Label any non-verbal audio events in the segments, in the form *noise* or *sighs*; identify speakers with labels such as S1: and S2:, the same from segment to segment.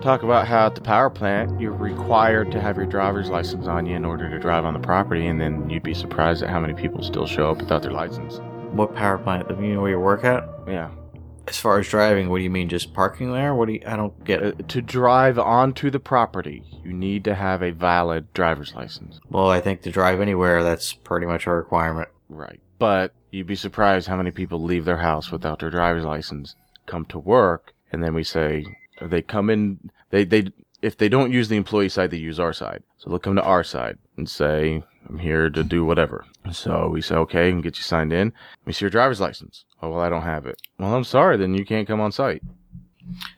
S1: talk about how at the power plant you're required to have your driver's license on you in order to drive on the property, and then you'd be surprised at how many people still show up without their license.
S2: What power plant? Do you know where you work at?
S1: Yeah.
S2: As far as driving, what do you mean? Just parking there? What do you? I don't get
S1: Uh,
S2: it.
S1: to drive onto the property, you need to have a valid driver's license.
S2: Well, I think to drive anywhere, that's pretty much a requirement.
S1: Right. But you'd be surprised how many people leave their house without their driver's license, come to work, and then we say they come in they they if they don't use the employee side, they use our side. So they'll come to our side and say, I'm here to do whatever. So we say, okay, and get you signed in. We see your driver's license. Oh, well, I don't have it. Well, I'm sorry, then you can't come on site.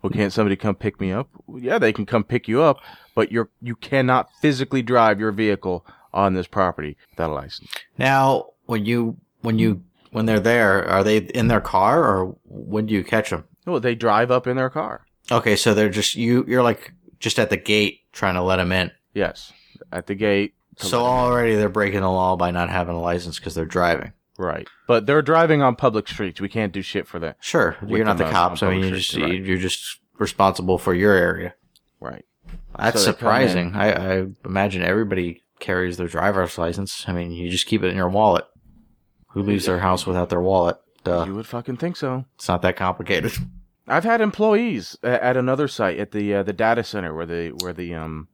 S1: Well, can't somebody come pick me up? Well, yeah, they can come pick you up, but you're, you cannot physically drive your vehicle on this property without a license.
S2: Now, when you when you when they're there, are they in their car or when do you catch them?
S1: No, they drive up in their car.
S2: Okay, so they're just you. You're like just at the gate trying to let them in.
S1: Yes, at the gate. to
S2: So
S1: let-
S2: already they're breaking the law by not having a license because they're driving.
S1: right, but they're driving on public streets. We can't do shit for that.
S2: Sure,
S1: With
S2: you're not
S1: the
S2: the
S1: most
S2: cops. I mean, you
S1: unpublished,
S2: just
S1: right.
S2: you're just responsible for your area.
S1: Right.
S2: That's
S1: So they come
S2: surprising. I, I imagine everybody carries their driver's license. I mean, you just keep it in your wallet. Who leaves their house without their wallet? Duh.
S1: you would fucking think so.
S2: It's not that *laughs* complicated.
S1: I've had employees a- at another site at the uh, the data center where the where the um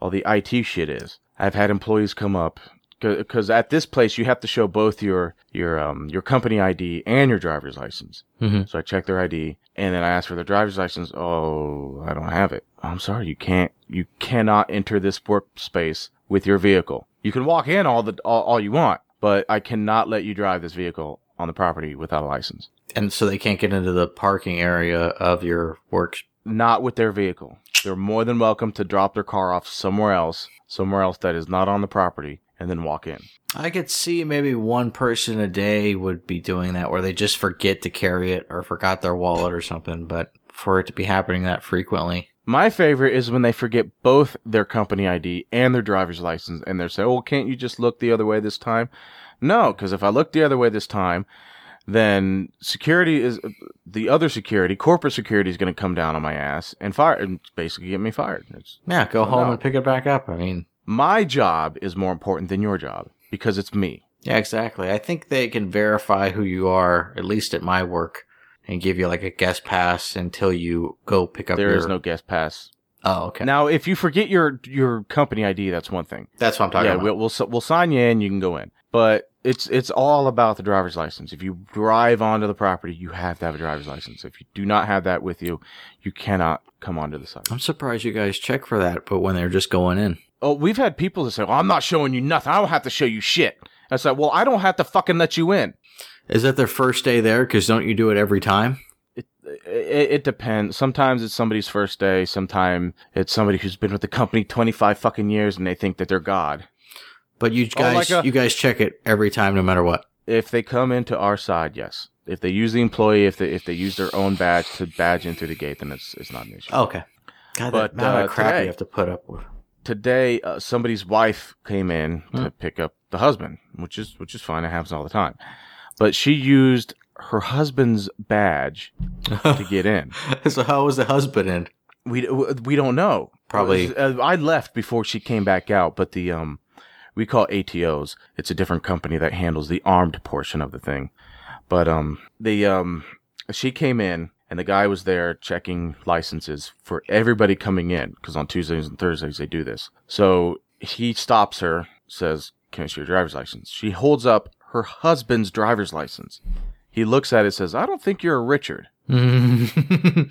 S1: all the IT shit is. I've had employees come up because at this place you have to show both your your um your company ID and your driver's license.
S2: Mhm.
S1: So I checked their ID and then I asked for their driver's license. Oh, I don't have it. I'm sorry, you can't you cannot enter this workspace with your vehicle. You can walk in all the all, all you want, but I cannot let you drive this vehicle on the property without a license.
S2: And so they can't get into the parking area of your work.
S1: not with their vehicle. They're more than welcome to drop their car off somewhere else, somewhere else that is not on the property, and then walk in.
S2: I could see maybe one person a day would be doing that, where they just forget to carry it or forgot their wallet or something. But for it to be happening that frequently,
S1: My favorite is when they forget both their company ID and their driver's license, and they're saying, "Well, can't you just look the other way this time?" No, because if I look the other way this time, then security is the other security, corporate security is going to come down on my ass and fire and basically get me fired. It's,
S2: yeah, go
S1: Well,
S2: home
S1: no.
S2: and pick it back up. I mean,
S1: my job is more important than your job because it's me.
S2: Yeah, exactly. I think they can verify who you are, at least at my work, and give you like a guest pass until you go pick up
S1: There
S2: your.
S1: is no guest pass
S2: Oh, okay.
S1: Now, if you forget your your company ID, that's one thing.
S2: That's what I'm talking
S1: yeah,
S2: about.
S1: we'll, we'll s- we'll sign you in. You can go in, but it's it's all about the driver's license. If you drive onto the property, you have to have a driver's license. If you do not have that with you, you cannot come onto the site.
S2: I'm surprised you guys check for that, but when they're just going in.
S1: Oh, we've had people that say, "Well, I'm not showing you nothing. I don't have to show you shit." I said, "Well, I don't have to fucking let you in."
S2: Is that their first day there? Because don't you do it every time?
S1: It, it depends. Sometimes it's somebody's first day. Sometimes it's somebody who's been with the company 25 fucking years and they think that they're god.
S2: But you
S1: Oh, like
S2: guys,
S1: a-
S2: you guys check it every time, no matter what.
S1: if they come into our side, yes. If they use the employee, if they if they use their own badge to badge in through the gate, then it's it's not an issue.
S2: Okay. God,
S1: But,
S2: that amount
S1: uh,
S2: of crap
S1: today-
S2: you have to put up with. *laughs*
S1: Today, uh, somebody's wife came in
S2: Hmm.
S1: to pick up the husband, which is which is fine. It happens all the time, but she used her husband's badge to get in.
S2: so how was the husband in?
S1: We we don't know.
S2: Probably-
S1: Uh, I left before she came back out, but the um we call ATOs. It's a different company that handles the armed portion of the thing. But um the um she came in and the guy was there checking licenses for everybody coming in because on Tuesdays and Thursdays they do this. So he stops her, says, "Can I see your driver's license?" She holds up her husband's driver's license. He looks at it, says, "I don't think you're a Richard."
S2: *laughs*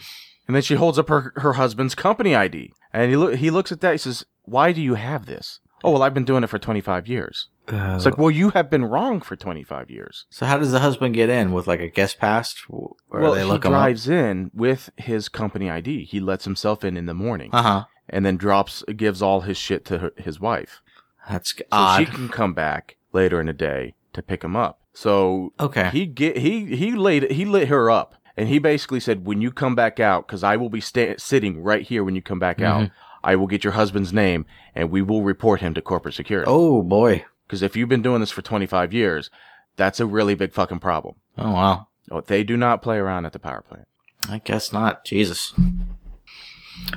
S1: And then she holds up her, her husband's company ID. And he, loo- he looks at that. He says, Why do you have this? Oh, well, I've been doing it for 25 years.
S2: Uh,
S1: It's like, Well, you have been wrong for 25 years.
S2: so how does the husband get in with like a guest pass? Or
S1: well,
S2: they
S1: he
S2: look him up?
S1: drives in with his company ID. He lets himself in in the morning
S2: Uh huh.
S1: and then drops, gives all his shit to her, his wife.
S2: That's
S1: So
S2: odd.
S1: she can come back later in the day to pick him up. So
S2: okay.
S1: *laughs* he get he he laid he lit her up and he basically said when you come back out because i will be sta- sitting right here when you come back out i will get your husband's name and we will report him to corporate security
S2: oh boy.
S1: because if you've been doing this for 25 years that's a really big fucking problem
S2: Oh wow.
S1: oh, they do not play around at the power plant
S2: I guess not. Jesus.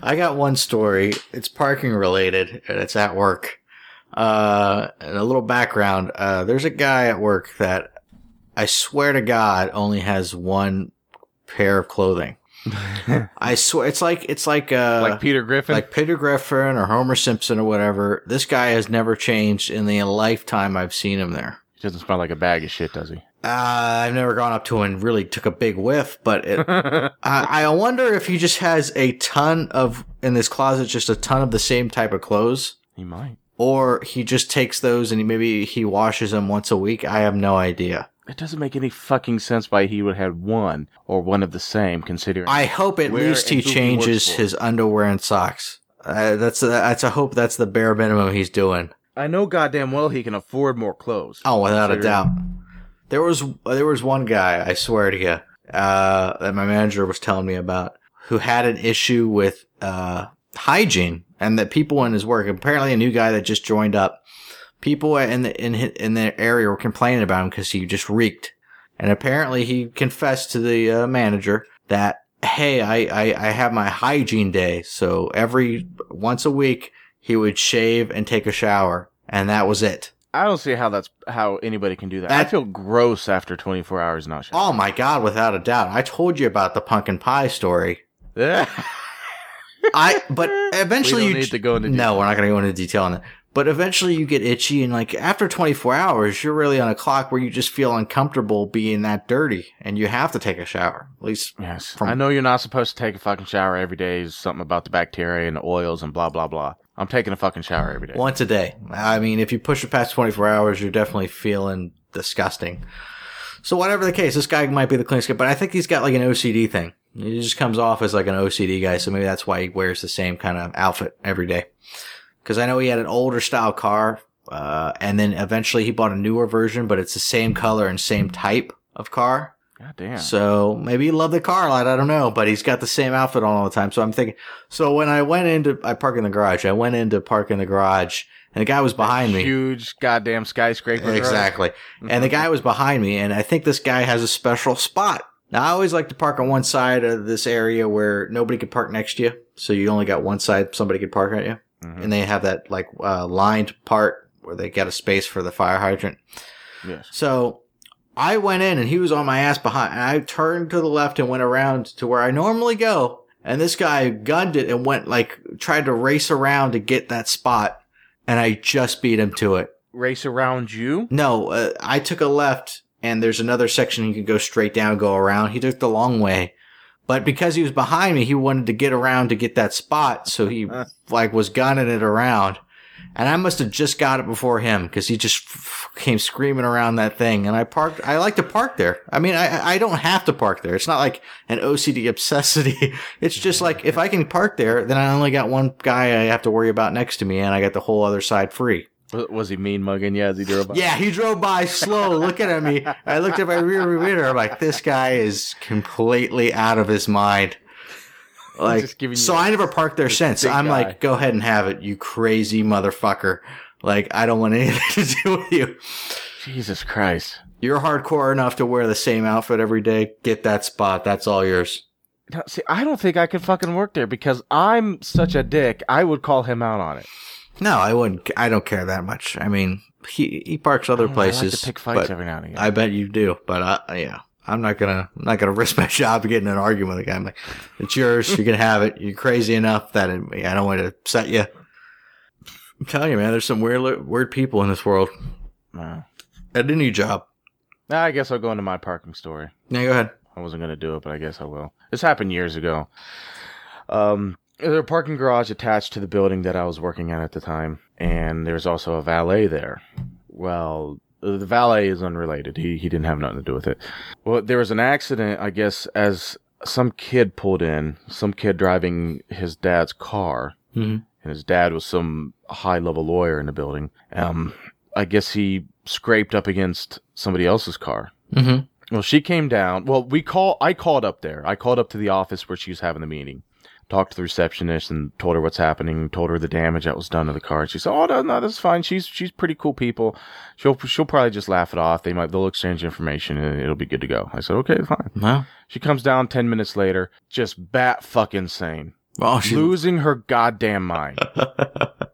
S2: I got one story. It's parking related and it's at work. Uh, and a little background. Uh, there's a guy at work that I swear to God only has one pair of
S1: *laughs*
S2: clothing. I swear it's like it's like uh
S1: like Peter Griffin.
S2: like Peter Griffin or Homer Simpson or whatever. This guy has never changed in the lifetime I've seen him there.
S1: he doesn't smell like a bag of shit, *laughs* does he?
S2: Uh, I've never gone up to him and really took a big whiff, but it, I, I wonder if he just has a ton of in this closet, just a ton of the same type of clothes,
S1: he might.
S2: or he just takes those and he, maybe he washes them once a week. I have no idea.
S1: It doesn't make any fucking sense why he would have one or one of the same, considering.
S2: I hope at
S1: Where
S2: least he
S1: and who he
S2: changes
S1: works for.
S2: his underwear and socks. Uh, that's a, that's a hope. That's the bare minimum he's doing.
S1: I know goddamn well he can afford more clothes.
S2: Oh, without a
S1: Considering-
S2: doubt. There was there was one guy I swear to you uh, that my manager was telling me about who had an issue with uh, hygiene and that people in his work apparently a new guy that just joined up people in the in hi- in the area were complaining about him because he just reeked and apparently he confessed to the uh, manager that hey I, I I have my hygiene day so every once a week he would shave and take a shower and that was it.
S1: I don't see how that's how anybody can do that. I
S2: That-
S1: feel gross after 24 hours not showering.
S2: Oh my god, without a doubt. I told you about the pumpkin pie story. I but
S1: *laughs*
S2: eventually
S1: We don't
S2: you
S1: need to go into
S2: No,
S1: detail.
S2: we're not going to go into detail on that. But eventually you get itchy and like after 24 hours, you're really on a clock where you just feel uncomfortable being that dirty and you have to take a shower. At least
S1: *laughs* yes,
S2: From-
S1: I know you're not supposed to take a fucking shower every day. Is something about the bacteria and the oils and blah blah blah. I'm taking a fucking shower every day.
S2: once a day. I mean, if you push it past 24 hours, you're definitely feeling disgusting. So whatever the case, this guy might be the cleanest guy, but I think he's got like an OCD thing. He just comes off as like an OCD guy, so maybe that's why he wears the same kind of outfit every day. Because I know he had an older style car, uh, and then eventually he bought a newer version, but it's the same color and same type of car.
S1: God damn.
S2: So maybe he loved the car a lot. I don't know, but he's got the same outfit on all the time. So I'm thinking. So when I went into, I park in the garage. I went into park in the garage, and the guy was *laughs* behind me.
S1: Huge goddamn skyscraper. drive.
S2: Exactly. And
S1: *laughs*
S2: the guy was behind me, and I think this guy has a special spot. Now, I always like to park on one side of this area where nobody could park next to you. So you only got one side somebody could park at you.
S1: Mhm.
S2: And they have that like uh, lined part where they got a space for the fire hydrant.
S1: Yes.
S2: So I went in and he was on my ass behind. And I turned to the left and went around to where I normally go. And this guy gunned it and went like tried to race around to get that spot. And I just beat him to it.
S1: Race around you.
S2: No, uh, I took a left and there's another section you can go straight down, go around. He took the long way. But because he was behind me, he wanted to get around to get that spot. So he like was gunning it around. And I must have just got it before him because he just f- f- came screaming around that thing. And I parked, I like to park there. I mean, I, I don't have to park there. It's not like an OCD obsessity. *laughs* It's just like if I can park there, then I only got one guy I have to worry about next to me and I got the whole other side free.
S1: Was, was he mean mugging you as he drove by?
S2: Yeah, he drove by slow, looking at me. I looked at my rear view mirror. I'm like, this guy is completely out of his mind. Like,
S1: Just giving you
S2: so I never parked there since.
S1: big
S2: I'm
S1: guy.
S2: like, go ahead and have it, you crazy motherfucker. Like, I don't want anything *laughs* to do with you.
S1: Jesus Christ.
S2: You're hardcore enough to wear the same outfit every day. Get that spot. That's all yours.
S1: No, See, I don't think I could fucking work there because I'm such a dick. I would call him out on it.
S2: No, I wouldn't. I don't care that much. I mean, he he parks
S1: I
S2: other
S1: don't know, I
S2: places.
S1: like to pick fights
S2: but-
S1: every now and again.
S2: I bet you do, but I, yeah, I'm not gonna, I'm not gonna *laughs* risk my job getting in an argument with a guy. I'm like, it's yours. You can have it. You're crazy enough that it, I don't want to upset you. I'm telling you, man, there's some weird, weird people in this world.
S1: Uh,
S2: At any job.
S1: I guess I'll go into my parking story.
S2: Now go ahead.
S1: I wasn't gonna do it, but I guess I will. This happened years ago. Um, there's a parking garage attached to the building that I was working at at the time, and there's also a valet there. Well, the valet is unrelated. He he didn't have nothing to do with it. Well, there was an accident, I guess, as some kid pulled in, some kid driving his dad's car,
S2: Mhm.
S1: and his dad was some high level lawyer in the building. Um, I guess he scraped up against somebody else's car.
S2: Mm-hmm.
S1: Well, she came down. Well, we call. I called up there. I called up to the office where she was having the meeting. Talked to the receptionist and told her what's happening. Told her the damage that was done to the car. She said, "Oh no, no, that's fine. She's she's pretty cool people. She'll she'll probably just laugh it off. They might they'll exchange information and it'll be good to go." I said, "Okay, fine."
S2: Well,
S1: She comes down ten minutes later, just bat fucking sane.
S2: Well, she, *laughs*
S1: losing her goddamn mind.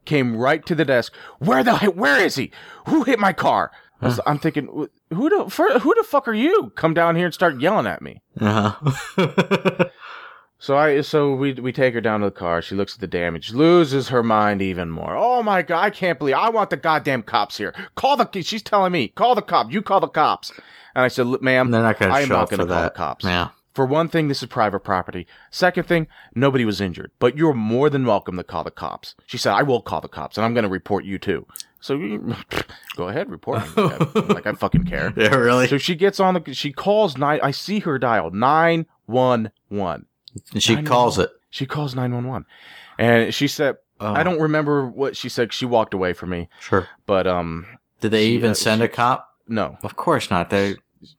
S1: Came right to the desk. Where the he- where is he? Who hit my car? I was, I'm thinking, "Wh- who the for, who the fuck are you? Come down here and start yelling at me.
S2: *laughs* uh-huh.
S1: So I so we we take her down to the car. She looks at the damage, loses her mind even more. Oh my god, I can't believe I want the goddamn cops here. Call the she's telling me, call the cop. You call the cops. And I said, "Look, ma'am,
S2: They're not going
S1: I
S2: to
S1: am
S2: show
S1: not
S2: up for
S1: gonna call the
S2: that.
S1: cops.
S2: Yeah. *laughs*
S1: For one thing, this is private property. Second thing, nobody was injured, but you're more than welcome to call the cops. She said, I will call the cops and I'm going to report you too. So you- *laughs* go ahead, report me. Like I, like I fucking care.
S2: Yeah,
S1: So
S2: really.
S1: she gets on the, she calls nine, I see her dial 911.
S2: And she calls it.
S1: She calls 911 and she said,
S2: Oh,
S1: I don't remember what she said. She walked away from me,
S2: Sure.
S1: but, um,
S2: Did they
S1: She,
S2: even
S1: uh,
S2: send a cop?
S1: no,
S2: Of course not. They.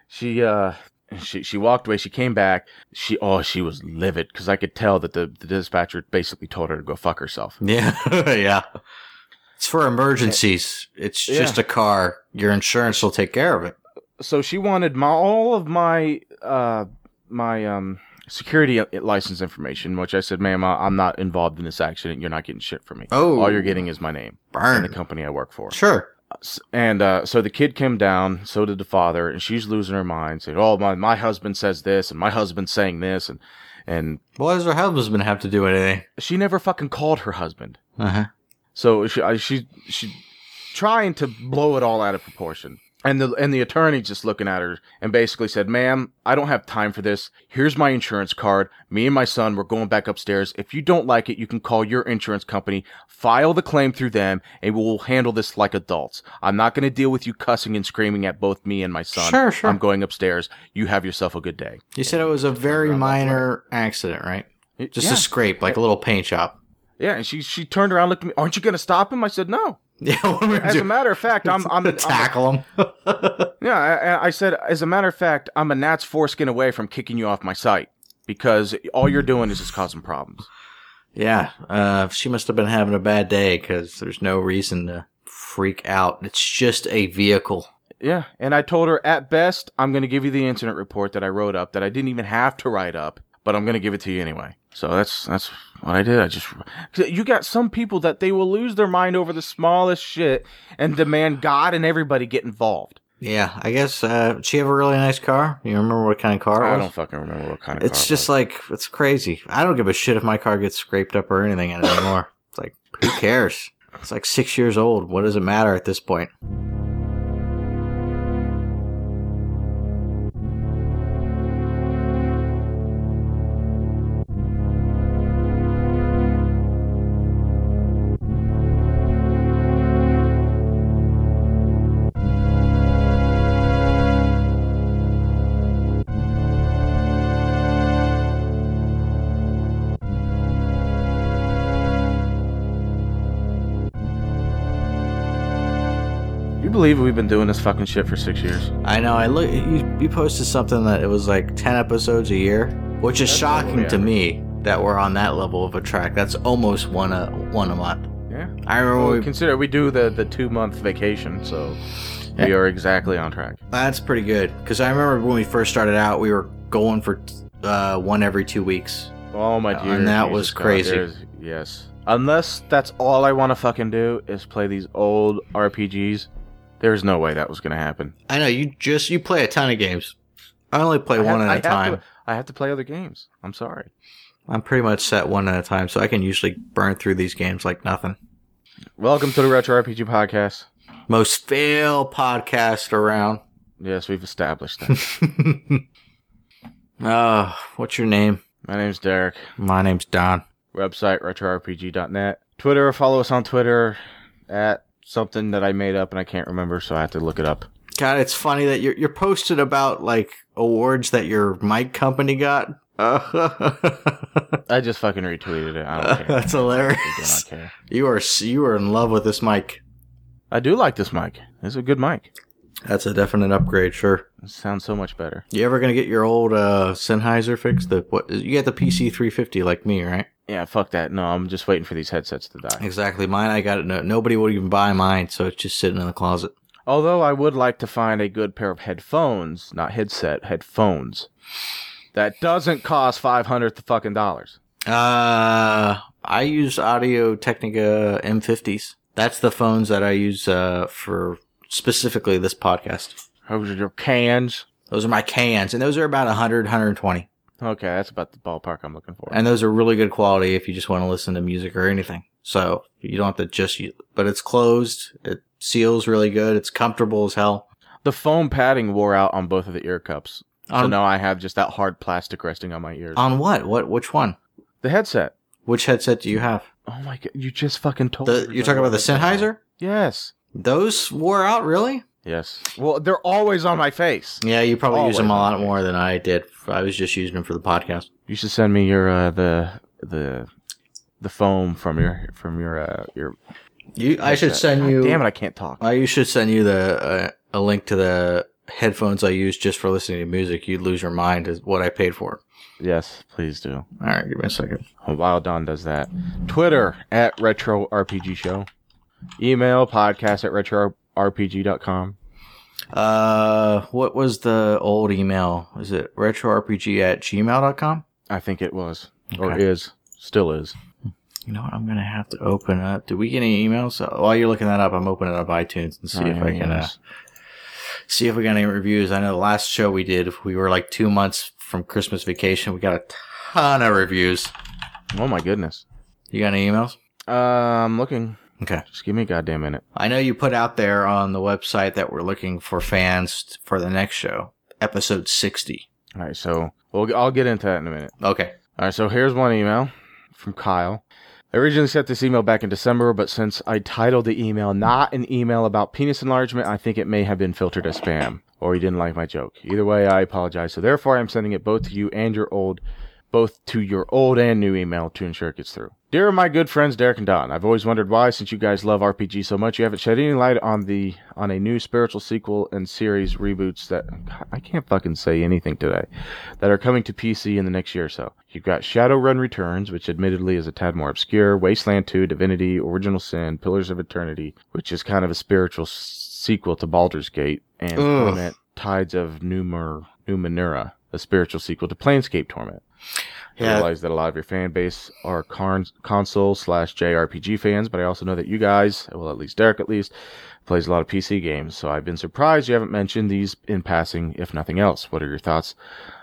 S1: she uh she she walked away she came back she oh she was livid because i could tell that the, the dispatcher basically told her to go fuck herself
S2: *laughs* Yeah. yeah. It's for emergencies. It's
S1: Yeah.
S2: just a car. Your insurance will take care of it.
S1: so she wanted my all of my uh my um security license information which i said ma'am I- i'm not involved in this accident you're not getting shit from me
S2: Oh.
S1: all you're getting is my name and the
S2: burned.
S1: company i work for
S2: Sure.
S1: S- and uh, so the kid came down so did the father and she's losing her mind saying oh my, my husband says this and my husband's saying this and and
S2: Why does her husband have to do anything?
S1: she never fucking called her husband
S2: Uh
S1: Uh-huh.
S2: huh.
S1: So she I- she she trying to blow it all out of proportion. And the and the attorney just looking at her and basically said, "Ma'am, I don't have time for this. Here's my insurance card. Me and my son, we're going back upstairs. If you don't like it, you can call your insurance company, file the claim through them, and we'll handle this like adults. I'm not going to deal with you cussing and screaming at both me and my son.
S2: Sure, sure.
S1: I'm going upstairs. You have yourself a good day."
S2: You said it was a very minor accident, right? Just
S1: yeah.
S2: a scrape, like a little paint job. *laughs*
S1: yeah, and she she turned around, looked at me. Aren't you going to stop him? I said, "No."
S2: Yeah, what am I gonna
S1: As a
S2: do?
S1: matter of fact, I'm I'm, I'm
S2: *laughs* tackle him.
S1: Yeah, I, I- I said, as a matter of fact, I'm a gnat's foreskin away from kicking you off my site because all you're doing is just causing problems.
S2: *laughs* yeah, uh, she must have been having a bad day because there's no reason to freak out. It's just a vehicle.
S1: Yeah, and I told her, at best, I'm going to give you the incident report that I wrote up that I didn't even have to write up, but I'm going to give it to you anyway. So that's that's what I did. I just 'cause you got some people that they will lose their mind over the smallest shit and demand God and everybody get involved.
S2: Yeah, I guess uh, she have a really nice car. You remember what kind of car? it
S1: I
S2: was?
S1: don't fucking remember what kind of.
S2: It's
S1: car it was.
S2: just like it's crazy. I don't give a shit if my car gets scraped up or anything anymore. it's like who cares? It's like six years old. What does it matter at this point?
S1: you believe we've been doing this fucking shit for six years.
S2: I know. I look. You, you posted something that it was like ten episodes a year, which is
S1: That's
S2: shocking
S1: probably
S2: to me that we're on that level of a track. That's almost one a one a month.
S1: Yeah.
S2: I remember.
S1: Well,
S2: we-
S1: consider we do the, the two month vacation, so we are exactly on track.
S2: that's pretty good because I remember when we first started out, we were going for uh, one every two weeks.
S1: Oh my
S2: Uh,
S1: dear,
S2: and that
S1: Jesus
S2: was
S1: God,
S2: crazy.
S1: there's- yes, unless that's all I want to fucking do is play these old RPGs. There's no way that was gonna happen.
S2: I know you just you play a ton of games. I only play
S1: I have-
S2: one
S1: I
S2: at a
S1: have to-
S2: time.
S1: I have to play other games. I'm sorry.
S2: I'm pretty much set one at a time, so I can usually burn through these games like nothing.
S1: Welcome to the Retro RPG Podcast.
S2: Most fail podcast around. *laughs*
S1: Yes, we've established that.
S2: uh, what's your name?
S1: my name's Derek.
S2: My name's Don.
S1: Website retrorpg.net. Twitter. Follow us on Twitter at something that I made up and I can't remember, so I have to look it up.
S2: God, it's funny that you're you're posted about like awards that your mic company got. *laughs*
S1: I just fucking retweeted it. I
S2: *laughs*
S1: don't care.
S2: That's
S1: I do not
S2: hilarious.
S1: care.
S2: You are s- you are in love with this mic.
S1: I do like this mic. It's a good mic.
S2: That's a definite upgrade, sure.
S1: It sounds so much better.
S2: You ever gonna get your old uh, Sennheiser fixed? The what? You got the PC 350 like me, right?
S1: Yeah, fuck that. No, I'm just waiting for these headsets to die.
S2: Exactly. Mine, I got it. No, nobody would even buy mine, so it's just sitting in the closet.
S1: Although I would like to find a good pair of headphones, not headset, headphones. That doesn't cost five hundred fucking dollars.
S2: Uh, I use Audio Technica M50s. That's the phones that I use uh, for specifically this podcast.
S1: Those are your cans.
S2: Those are my cans, and those are about 100, 120.
S1: Okay, that's about the ballpark I'm looking for.
S2: And those are really good quality if you just want to listen to music or anything. So you don't have to just use, but it's closed. It seals really good. It's comfortable as hell.
S1: the foam padding wore out on both of the ear cups. so
S2: On-
S1: now I have just that hard plastic resting on my ears.
S2: On what? What? Which one?
S1: the headset.
S2: Which headset do you have?
S1: Oh my god, you just fucking told
S2: The,
S1: everybody
S2: you're talking about the
S1: what headset I have.
S2: Sennheiser?
S1: Yes.
S2: Those wore out really?
S1: Yes. Well, they're always on my face.
S2: Yeah, you probably use them a
S1: Always.
S2: lot more than I did. I was just using them for the podcast.
S1: You should send me your uh, the the the foam from your from your uh, your.
S2: You, I should
S1: headset.
S2: send
S1: God
S2: you.
S1: damn it! I can't talk.
S2: I you should send you the uh, a link to the headphones I use just for listening to music. You'd lose your mind is what I paid for.
S1: yes, please do.
S2: All right, give me a second.
S1: While Don does that, Twitter at retro RPG show, email podcast at retro rpg.com.
S2: Uh, what was the old email? Is it retrorpg at gmail.com?
S1: I think it was or
S2: Okay.
S1: is still is.
S2: You know what? I'm gonna have to open up. Do we get any emails? Uh, While you're looking that up, I'm opening up iTunes and see if I can
S1: Oh,
S2: uh,
S1: Yes.
S2: see if we got any reviews. I know the last show we did, we were like two months from Christmas vacation. We got a ton of reviews.
S1: Oh my goodness.
S2: You got any emails?
S1: Uh, I'm looking.
S2: Okay.
S1: Just give me a goddamn minute.
S2: I know you put out there on the website that we're looking for fans t- for the next show, episode 60.
S1: All right, so we'll, I'll get into that in a minute.
S2: Okay.
S1: All right, so here's one email from Kyle. I originally sent this email back in December, but since I titled the email not an email about penis enlargement, I think it may have been filtered as spam, or he didn't like my joke. Either way, I apologize. So therefore, I'm sending it both to you and your old, both to your old and new email to ensure it gets through. Dear my good friends Derek and Don, I've always wondered why, since you guys love RPG so much, you haven't shed any light on the on a new spiritual sequel and series reboots that I can't fucking say anything today that are coming to PC in the next year or so. You've got Shadowrun Returns, which admittedly is a tad more obscure, Wasteland 2, Divinity, Original Sin, Pillars of Eternity, which is kind of a spiritual s- sequel to Baldur's Gate, and
S2: Ugh.
S1: Torment Tides of Numer- Numenera, a spiritual sequel to Planescape Torment. I
S2: Yeah.
S1: realize that a lot of your fan base are con- console slash JRPG fans, but I also know that you guys, well, at least Derek at least, plays a lot of PC games. So I've been surprised you haven't mentioned these in passing, if nothing else. What are your thoughts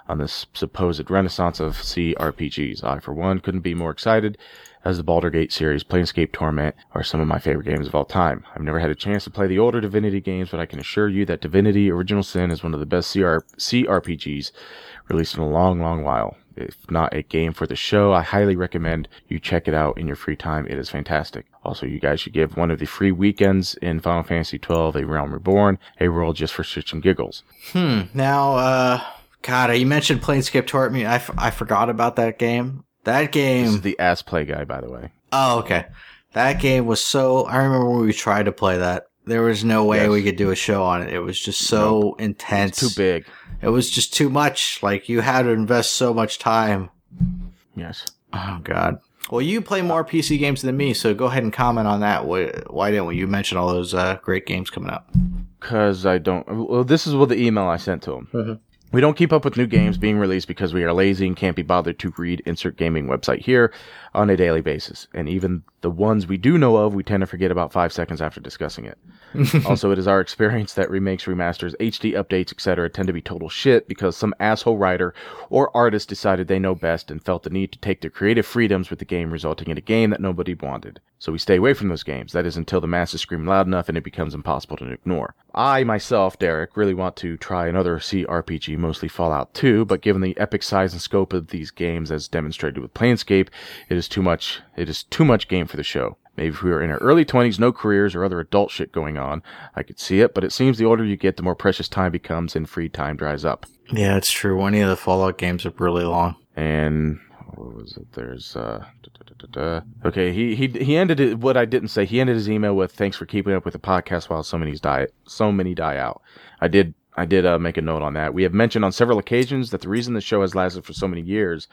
S1: on this supposed renaissance of CRPGs? I, for one, couldn't be more excited as the Baldur Gate series, Planescape Torment are some of my favorite games of all time. I've never had a chance to play the older Divinity games, but I can assure you that Divinity Original Sin is one of the best CR- CRPGs released in a long, long while. If not a game for the show, I highly recommend you check it out in your free time. It is fantastic. Also, you guys should give one of the free weekends in Final Fantasy XII, A Realm Reborn, a roll just for shits and giggles.
S2: Hmm. Now, uh, God, you mentioned Planescape Torment. I, f- I forgot about that game. That
S1: This is
S2: game.
S1: the ass play guy, by the way.
S2: Oh, okay. That game was so. I remember when we tried to play that. There was no way
S1: Yes.
S2: we could do a show on it. It was just so intense.
S1: It's too big.
S2: It was just too much. Like, you had to invest so much time.
S1: Yes.
S2: Oh God. Well, you play more PC games than me, so go ahead and comment on that. Why, why didn't you mention all those uh, great games coming up?
S1: Because I don't. Well, this is what the email I sent to him.
S2: Mhm.
S1: We don't keep up with new games being released because we are lazy and can't be bothered to read insert gaming website here on a daily basis. And even the ones we do know of, we tend to forget about five seconds after discussing it. *laughs* also, it is our experience that remakes, remasters, HD updates, etc., tend to be total shit because some asshole writer or artist decided they know best and felt the need to take their creative freedoms with the game, resulting in a game that nobody wanted. So we stay away from those games. That is until the masses scream loud enough and it becomes impossible to ignore. I myself, Derek, really want to try another CRPG, mostly Fallout 2, but given the epic size and scope of these games, as demonstrated with Planescape, it is too much. It is too much game for the show. Maybe if we were in our early 20s, no careers or other adult shit going on, I could see it, but it seems the older you get, the more precious time becomes and free time dries up.
S2: yeah, it's true. Any of the Fallout games are really long.
S1: And what was it? There's, uh, da, da, da, da. okay, he, he, he ended it, what I didn't say, he ended his email with, thanks for keeping up with the podcast while so many's die, so many die out. I did, I did, uh, make a note on that. We have mentioned on several occasions that the reason the show has lasted for so many years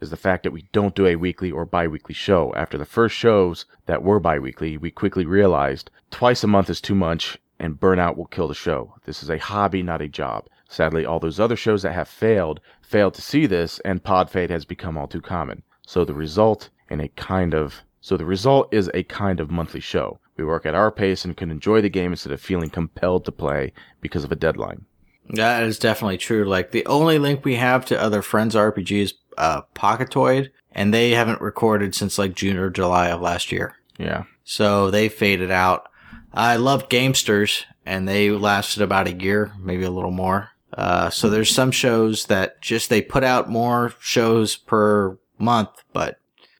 S1: is the fact that we don't do a weekly or bi-weekly show. After the first shows that were bi-weekly, we quickly realized twice a month is too much and burnout will kill the show. This is a hobby, not a job. Sadly, all those other shows that have failed failed to see this and pod fade has become all too common. So the result in a kind of so the result is a kind of monthly show. We work at our pace and can enjoy the game instead of feeling compelled to play because of a deadline.
S2: That is definitely true. Like the only link we have to other friends RPGs, uh, Pocketoid, and they haven't recorded since like June or July of last year.
S1: Yeah.
S2: So they faded out. I loved Gamesters, and they lasted about a year, maybe a little more. Uh, so there's some shows that just they put out more shows per month, but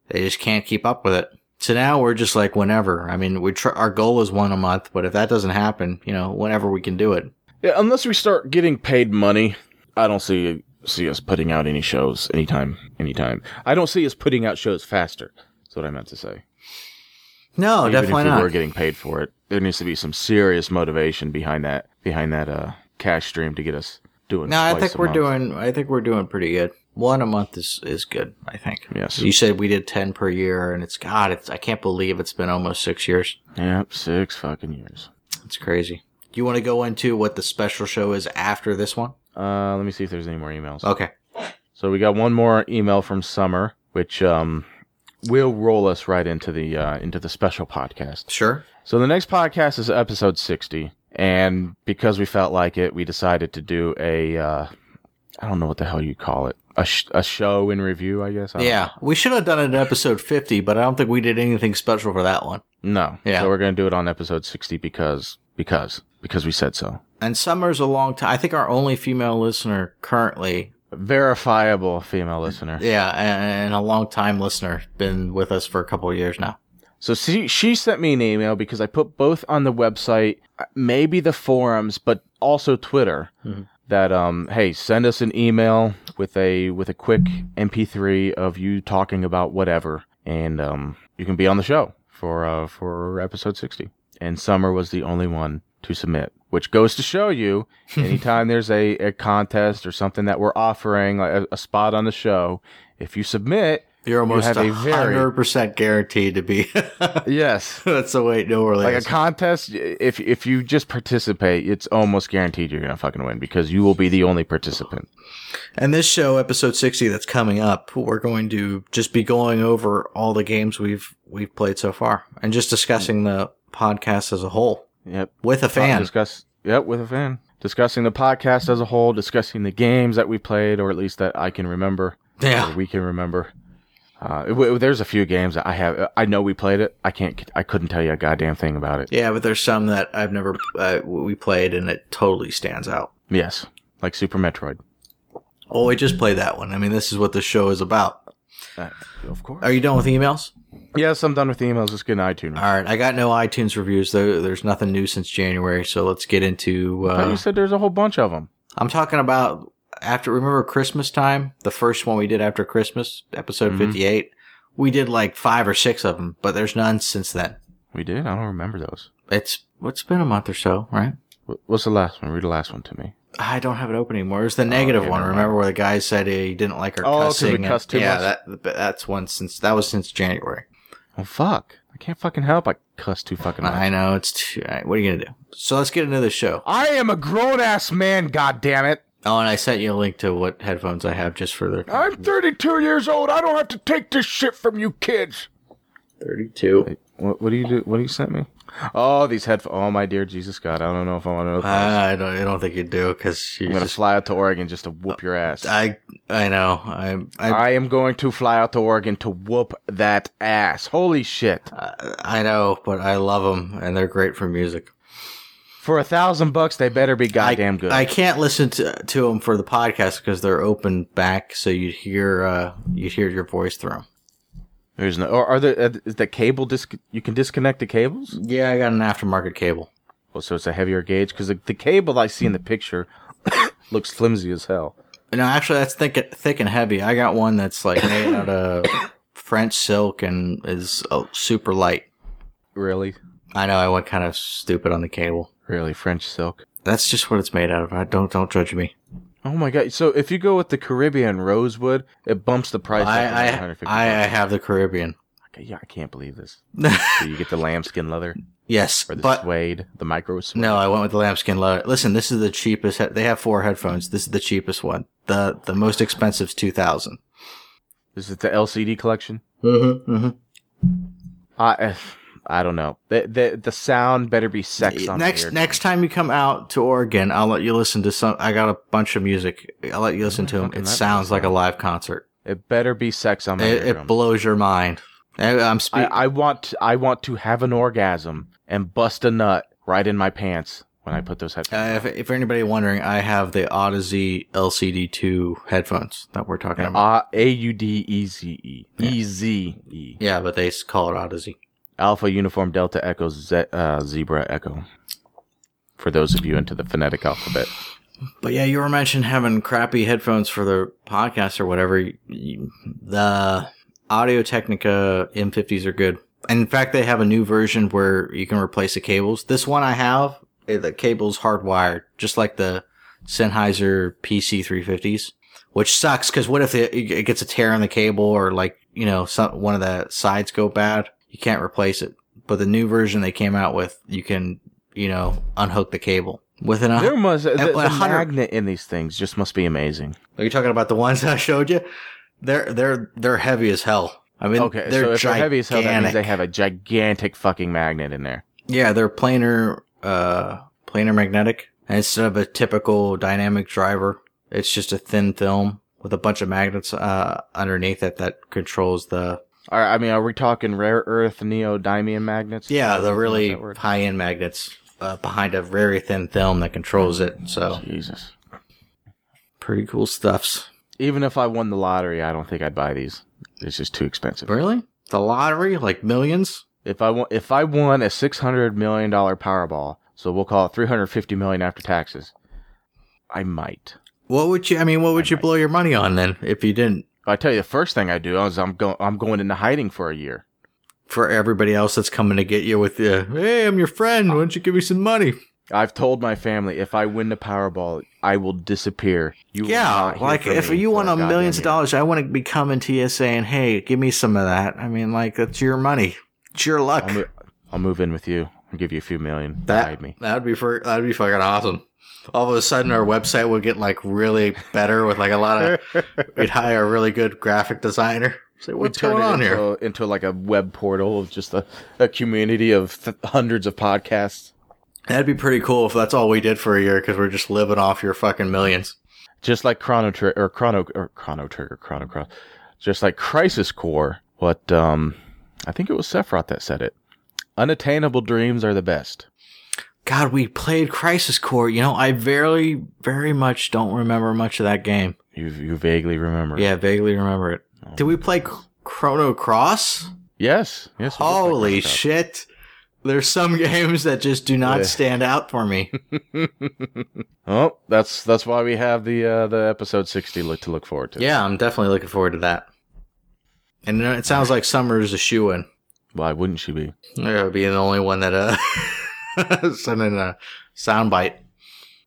S2: they just can't keep up with it. So now we're just like whenever. I mean, we tr- our goal is one a month, but if that doesn't happen, you know, whenever we can do it.
S1: Yeah, unless we start getting paid money, I don't see see us putting out any shows anytime anytime. I don't see us putting out shows faster. That's what I meant to say.
S2: No,
S1: Even
S2: Oh, definitely
S1: if we
S2: not.
S1: were getting paid for it, there needs to be some serious motivation behind that behind that uh cash stream to get us doing.
S2: No, I
S1: twice
S2: think
S1: a
S2: we're
S1: month.
S2: doing. I think we're doing pretty good. One a month is is good. I think.
S1: Yes.
S2: You said we did ten per year, and it's God. It's I can't believe it's been almost six years.
S1: Yep, six fucking years.
S2: It's crazy. Do you want to go into what the special show is after this one?
S1: Uh, let me see if there's any more emails.
S2: Okay.
S1: So we got one more email from Summer, which um will roll us right into the uh, into the special podcast.
S2: Sure.
S1: So the next podcast is episode 60, and because we felt like it, we decided to do a uh, I don't know what the hell you call it. A, sh- a show in review, I guess. I don't-
S2: Yeah, we should have done it in episode fifty, but I don't think we did anything special for that one.
S1: No.
S2: Yeah.
S1: So we're going to do it on episode 60 because because because we said so.
S2: And Summer's a long time. I think our only female listener currently.
S1: Verifiable female listener.
S2: Yeah, and a long time listener, been with us for a couple of years now.
S1: So she she sent me an email because I put both on the website, maybe the forums, but also Twitter.
S2: Mhm.
S1: That um, hey, send us an email with a with a quick MP3 of you talking about whatever, and um, you can be on the show for uh, for episode sixty. And Summer was the only one to submit, which goes to show you anytime there's a, a contest or something that we're offering, like a, a spot on the show, if you submit,
S2: You're almost
S1: have a
S2: a
S1: very-
S2: hundred percent guaranteed to be. *laughs*
S1: yes,
S2: That's the way it normally
S1: like a
S2: is.
S1: contest if if you just participate it's almost guaranteed you're gonna fucking win because you will be the only participant
S2: and this show, episode sixty, that's coming up, we're going to just be going over all the games we've we've played so far, and just discussing the podcast as a whole
S1: yep
S2: with a fan.
S1: Uh, discuss yep with a fan discussing the podcast as a whole discussing the games that we played or at least that i can remember or
S2: yeah,
S1: we can remember uh, w- w- there's a few games that i have uh, i know we played it i can't i couldn't tell you a goddamn thing about it
S2: yeah, but there's some that I've never uh, we played, and it totally stands out.
S1: yes like super metroid
S2: Oh, we just played that one. I mean, this is what the show is about.
S1: Uh, of course
S2: Are you done with emails?
S1: yes i'm done with the emails let's get an itunes
S2: All right, I got no iTunes reviews. There, there's nothing new since January, so let's get into.
S1: But
S2: Uh,
S1: you said there's a whole bunch of them
S2: I'm talking about after remember Christmas time, the first one we did after Christmas, episode
S1: Mhm.
S2: 58. We did like five or six of them, but there's none since then.
S1: we did i don't remember those
S2: It's what's been a month or so, right?
S1: Wh- what's the last one read the last one to me
S2: I don't have it open anymore. It was the negative
S1: Oh, okay,
S2: one.
S1: never mind.
S2: Remember where the guy said he didn't like our
S1: Oh, 'cause we
S2: cussing? and-
S1: cussed too
S2: yeah,
S1: much?
S2: that but that's one since that was since January.
S1: Well, Oh, fuck. I can't fucking help. I cuss too fucking
S2: I
S1: much.
S2: know it's too. all right, what are you gonna do? So let's get into the show.
S1: I am a grown ass man, God damn it!
S2: Oh, and I sent you a link to what headphones I have just for the
S1: I'm 32 years old. I don't have to take this shit from you kids.
S2: 32.
S1: What, what do you do? What do you sent me? Oh, these headphones. Oh, my dear Jesus God. I don't know if I want to.
S2: Uh, I don't. I don't think you do because you
S1: I'm going to
S2: just
S1: fly out to Oregon just to whoop your ass. I,
S2: Uh, I I know. I I,
S1: am going to fly out to Oregon to whoop that ass. Holy shit.
S2: I I know, but I love them and they're great for music.
S1: For a thousand bucks, they better be goddamn
S2: I,
S1: good.
S2: I can't listen to to them for the podcast because they're open back, so you hear uh you hear your voice through 'em.
S1: There's no. Or are there, uh, is the cable disc? You can disconnect the cables?
S2: Yeah, I got an aftermarket cable.
S1: Well, so it's a heavier gauge because the, the cable I
S2: Hmm.
S1: see in the picture *coughs* looks flimsy as hell.
S2: No, actually, that's thick thick and heavy. I got one that's like made out of *coughs* French silk and is oh, super light.
S1: Really,
S2: I know I went kind of stupid on the cable.
S1: really French silk.
S2: That's just what it's made out of. I don't don't judge me.
S1: Oh my god! So if you go with the Caribbean rosewood, it bumps the price. up to
S2: I I,
S1: 150
S2: I I
S1: bucks.
S2: have the Caribbean. *laughs*
S1: Okay, yeah, I can't believe this. So you get the lambskin leather
S2: yes,
S1: or the
S2: but
S1: suede, the micro suede.
S2: No, I went with the lambskin leather. Listen, this is the cheapest. He- they have four headphones. This is the cheapest one. the The most expensive is two thousand.
S1: Is it the LCD collection?
S2: Mm-hmm. Mm-hmm.
S1: I eh, I don't know. The the, the sound better be sex on
S2: next
S1: here.
S2: next time you come out to Oregon, I'll let you listen to some. I got a bunch of music. I'll let you listen to them.
S1: Fucking
S2: It
S1: that
S2: sounds
S1: sounds
S2: like a live concert.
S1: It better be sex on my
S2: It,
S1: eardrum.
S2: it blows your mind. I, I'm
S1: I,
S2: speaking.
S1: I want I want to have an orgasm and bust a nut right in my pants when I put those headphones.
S2: Uh, if, if anybody wondering, I have the Odyssey LCD2 headphones that we're talking about.
S1: A A U D E Z E E Z E
S2: Yeah, but they s- call it Odyssey.
S1: Alpha Uniform Delta Echo Ze- uh, Zebra Echo. For those of you into the phonetic alphabet,
S2: But yeah, you were mentioning having crappy headphones for the podcast or whatever. You- The Audio Technica M50s are good. And in fact, they have a new version where you can replace the cables. This one I have, eh, the cable's hardwired, just like the Sennheiser PC350s, which sucks because what if it, it gets a tear in the cable or like, you know, some, one of the sides go bad? You can't replace it. But the new version they came out with, you can, you know, unhook the cable. With an
S1: there must the,
S2: Uh, at
S1: the
S2: 100
S1: magnet in these things just must be amazing.
S2: are you talking about the ones *laughs* I showed you? They're they're they're heavy as hell. I mean,
S1: Okay,
S2: they're
S1: so if
S2: gigantic.
S1: they're heavy as hell, that means they have a gigantic fucking magnet in there.
S2: yeah, they're planar uh planar magnetic and instead of a typical dynamic driver. It's just a thin film with a bunch of magnets uh, underneath it that controls the
S1: All right, I mean, are we talking rare earth neodymium magnets?
S2: yeah the really
S1: Is that word?
S2: high end magnets uh, behind a very thin film that controls it. So
S1: Jesus.
S2: pretty cool stuffs.
S1: Even if I won the lottery, I don't think I'd buy these. It's just too expensive.
S2: Really, the lottery like millions.
S1: If I won, if I won a six hundred million dollar Powerball, so we'll call it three hundred fifty million after taxes, I might.
S2: What would you? I mean, what would you blow your money on then if you didn't?
S1: But I tell you, the first thing I do is I'm going I'm going into hiding for a year.
S2: for everybody else that's coming to get you with the hey i'm your friend why don't you give me some money
S1: I've told my family if I win the Powerball, I will disappear. You will not
S2: yeah
S1: hear
S2: like
S1: from
S2: if
S1: me
S2: you
S1: for
S2: want a
S1: goddamn
S2: millions
S1: year.
S2: of dollars i want to be coming to you saying hey give me some of that i mean like that's your money it's your luck
S1: I'll, mo- I'll move in with you. I'll give you a few million. to
S2: that
S1: hide me.
S2: that'd be for that'd be fucking awesome all of a sudden our website would get like really better with like a lot *laughs* of we'd hire a really good graphic designer *laughs* say what's
S1: turn
S2: going
S1: it
S2: on
S1: into,
S2: here
S1: Into like a web portal of just a, a community of th- hundreds of podcasts.
S2: that'd be pretty cool if that's all we did for a year because we're just living off your fucking millions
S1: Just like Chrono Trigger, or Chrono, or Chrono Trigger, Chrono Cross. Just like Crisis Core, what, um, I think it was Sephiroth that said it. Unattainable dreams are the best.
S2: God, we played Crisis Core. You know, I very, very much don't remember much of that game.
S1: You, you vaguely remember. Oh
S2: Yeah, vaguely remember it. Did we play C- Chrono Cross?
S1: Yes. Yes. we did play
S2: Holy
S1: Chrono Cross.
S2: shit. There's some *laughs* games that just do not
S1: Yeah.
S2: stand out for
S1: *laughs*
S2: me.
S1: Oh, that's, that's why we have the, uh, the episode 60 look to look forward to.
S2: yeah, I'm definitely looking forward to that. And uh, it sounds like Summer's a shoe in.
S1: Why wouldn't she be?
S2: I'll be the only one that uh *laughs* sent in a soundbite.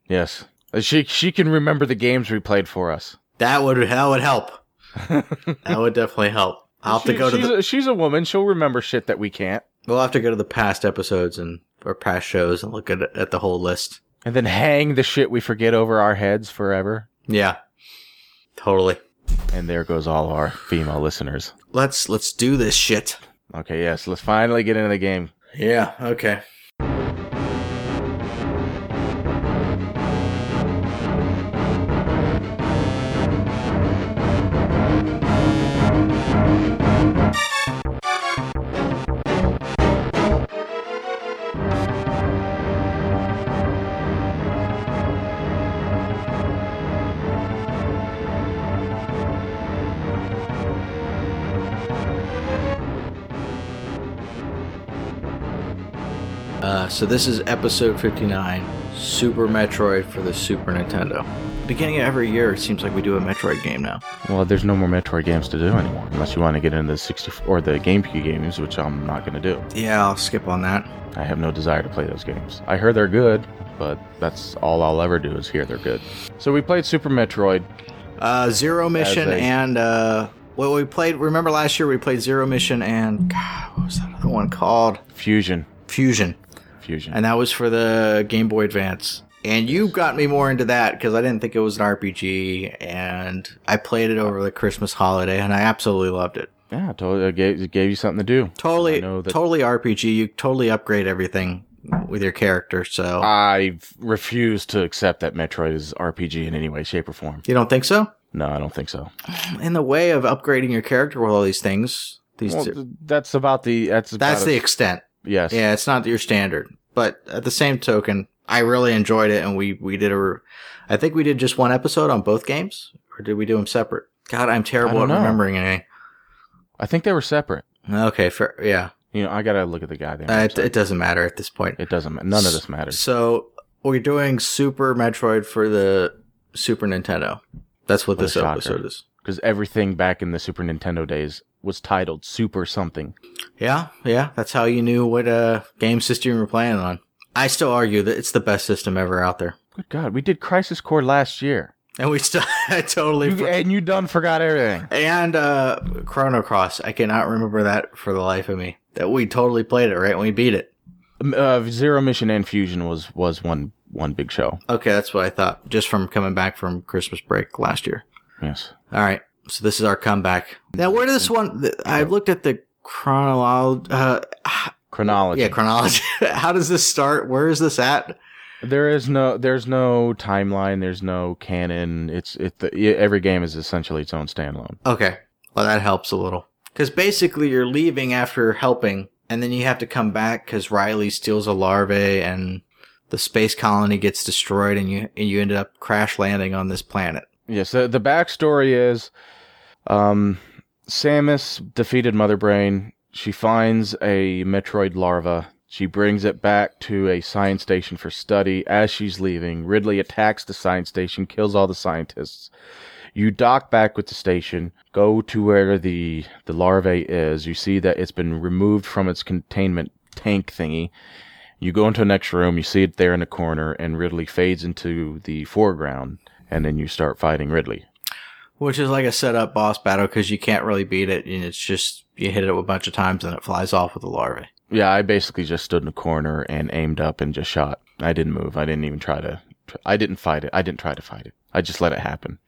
S1: Yes. Uh, She, she can remember the games we played for us.
S2: That would that would
S1: *laughs*
S2: help. that would definitely help. I'll have to
S1: She-
S2: go to
S1: she's,
S2: the
S1: a, she's a woman. She'll remember shit that we can't.
S2: We'll have to go to the past episodes and or past shows and look at at the whole list.
S1: And then hang the shit we forget over our heads forever.
S2: Yeah, totally.
S1: And there goes all our female listeners.
S2: Let's let's do this shit.
S1: Okay, yes, let's finally get into the game.
S2: Yeah. Okay. Uh, so this is episode fifty nine, Super Metroid for the Super Nintendo. Beginning of every year, it seems like we do a Metroid game now.
S1: Well, there's no more Metroid games to do anymore, unless you want to get into the 64 or the GameCube games, which I'm not going to do.
S2: Yeah, I'll skip on that.
S1: I have no desire to play those games. I heard they're good, but that's all I'll ever do is hear they're good. So we played Super Metroid.
S2: Uh, Zero Mission
S1: a-
S2: and uh, well, we played. Remember last year we played Zero Mission and God, what was that other one called?
S1: Fusion.
S2: Fusion.
S1: Fusion.
S2: and that was for the Game Boy Advance. And you got me more into that because I didn't think it was an RPG, and I played it over the Christmas holiday, and I absolutely loved it.
S1: Yeah, totally. It gave, it gave you something to do. I
S2: Totally,
S1: know that-
S2: totally RPG. You totally upgrade everything with your character. So
S1: I refuse to accept that Metroid is RPG in any way, shape, or form.
S2: you don't think so?
S1: No, I don't think so.
S2: In the way of upgrading your character with all these things, these
S1: Well,
S2: di-
S1: th- that's about the that's about
S2: that's
S1: it.
S2: the extent.
S1: yes.
S2: Yeah, it's not your standard. But at the same token, I really enjoyed it, and we we did a. re- I think we did just one episode on both games, or did we do them separate? God, I'm terrible
S1: I
S2: at
S1: don't know.
S2: remembering anything.
S1: I think they were separate.
S2: Okay, fair, yeah,
S1: You know, I gotta look at the guy there.
S2: uh,
S1: I'm
S2: it,
S1: sorry.
S2: it doesn't matter at this point.
S1: It doesn't. ma- None of this matters.
S2: So we're doing Super Metroid for the Super Nintendo. That's what
S1: What a
S2: this
S1: shocker.
S2: episode is.
S1: because everything back in the Super Nintendo days was titled Super something.
S2: Yeah, yeah. That's how you knew what uh, game system you were playing on. I still argue that it's the best system ever out there,
S1: Good God, we did Crisis Core last year,
S2: and we still *laughs* I totally.
S1: you,
S2: for-
S1: and you done forgot everything.
S2: and uh, Chrono Cross, I cannot remember that for the life of me. That we totally played it right, and we beat it.
S1: Um, Uh, Zero Mission and Fusion was was one one big show.
S2: Okay, that's what I thought. Just from coming back from Christmas break last year.
S1: Yes,
S2: All right. So this is our comeback. Now, where this one? th- I looked at the chronology. Uh,
S1: chronology.
S2: yeah, chronology. *laughs* How does this start? Where is this at?
S1: there is no there's no timeline. There's no canon. It's it the, yeah, every game is essentially its own standalone.
S2: Okay. Well, that helps a little. Because basically, you're leaving after helping, and then you have to come back because Riley steals a larvae, and the space colony gets destroyed, and you and you end up crash landing on this planet.
S1: Yes, the, the backstory is um, Samus defeated Mother Brain. She finds a Metroid larva. She brings it back to a science station for study. As she's leaving, Ridley attacks the science station, kills all the scientists. You dock back with the station, go to where the, the larvae is. You see that it's been removed from its containment tank thingy. You go into the next room, you see it there in the corner, and Ridley fades into the foreground and then you start fighting Ridley.
S2: Which is like a setup boss battle because you can't really beat it, and it's just you hit it a bunch of times and it flies off with the larvae.
S1: Yeah, I basically just stood in a corner and aimed up and just shot. I didn't move. I didn't even try to. I didn't fight it. I didn't try to fight it. I just let it happen.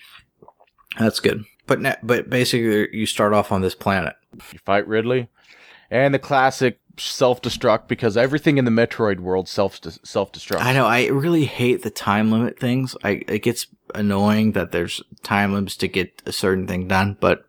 S2: That's good. But ne- but basically, you start off on this planet.
S1: You fight Ridley, and the classic self-destruct because everything in the Metroid world self self-destructs.
S2: I know. I really hate the time limit things. I it gets annoying that there's time limits to get a certain thing done, but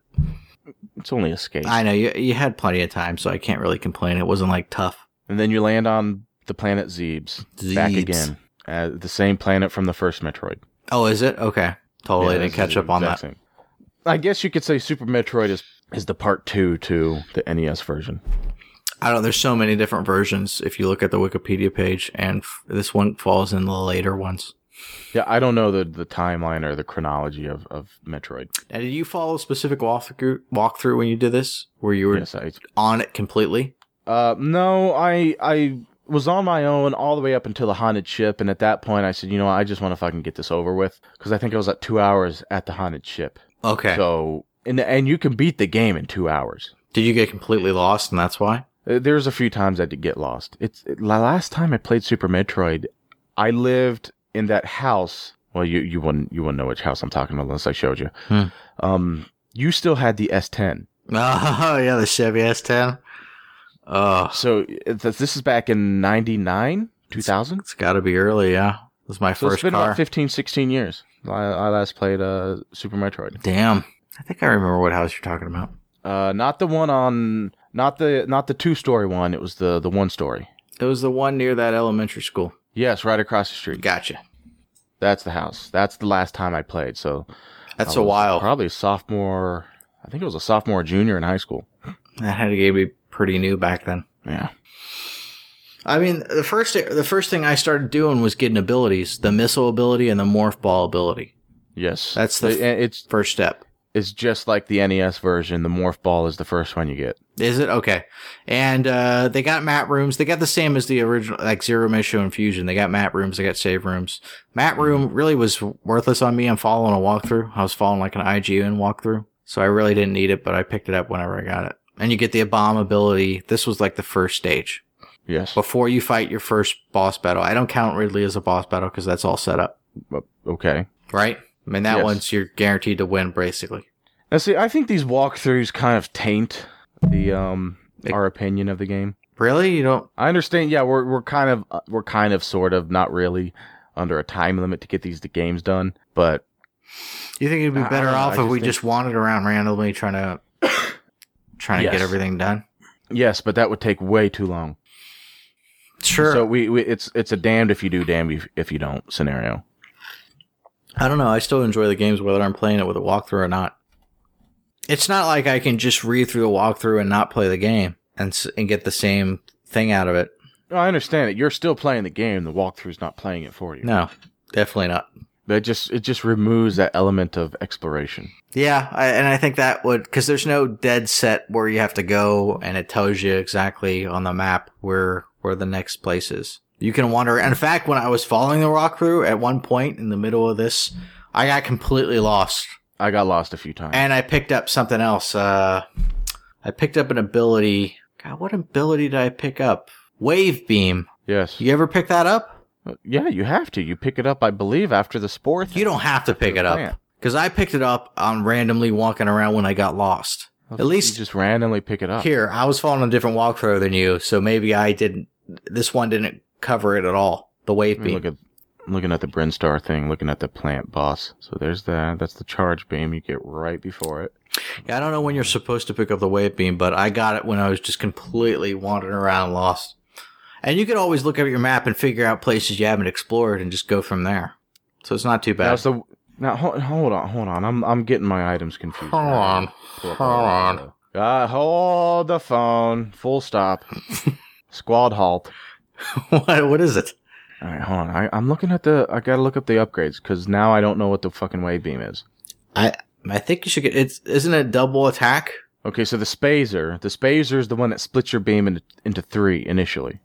S1: It's only escape.
S2: I know you you had plenty of time, so I can't really complain. It wasn't like tough.
S1: and then you land on the planet Zebes, back
S2: Zeebs.
S1: again, uh, the same planet from the first Metroid.
S2: Oh, is it okay? Totally
S1: Yeah,
S2: Oh, didn't
S1: this
S2: catch
S1: is
S2: up on
S1: exact
S2: that.
S1: same. I guess you could say Super Metroid is is the part two to the NES version.
S2: I don't. There's so many different versions. If you look at the Wikipedia page, and f- this one falls in the later ones.
S1: Yeah, I don't know the, the timeline or the chronology of, of Metroid.
S2: Now, did you follow a specific walkthrough walkthrough when you did this, where you were
S1: Yes, I,
S2: on it completely?
S1: uh, no, I I was on my own all the way up until the haunted ship, and at that point, I said, you know, what, I just want to fucking get this over with because I think I was at two hours at the haunted ship.
S2: Okay.
S1: So and and you can beat the game in two hours.
S2: did you get completely lost, and that's why?
S1: Uh, There's a few times I did get lost. It's it, la- last time I played Super Metroid, I lived in that house. Well, you you wouldn't you wouldn't know which house I'm talking about unless I showed you.
S2: Hmm.
S1: Um, you still had the S10.
S2: *laughs* Oh yeah, the Chevy S10. Oh,
S1: So it- th- this is back in 99, 2000?
S2: it's got to be early. Yeah, it was my
S1: So it's
S2: first
S1: been
S2: car.
S1: about 15, 16 years. I, I last played uh, Super Metroid.
S2: Damn, I think I remember what house you're talking about.
S1: Uh, not the one on, not the not the two story one. It was the the one story.
S2: It was the one near that elementary school.
S1: Yes, right across the street.
S2: Gotcha.
S1: That's the house. That's the last time I played. So
S2: That's
S1: I
S2: a
S1: was
S2: while.
S1: Probably a sophomore. I think it was a sophomore, or junior in high school.
S2: that had to be pretty new back then.
S1: Yeah.
S2: I mean, the first the first thing I started doing was getting abilities: the missile ability and the morph ball ability.
S1: Yes.
S2: That's the-
S1: It- it's
S2: First step.
S1: it's just like the NES version. The morph ball is the first one you get.
S2: Is it okay? And uh, they got map rooms. They got the same as the original, like Zero Mission and Fusion. They got map rooms. They got save rooms. Map room really was worthless on me. I'm following a walkthrough. I was following like an IGN walkthrough, so I really didn't need it. But I picked it up whenever I got it. And you get the bomb ability. This was like the first stage.
S1: Yes.
S2: before you fight your first boss battle. I don't count Ridley as a boss battle because that's all set up,
S1: Okay.
S2: right? I mean, that
S1: Yes.
S2: one's you're guaranteed to win, basically.
S1: Now, see, I think these walkthroughs kind of taint the um
S2: It-
S1: our opinion of the game.
S2: Really, you don't?
S1: I understand. Yeah, we're we're kind of uh, we're kind of sort of not really under a time limit to get these the games done, but
S2: You think it'd be
S1: I- I
S2: better
S1: don't know,
S2: off
S1: I
S2: if
S1: just
S2: we
S1: think-
S2: just wandered around randomly trying to *coughs* trying to get
S1: Yes.
S2: everything done?
S1: yes, but that would take way too long.
S2: Sure.
S1: So we, we it's it's a damned if you do, damned if, if you don't scenario.
S2: I don't know. I still enjoy the games whether I'm playing it with a walkthrough or not. It's not like I can just read through the walkthrough and not play the game and s- and get the same thing out of it.
S1: No, I understand it. You're still playing the game. The walkthrough's not playing it for you.
S2: No, definitely not.
S1: But it just it just removes that element of exploration.
S2: Yeah, I, and I think that would because there's no dead set where you have to go, and it tells you exactly on the map where where the next place is. You can wander. In fact, when I was following the walkthrough at one point in the middle of this, I got completely lost,
S1: I got lost a few times.
S2: and I picked up something else. Uh, I picked up an ability. God, what ability did I pick up? Wave beam.
S1: yes.
S2: You ever pick that up?
S1: Yeah, you have to. You pick it up, I believe, after the spore.
S2: You don't have to pick it
S1: Oh,
S2: up because I picked it up on randomly walking around when I got lost. At least
S1: you just randomly pick it up.
S2: Here, I was following a different walkthrough than you, so maybe I didn't. This one didn't cover it at all. The wave
S1: Let me
S2: beam.
S1: look at I'm looking at the Brinstar thing, looking at the plant boss. So there's that. That's the charge beam you get right before it.
S2: Yeah, I don't know when you're supposed to pick up the wave beam, but I got it when I was just completely wandering around, lost. And you can always look at your map and figure out places you haven't explored and just go from there. So it's not too
S1: Now,
S2: bad.
S1: so now hold, hold on, hold on. I'm I'm getting my items confused.
S2: Hold on,
S1: Pull up
S2: hold
S1: all
S2: on. *laughs*
S1: the- Uh, hold the phone. Full stop. Squad halt.
S2: what, what is it?
S1: All right, hold on. I, I'm looking at the. I gotta look up the upgrades because now I don't know what the fucking wave beam is.
S2: I think you should get. It's isn't it double attack?
S1: Okay, so the spazer. The spazer is the one that splits your beam into, into three initially.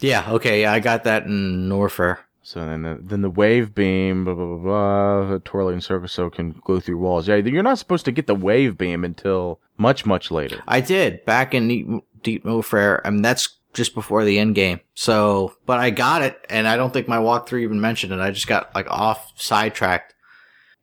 S2: Yeah. Okay. Yeah, I got that in Norfair.
S1: So then, the, then the wave beam, blah blah blah, blah the twirling circus, so it can go through walls. Yeah, you're not supposed to get the wave beam until much much later.
S2: I did back in Deep, Deep Warfare. I mean, that's just before the end game. So, but I got it, and I don't think my walkthrough even mentioned it. I just got like off sidetracked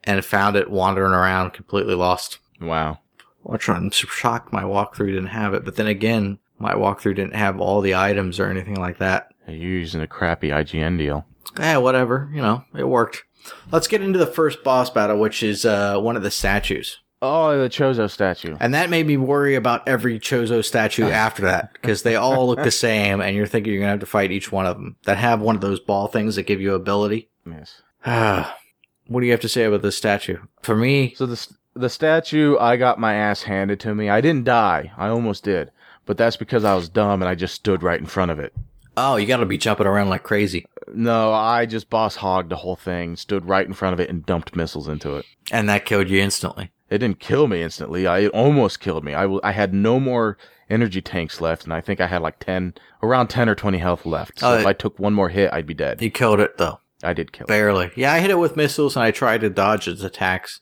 S2: and found it wandering around, completely lost.
S1: Wow.
S2: Which I'm su- shocked my walkthrough didn't have it. But then again, my walkthrough didn't have all the items or anything like that.
S1: You're using a crappy IGN deal.
S2: Yeah, whatever. You know, it worked. Let's get into the first boss battle, which is uh, one of the statues.
S1: Oh, the Chozo statue.
S2: And that made me worry about every Chozo statue after that because they all look the same, and you're thinking you're gonna have to fight each one of them that have one of those ball things that give you ability. *sighs*
S1: Yes.
S2: what do you have to say about this statue? For me,
S1: So the s- the statue, I got my ass handed to me. I didn't die. I almost did, but that's because I was dumb and I just stood right in front of it.
S2: oh, you gotta be jumping around like crazy,
S1: No, I just boss hogged the whole thing, stood right in front of it, and dumped missiles into it.
S2: and that killed you instantly.
S1: It didn't kill me instantly. I it almost killed me. I w- I had no more energy tanks left, and I think I had like ten, around ten or twenty health left. So
S2: Oh,
S1: if I took one more hit, I'd be dead.
S2: You killed it though,
S1: I did kill. it.
S2: barely. Yeah, I hit it with missiles, and I tried to dodge its attacks,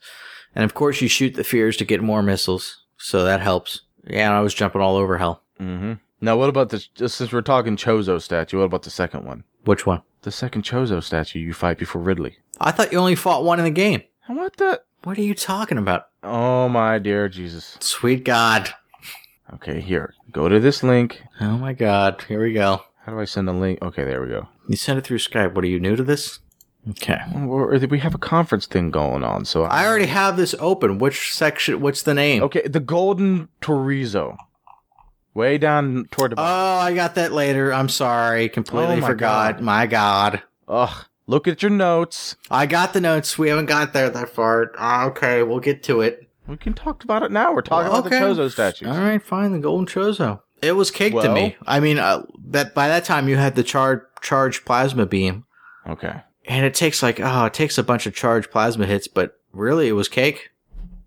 S2: and of course you shoot the fears to get more missiles, so that helps. Yeah, and I was jumping all over hell.
S1: Mm-hmm. Now, what about the just since we're talking Chozo statue? What about the second one?
S2: Which one?
S1: The second Chozo statue you fight before Ridley.
S2: I thought you only fought one in the game.
S1: What the?
S2: What are you talking about?
S1: Oh my dear Jesus.
S2: Sweet God.
S1: Okay, here. Go to this link.
S2: Oh my God. Here we go.
S1: How do I send a link? Okay, there we go.
S2: You sent it through Skype. What are you new to this? Okay.
S1: Or we have a conference thing going on, so
S2: I already have this open. Which section? What's the name?
S1: Okay, the golden chorizo. Way down toward the bottom.
S2: Oh, I got that later. I'm sorry. Completely
S1: Oh my
S2: forgot.
S1: God.
S2: My God.
S1: Ugh. Look at your notes.
S2: I got the notes. We haven't got there that far. Ah, okay, we'll get to it.
S1: We can talk about it now. We're talking about
S2: Okay.
S1: the Chozo statues.
S2: All right, fine. The Golden Chozo. It was cake to
S1: Well-
S2: me. I mean, uh, that by that time you had the char- charged plasma beam,
S1: Okay.
S2: and it takes like oh, it takes a bunch of charged plasma hits, but really it was cake.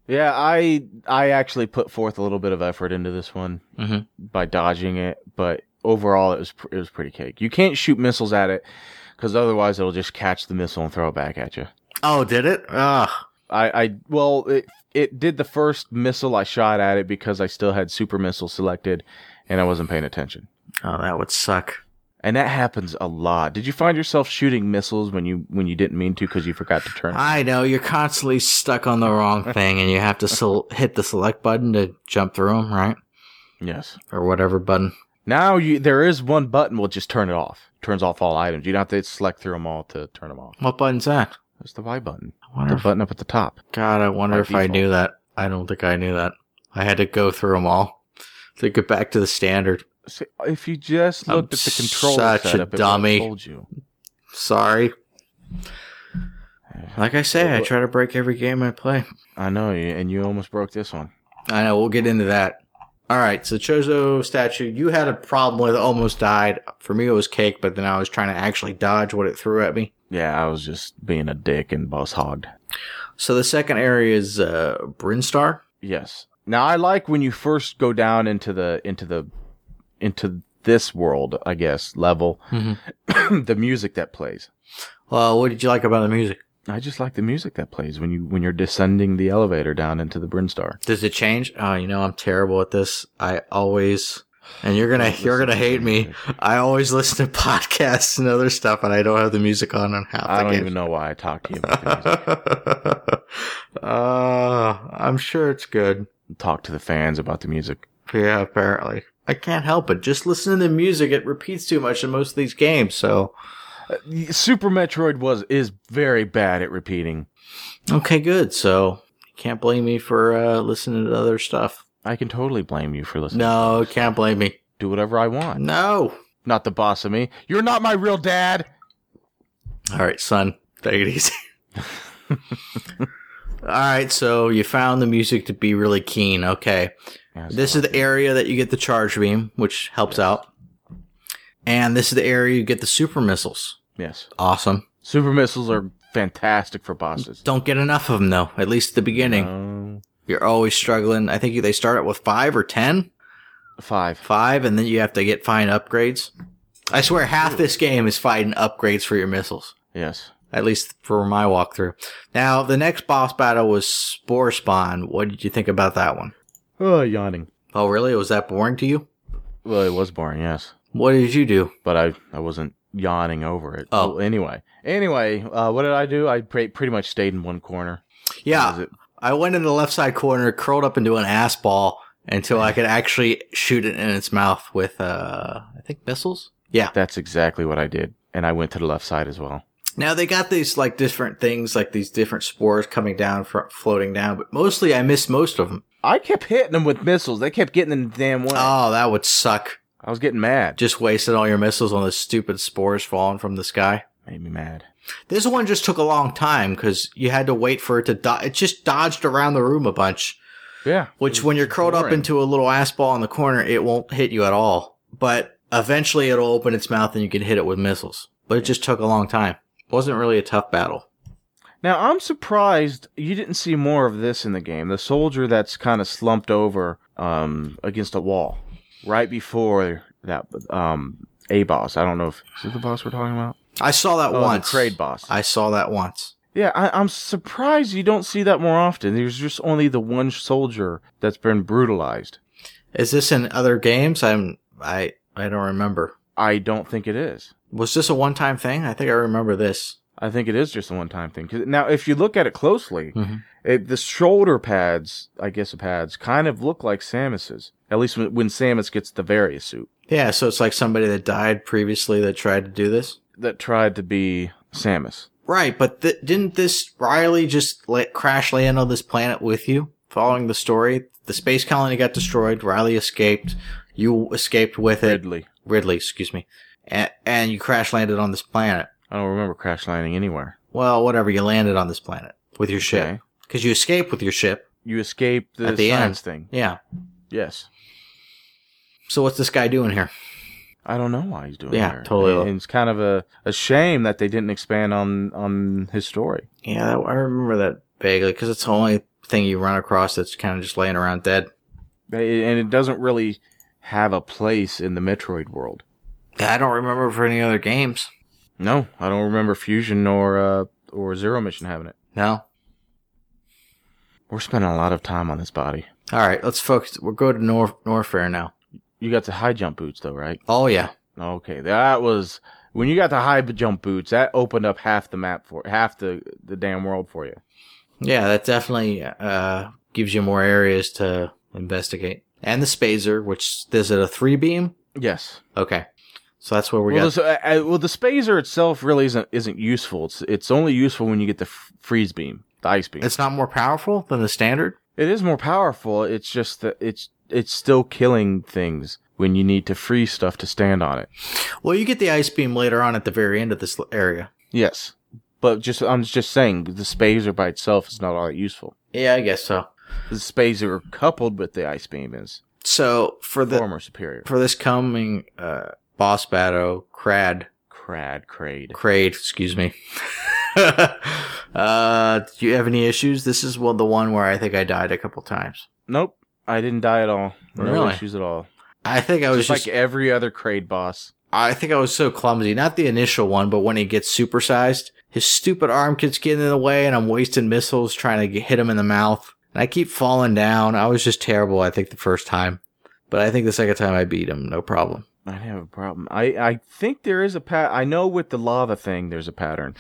S1: Yeah, I I actually put forth a little bit of effort into this one
S2: Mhm.
S1: by dodging it, but overall it was pr- it was pretty cake. You can't shoot missiles at it because otherwise it'll just catch the missile and throw it back at you.
S2: Oh, did it? Ugh.
S1: I, I well, it, it did the first missile I shot at it because I still had super missile selected, and I wasn't paying attention.
S2: Oh, that would suck.
S1: And that happens a lot. Did you find yourself shooting missiles when you when you didn't mean to because you forgot to turn?
S2: I know you're constantly stuck on the wrong thing, and you have to sel- hit the select button to jump through them, right?
S1: yes.
S2: Or whatever button.
S1: Now you there is one button will just turn it off. Turns off all items. You don't have to select through them all to turn them off.
S2: What button's that?
S1: That's the Y button.
S2: I wonder
S1: The
S2: if-
S1: button up at the top.
S2: God, I wonder
S1: By
S2: if I
S1: default.
S2: knew that. I don't think I knew that. I had to go through them all to get back to the standard.
S1: See, if you just
S2: I'm
S1: looked at the control
S2: such a
S1: setup,
S2: dummy.
S1: it would've told you.
S2: Sorry. Like I say, I try to break every game I play.
S1: I know you, and you almost broke this one.
S2: I know, we'll get into that. All right, so Chozo statue, you had a problem with, it, almost died. For me, it was cake, but then I was trying to actually dodge what it threw at me.
S1: Yeah, I was just being a dick and boss hogged.
S2: So the second area is uh, Brinstar.
S1: Yes. Now I like when you first go down into the into the into this world, I guess, level, *coughs*
S2: Mhm.
S1: the music that plays.
S2: Well, Uh, what did you like about the music?
S1: I just like the music that plays when you when you're descending the elevator down into the Brinstar.
S2: Does it change? Oh, you know, I'm terrible at this. I always, and you're
S1: Oh,
S2: gonna, you're gonna hate me. I always listen to *laughs* podcasts and other stuff, and I don't have the music on on half the
S1: I don't
S2: games.
S1: even know why I talked
S2: *laughs*
S1: to you about the music.
S2: uh, I'm sure it's good.
S1: Talk to the fans about the music.
S2: Yeah, apparently. I can't help it. Just listen to the music. It repeats too much in most of these games. So
S1: Uh, Super Metroid was is very bad at repeating.
S2: okay, good. So can't blame me for uh, listening to other stuff.
S1: I can totally blame you for listening.
S2: No, can't blame me.
S1: Do whatever I want.
S2: No.
S1: Not the boss of me. You're not my real dad.
S2: All right, son. Take it easy. *laughs* All right, so you found the music to be really keen. Okay. This is the area that you get the charge beam, which helps out. And this is the area you get the super missiles.
S1: Yes.
S2: Awesome.
S1: Super missiles are fantastic for bosses. Um,
S2: Don't get enough of them, though, at least at the beginning.
S1: No.
S2: You're always struggling. I think they start out with five or ten,
S1: Five.
S2: five, and then you have to get fine upgrades. I swear, half this game is fighting upgrades for your missiles.
S1: Yes.
S2: At least for my walkthrough. Now, the next boss battle was Spore Spawn. What did you think about that one?
S1: Oh, yawning.
S2: Oh, really? Was that boring to you?
S1: Well, it was boring. Yes,
S2: What did you do?
S1: but I I wasn't yawning over it.
S2: Oh.
S1: Well, anyway, anyway, uh, what did I do? I pre- pretty much stayed in one corner.
S2: Yeah,
S1: Was it-
S2: I went in the left side corner, curled up into an ass ball until I could actually shoot it in its mouth with, uh, I think missiles? Yeah.
S1: that's exactly what I did, and I went to the left side as well.
S2: Now they got these like different things, like these different spores coming down, fro- floating down, but mostly I missed most of them.
S1: I kept hitting them with missiles. They kept getting in the damn way.
S2: Oh, that would suck.
S1: I was getting mad. Just
S2: Just wasted all your missiles on those stupid spores falling from the sky.
S1: made me mad.
S2: This one just took a long time because you had to wait for it to dodge. It just dodged around the room a bunch,
S1: Yeah.
S2: which when you're curled up
S1: boring.
S2: into a little ass ball in the corner, it won't hit you at all. But eventually it'll open its mouth and you can hit it with missiles. But it just took a long time. Wasn't really a tough battle.
S1: Now I'm surprised you didn't see more of this in the game. The soldier that's kind of slumped over um, against a wall right before that um, a boss. I don't know if is it the boss we're talking about.
S2: I saw that
S1: Oh,
S2: once.
S1: the trade boss.
S2: I saw that once.
S1: yeah, I, I'm surprised you don't see that more often. There's just only the one soldier that's been brutalized.
S2: Is this in other games? I'm I I don't remember.
S1: I don't think it is.
S2: Was this a one time thing? I think I remember this.
S1: I think it is just a one-time thing. 'Cause- now, if you look at it closely,
S2: Mhm.
S1: it, the shoulder pads, I guess the pads, kind of look like Samus's. At least when, when Samus gets the Various suit.
S2: Yeah, so it's like somebody that died previously that tried to do this.
S1: that tried to be Samus.
S2: Right, but th- didn't this Riley just let crash land on this planet with you? Following the story, the space colony got destroyed. Riley escaped. You escaped with it.
S1: Ridley.
S2: Ridley, excuse me, and, and you crash landed on this planet.
S1: I don't remember crash landing anywhere.
S2: Well, whatever. You landed on this planet with your ship
S1: Okay.
S2: because you escaped with your ship.
S1: You escaped the,
S2: At the
S1: science thing.
S2: Yeah.
S1: Yes.
S2: So what's this guy doing here?
S1: I don't know why he's doing
S2: Yeah,
S1: there.
S2: totally.
S1: And it's kind of a, a shame that they didn't expand on, on his story.
S2: Yeah, that, I remember that vaguely because it's the only thing you run across that's kind of just laying around dead.
S1: They- And it doesn't really have a place in the Metroid world.
S2: I don't remember for any other games.
S1: No, I don't remember Fusion or uh, or Zero Mission having it.
S2: No.
S1: We're spending a lot of time on this body.
S2: All right, let's focus. We'll go to Nor- Norfair now.
S1: You got the high jump boots though, right?
S2: Oh yeah,
S1: Okay, that was when you got the high jump boots. That opened up half the map for half the the damn world for you.
S2: yeah. That definitely uh, gives you more areas to investigate. And the spazer, which is it a three beam?
S1: Yes.
S2: Okay, so that's where we
S1: well,
S2: got.
S1: this, uh, uh, well, the spazer itself really isn't isn't useful. It's it's only useful when you get the f- freeze beam, the ice beam.
S2: It's not more powerful than the standard.
S1: It is more powerful. It's just that it's it's still killing things when you need to freeze stuff to stand on it.
S2: Well, you get the ice beam later on at the very end of this l- area.
S1: Yes, but just I'm just saying the spazer by itself is not all that useful.
S2: Yeah, I guess so.
S1: The spazer coupled with the ice beam is
S2: So for the
S1: former superior.
S2: for this coming uh, boss battle, Crad
S1: Crad crade.
S2: Crade, excuse me. *laughs* uh, do you have any issues? This is well the one where I think I died a couple times.
S1: Nope, I didn't die at all. No
S2: Really?
S1: issues at all.
S2: I think I was
S1: Just,
S2: just,
S1: like every other crade boss.
S2: I think I was so clumsy. Not the initial one, but when he gets supersized, his stupid arm keeps getting in the way, and I'm wasting missiles trying to get, hit him in the mouth. And I keep falling down. I was just terrible. I think the first time, but I think the second time I beat him, no problem.
S1: I didn't have a problem. I I think there is a pat. I know with the lava thing, there's a pattern.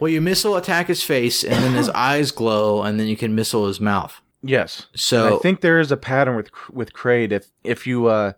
S2: Well, you missile attack his face, and
S1: *laughs*
S2: then his eyes glow, and then you can missile his mouth.
S1: Yes. And
S2: So
S1: I think there is a pattern with with Kraid. If if you uh,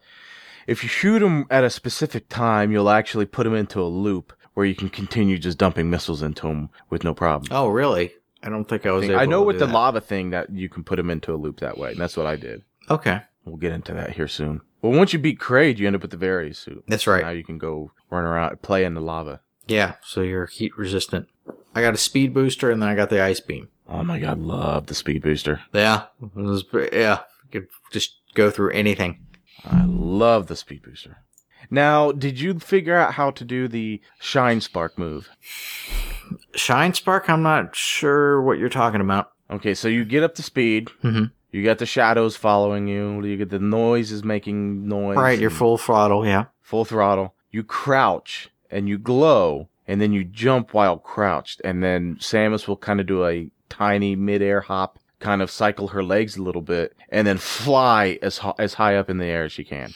S1: if you shoot him at a specific time, you'll actually put him into a loop where you can continue just dumping missiles into him with no problem.
S2: Oh, really? I don't think I was. Able
S1: I know
S2: to
S1: with
S2: do
S1: the
S2: that.
S1: lava thing that you can put him into a loop that way, and that's what I did.
S2: Okay,
S1: We'll get into that here soon. Well, once you beat Kraid, you end up with the Varys suit.
S2: that's
S1: Now
S2: right.
S1: you can go run around, play in the lava.
S2: Yeah, so you're heat resistant. I got a speed booster, and then I got the ice beam.
S1: Oh my god, love the speed booster.
S2: Yeah, it was, yeah, you could just go through anything.
S1: I love the speed booster. Now, did you figure out how to do the shine spark move?
S2: Shine spark. I'm not sure what you're talking about.
S1: Okay, so you get up to speed.
S2: Mhm.
S1: You got the shadows following you. You get the noise is making noise.
S2: right, you're
S1: and
S2: full throttle. Yeah.
S1: full throttle. You crouch and you glow, and then you jump while crouched, and then Samus will kind of do a tiny midair hop, kind of cycle her legs a little bit, and then fly as ho- as high up in the air as she can.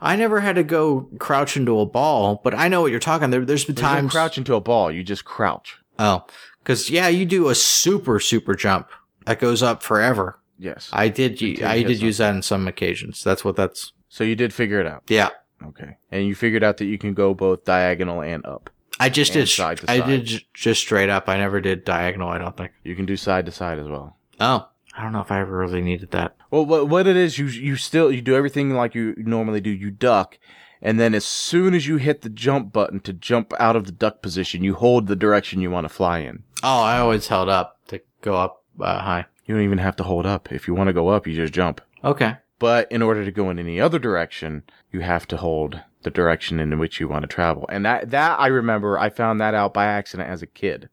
S2: I never had to go crouch into a ball, but I know what you're talking. There, there's been
S1: You don't
S2: times.
S1: crouch into a ball. You just crouch.
S2: Oh, because yeah, you do a super super jump that goes up forever.
S1: Yes.
S2: I did. u-
S1: Until you
S2: I
S1: hit
S2: did use that in some occasions. That's what that's.
S1: so you did figure it out.
S2: Yeah.
S1: Okay. And you figured out that you can go both diagonal and up.
S2: I just
S1: And
S2: did. sh-
S1: side to
S2: I
S1: side.
S2: did j- just straight up. I never did diagonal. I don't think.
S1: You can do side to side as well.
S2: Oh, I don't know if I ever really needed that.
S1: Well, what, what it is, you you still you do everything like you normally do. You duck, and then as soon as you hit the jump button to jump out of the duck position, you hold the direction you want to fly in.
S2: Oh, I always held up to go up uh, high.
S1: You don't even have to hold up. If you want to go up, you just jump.
S2: Okay.
S1: But in order to go in any other direction, you have to hold the direction in which you want to travel. And that that I remember, I found that out by accident as a kid.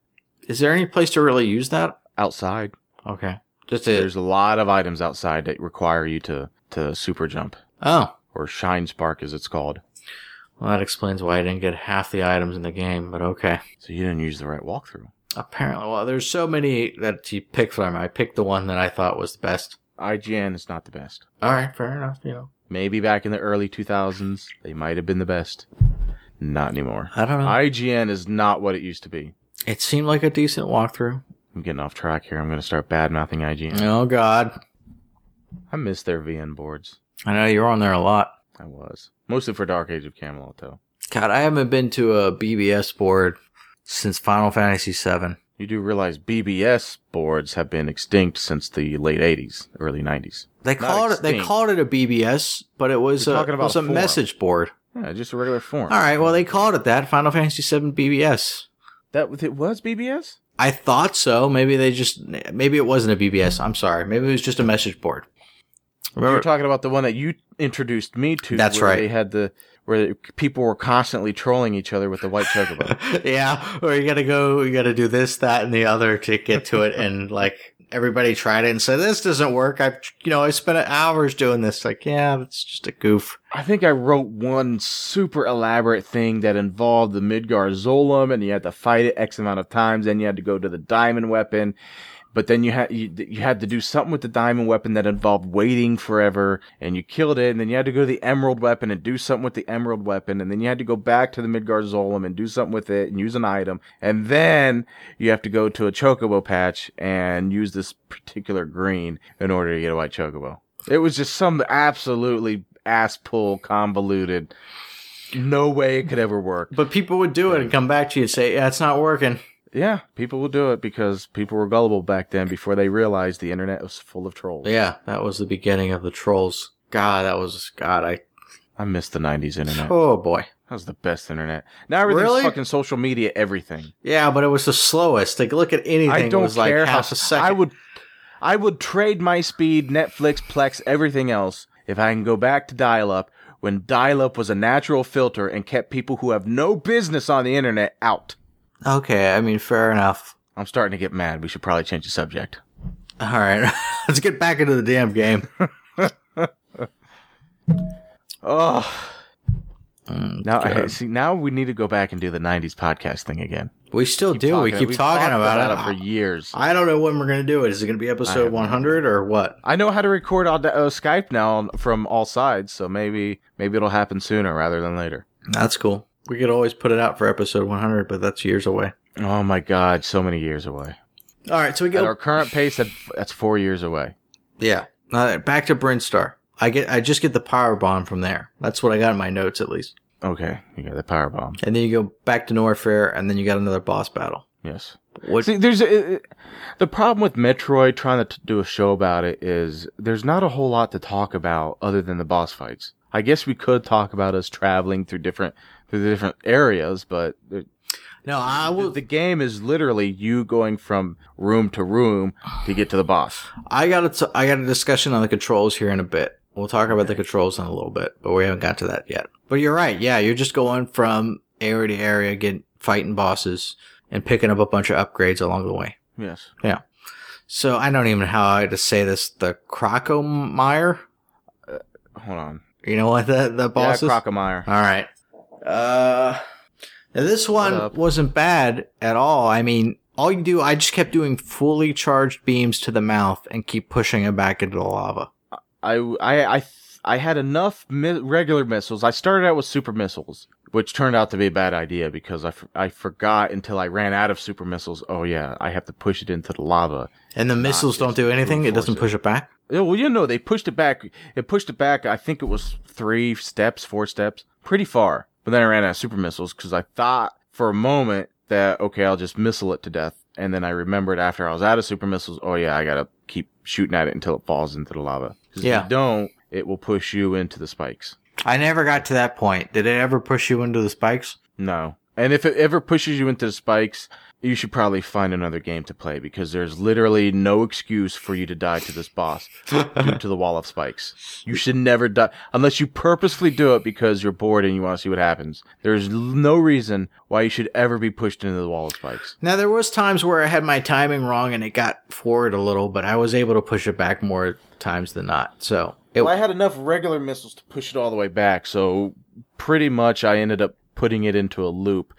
S2: Is there any place to really use that?
S1: Outside,
S2: Okay. Just a,
S1: there's a lot of items outside that require you to to super jump
S2: oh,
S1: or shine spark, as it's called.
S2: well, that explains why I didn't get half the items in the game. But okay.
S1: So you didn't use the right walkthrough.
S2: Apparently, well, there's so many that you pick from. I picked the one that I thought was the best.
S1: IGN is not the best.
S2: All right, fair enough. You know,
S1: Maybe back in the early 2000s, they might have been the best. Not anymore.
S2: I don't know.
S1: IGN is not what it used to be.
S2: it seemed like a decent walkthrough.
S1: I'm getting off track here. I'm going to start bad mouthing IGN.
S2: Oh God,
S1: I miss their VN boards.
S2: I know you're on there a lot.
S1: I was. Mostly for Dark Age of Camelot, though.
S2: God, I haven't been to a BBS board since Final Fantasy VII.
S1: You do realize BBS boards have been extinct since the late 80s, early 90s.
S2: They
S1: Not
S2: called it they
S1: extinct.
S2: called it a BBS, but it was
S1: You're
S2: a,
S1: talking
S2: it
S1: about
S2: was
S1: a
S2: a
S1: forum.
S2: message board.
S1: Yeah, just a regular form.
S2: All right, well they called it that. Final Fantasy VII BBS.
S1: That was- it was BBS?
S2: I thought so. Maybe they just maybe it wasn't a BBS. I'm sorry. Maybe it was just a message board.
S1: You're
S2: Remember?
S1: talking about the one that you introduced me to.
S2: That's
S1: where
S2: right.
S1: They had the where people were constantly trolling each other with the white chocobo.
S2: *laughs* yeah, or you gotta go, you gotta do this, that, and the other to get to it, and like everybody tried it and said this doesn't work. I, you know, I spent hours doing this. Like, yeah, it's just a goof.
S1: I think I wrote one super elaborate thing that involved the Midgar Zolom, and you had to fight it X amount of times, and you had to go to the diamond weapon. But then you had you, you had to do something with the diamond weapon that involved waiting forever, and you killed it. And then you had to go to the emerald weapon and do something with the emerald weapon, and then you had to go back to the Midgard Zolom and do something with it and use an item, and then you have to go to a Chocobo patch and use this particular green in order to get a white Chocobo. It was just some absolutely ass pull convoluted. No way it could ever work.
S2: But people would do it and come back to you and say, "Yeah, it's not working."
S1: Yeah, people will do it because people were gullible back then before they realized the internet was full of trolls.
S2: Yeah, that was the beginning of the trolls. God, that was God. I
S1: I miss the 90s internet. That
S2: oh boy.
S1: was the best internet. Now everything's
S2: Really?
S1: fucking social media, everything.
S2: Yeah, but it was the slowest. Like, look at anything.
S1: I don't
S2: was
S1: care
S2: like
S1: how
S2: half a second.
S1: I would I would trade my speed, Netflix, Plex, everything else if I can go back to dial up when dial up was a natural filter and kept people who have no business on the internet out.
S2: Okay, I mean, fair enough.
S1: I'm starting to get mad. We should probably change the subject.
S2: All right, *laughs* let's get back into the damn game.
S1: Oh,
S2: Mm,
S1: now I,
S2: good.
S1: see. Now we need to go back and do the '90s podcast thing again.
S2: we still do. we keep
S1: we've
S2: talking
S1: talked
S2: about, it.
S1: for years.
S2: I don't know when we're gonna do it. Is it gonna be
S1: I
S2: episode
S1: have no
S2: 100 or what?
S1: I know how to record on uh, Skype now on- from all sides, so maybe maybe it'll happen sooner rather than later.
S2: That's cool. We could always put it out for episode 100, but that's years away.
S1: Oh my God, so many years away.
S2: All right, so we
S1: At
S2: go.
S1: our current pace, that, that's four years away.
S2: yeah. All right, back to Brinstar. I get. I just get the power bomb from there. That's what I got in my notes, at least.
S1: Okay, you got the power bomb.
S2: And then you go back to Norfair, and then you got another boss battle.
S1: Yes.
S2: What?
S1: See, there's a, uh, the problem with Metroid trying to t- do a show about it is there's not a whole lot to talk about other than the boss fights. I guess we could talk about us traveling through different through the different areas, but there-
S2: no, I
S1: the,
S2: will.
S1: the game is literally you going from room to room to get to the boss.
S2: I got a t- I got a discussion on the controls here in a bit. We'll talk about the controls in a little bit, but we haven't got to that yet. But you're right. Yeah, you're just going from area to area, getting fighting bosses and picking up a bunch of upgrades along the way.
S1: Yes.
S2: So I don't even know how I to say this. The Crocomire.
S1: Hold on.
S2: You know what the the boss
S1: Yeah,
S2: is?
S1: Crocomire.
S2: All right. Uh, now this one
S1: up?
S2: wasn't bad at all. I mean, all you do, I just kept doing fully charged beams to the mouth and keep pushing it back into the lava.
S1: I I I th- I had enough mi- regular missiles. I started out with super missiles, which turned out to be a bad idea because I, f- I forgot until I ran out of super missiles. Oh yeah, I have to push it into the lava.
S2: And the missiles don't do anything. It doesn't
S1: reinforce it.
S2: push it back.
S1: Yeah, Well, you know, they pushed it back. It pushed it back. I think it was three steps, four steps, pretty far. But then I ran out of super missiles because I thought for a moment that okay, I'll just missile it to death. And then I remembered after I was out of super missiles, oh yeah, I gotta keep shooting at it until it falls into the lava. 'Cause If
S2: Yeah.
S1: you don't, it will push you into the spikes.
S2: I never got to that point. Did it ever push you into the spikes?
S1: No. And if it ever pushes you into the spikes, you should probably find another game to play because there's literally no excuse for you to die to this boss due to the wall of spikes. You should never die unless you purposefully do it because you're bored and you want to see what happens. There's l- no reason why you should ever be pushed into the wall of spikes.
S2: Now there was times where I had my timing wrong and it got forward a little, but I was able to push it back more times than not. So it,
S1: Well, I had enough regular missiles to push it all the way back, so pretty much I ended up putting it into a loop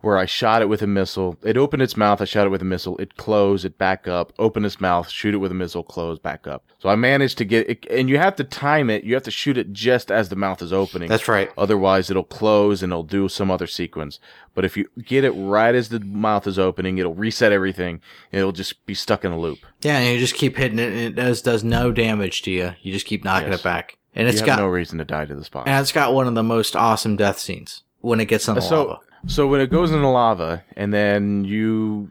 S1: where I shot it with a missile. It opened its mouth, I shot it with a missile, it closed, it back up, open its mouth, shoot it with a missile, close, back up. So I managed to get it, and you have to time it, you have to shoot it just as the mouth is opening.
S2: that's right.
S1: Otherwise, it'll close and it'll do some other sequence. But if you get it right as the mouth is opening, it'll reset everything. And it'll just be stuck in a loop.
S2: Yeah, and you just keep hitting it, and it does does no damage to you. You just keep knocking
S1: Yes.
S2: it back, and it's
S1: you
S2: got
S1: have no reason to die to the spot.
S2: and it's got one of the most awesome death scenes when it gets on the
S1: So-
S2: lava.
S1: So when it goes in the lava, and then you,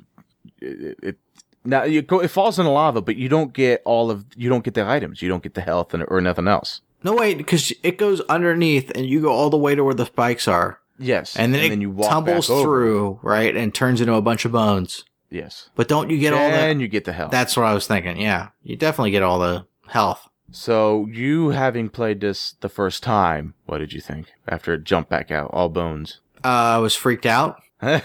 S1: it, it now you go, it falls in the lava, but you don't get all of you don't get the items, you don't get the health and or nothing else.
S2: No wait, because it goes underneath, and you go all the way to where the spikes are,
S1: Yes,
S2: and then it
S1: walk
S2: tumbles
S1: back over.
S2: through right and turns into a bunch of bones.
S1: Yes,
S2: But don't you get all
S1: then
S2: that?
S1: you get the health.
S2: That's what I was thinking. Yeah, you definitely get all the health.
S1: so you having played this the first time, what did you think after it jumped back out, all bones? *laughs*
S2: Uh, I was freaked out.
S1: and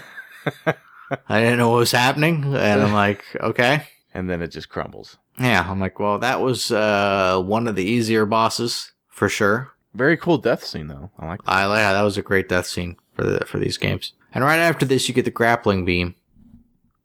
S2: I didn't know what was happening, and I'm like, *laughs* okay.
S1: then it just crumbles.
S2: Yeah, I'm like, well, that was uh, one of the easier bosses for sure.
S1: Very cool death scene though. I like.
S2: I yeah, that was a great death scene for the for these games. And right after this, you get the grappling beam.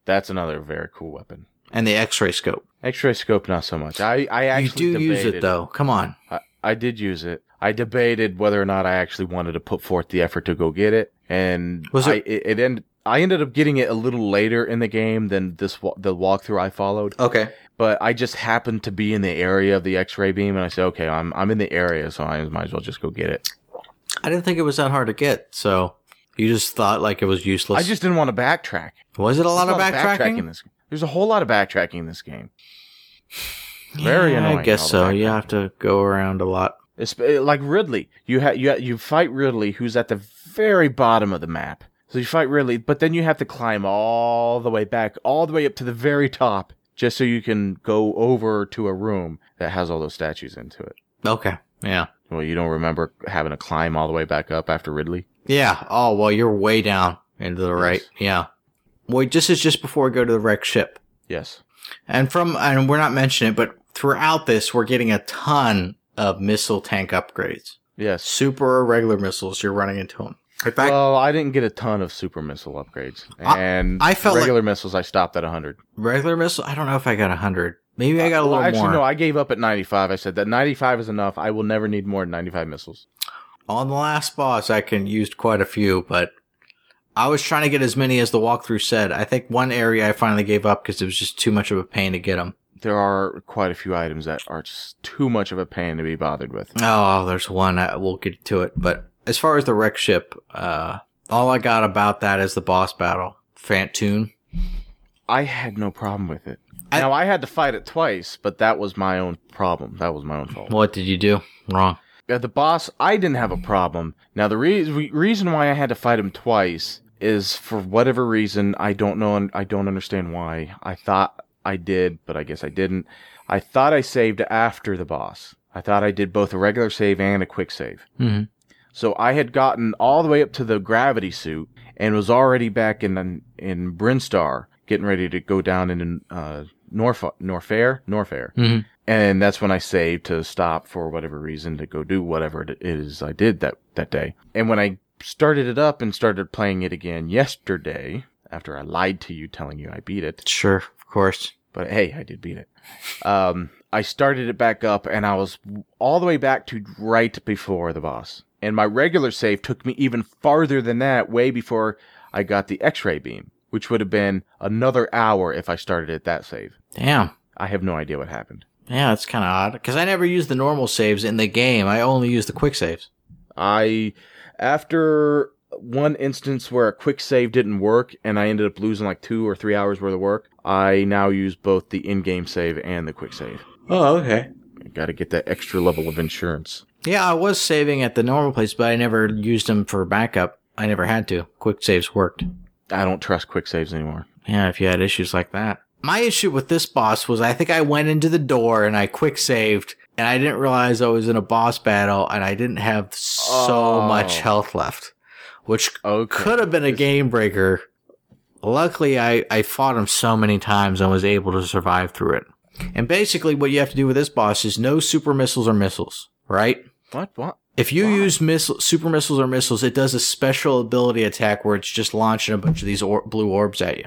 S1: That's another very cool weapon.
S2: and the X-ray scope.
S1: X-ray scope, not so much. I I
S2: You
S1: actually
S2: do use it
S1: debated-
S2: though. Come on.
S1: I did use it. I debated whether or not I actually wanted to put forth the effort to go get it, and
S2: Was
S1: I,
S2: it-
S1: it, it end, I ended up getting it a little later in the game than this wa- the walkthrough I followed.
S2: Okay.
S1: But I just happened to be in the area of the X-ray beam, and I said, "Okay, I'm I'm in the area, so I might as well just go get it."
S2: I didn't think it was that hard to get, so you just thought like it was useless.
S1: I just didn't want to backtrack.
S2: was it a lot
S1: There's
S2: of backtracking?
S1: in this. There's a whole lot of backtracking in this game. Very
S2: yeah, I
S1: annoying,
S2: guess
S1: all
S2: so.
S1: the
S2: You have to go around a lot.
S1: It's, uh, like Ridley, you ha- you ha- you fight Ridley, who's at the very bottom of the map. So you fight Ridley, but then you have to climb all the way back, all the way up to the very top, just so you can go over to a room that has all those statues into it.
S2: Okay. Yeah.
S1: Well, you don't remember having to climb all the way back up after Ridley.
S2: Yeah. Oh well, you're way down into the right. Yeah. Well, this is just before we go to the wrecked ship.
S1: Yes,
S2: And from and we're not mentioning it, but throughout this, we're getting a ton of missile tank upgrades.
S1: yes.
S2: Super or regular missiles, you're running into them. In fact,
S1: well, I didn't get a ton of super missile upgrades,
S2: I-
S1: and
S2: I felt like-
S1: regular missiles. I stopped at hundred.
S2: regular missile. I don't know if I got a hundred. Maybe I got a
S1: Uh, Well,
S2: little
S1: actually,
S2: more.
S1: no. I gave up at ninety-five. I said that ninety-five is enough. I will never need more than ninety-five missiles.
S2: On the last boss, I can used quite a few, but I was trying to get as many as the walkthrough said. I think one area I finally gave up because it was just too much of a pain to get them.
S1: there are quite a few items that are just too much of a pain to be bothered with.
S2: Oh, there's one. I, we'll get to it. But as far as the wreck ship, uh, all I got about that is the boss battle. Fantoon.
S1: I had no problem with it.
S2: I-
S1: now I had to fight it twice, but that was my own problem. That was my own fault.
S2: What did you do wrong?
S1: Yeah, the boss, I didn't have a problem. Now the re- re- reason why I had to fight him twice is for whatever reason I don't know. I don't understand why. I thought I did, but I guess I didn't. I thought I saved after the boss. I thought I did both a regular save and a quick save.
S2: Mm-hmm.
S1: So I had gotten all the way up to the gravity suit and was already back in in Brinstar, getting ready to go down into uh, Norf Norfair Norfair,
S2: Mhm.
S1: and that's when I saved to stop for whatever reason to go do whatever it is I did that that day. And when I started it up and started playing it again yesterday, after I lied to you telling you I beat it,
S2: Sure, of course.
S1: but hey, I did beat it. Um, I started it back up and I was all the way back to right before the boss. And my regular save took me even farther than that, way before I got the x ray beam, which would have been another hour if I started at that save.
S2: Damn.
S1: I have no idea what happened.
S2: Yeah, that's kind of odd because I never use the normal saves in the game. I only use the quick saves.
S1: I, after one instance where a quick save didn't work and I ended up losing like two or three hours worth of work, I now use both the in game save and the quick save.
S2: Oh, okay.
S1: Got to get that extra level of insurance.
S2: Yeah, I was saving at the normal place, but I never used them for backup. I never had to. Quick saves worked.
S1: I don't trust quick saves anymore.
S2: Yeah, if you had issues like that. My issue with this boss was I think I went into the door and I quick saved, and I didn't realize I was in a boss battle, and I didn't have so
S1: Oh.
S2: much health left, which
S1: Oh,
S2: could have been a game breaker. Luckily, I, I fought him so many times and was able to survive through it. And basically, what you have to do with this boss is no super missiles or missiles, right?
S1: What? What?
S2: If you
S1: Why?
S2: use missile, super missiles or missiles, it does a special ability attack where it's just launching a bunch of these or- blue orbs at you.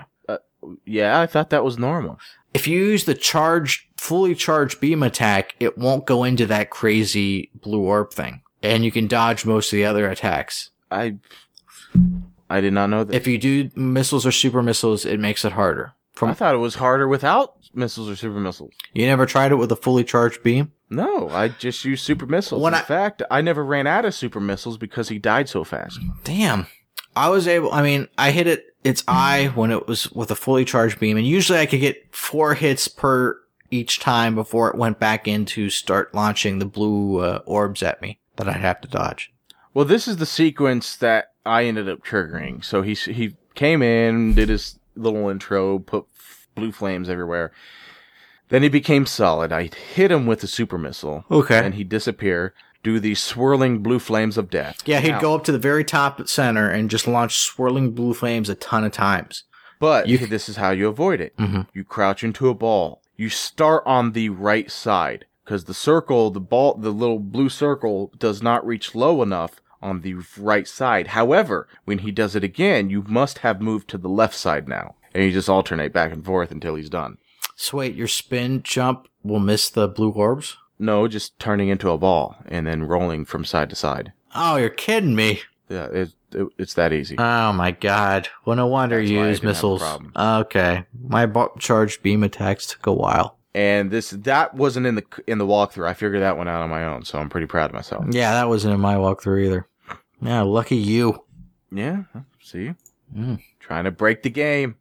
S1: Yeah, I thought that was normal.
S2: If you use the charged, fully charged beam attack, it won't go into that crazy blue orb thing. And you can dodge most of the other attacks.
S1: I I did not know that.
S2: If you do missiles or super missiles, it makes it harder.
S1: I
S2: From
S1: thought it was harder without missiles or super missiles.
S2: You never tried it with a fully charged beam?
S1: No, I just used super missiles.
S2: When
S1: In
S2: I-
S1: fact, I never ran out of super missiles because he died so fast.
S2: Damn. I was able, I mean, I hit it, its eye when it was with a fully charged beam, and usually I could get four hits per each time before it went back in to start launching the blue uh, orbs at me that I'd have to dodge.
S1: Well, this is the sequence that I ended up triggering. So he he came in, did his little intro, put f- blue flames everywhere. Then he became solid. I hit him with the super missile,
S2: Okay.
S1: and he disappear. Do the swirling blue flames of death.
S2: Yeah, he'd
S1: Now-
S2: go up to the very top center and just launch swirling blue flames a ton of times.
S1: But
S2: You-
S1: this is how you avoid it.
S2: Mhm.
S1: You crouch into a ball. You start on the right side because the circle, the ball, the little blue circle does not reach low enough on the right side. However, when he does it again, you must have moved to the left side now. And you just alternate back and forth until he's done.
S2: So wait, your spin jump will miss the blue orbs?
S1: No, just turning into a ball and then rolling from side to side.
S2: Oh, you're kidding me.
S1: Yeah, it, it, it's that easy.
S2: Oh my god. Well, no wonder
S1: That's
S2: you
S1: why I
S2: use
S1: didn't have a
S2: missiles.
S1: problem.
S2: Okay. My bo- charged beam attacks took a while.
S1: and this that wasn't in the in the walkthrough. I figured that one out on my own, so I'm pretty proud of myself.
S2: Yeah, that wasn't in my walkthrough either. Yeah, lucky you.
S1: Yeah, see,
S2: Mm.
S1: trying to break the game.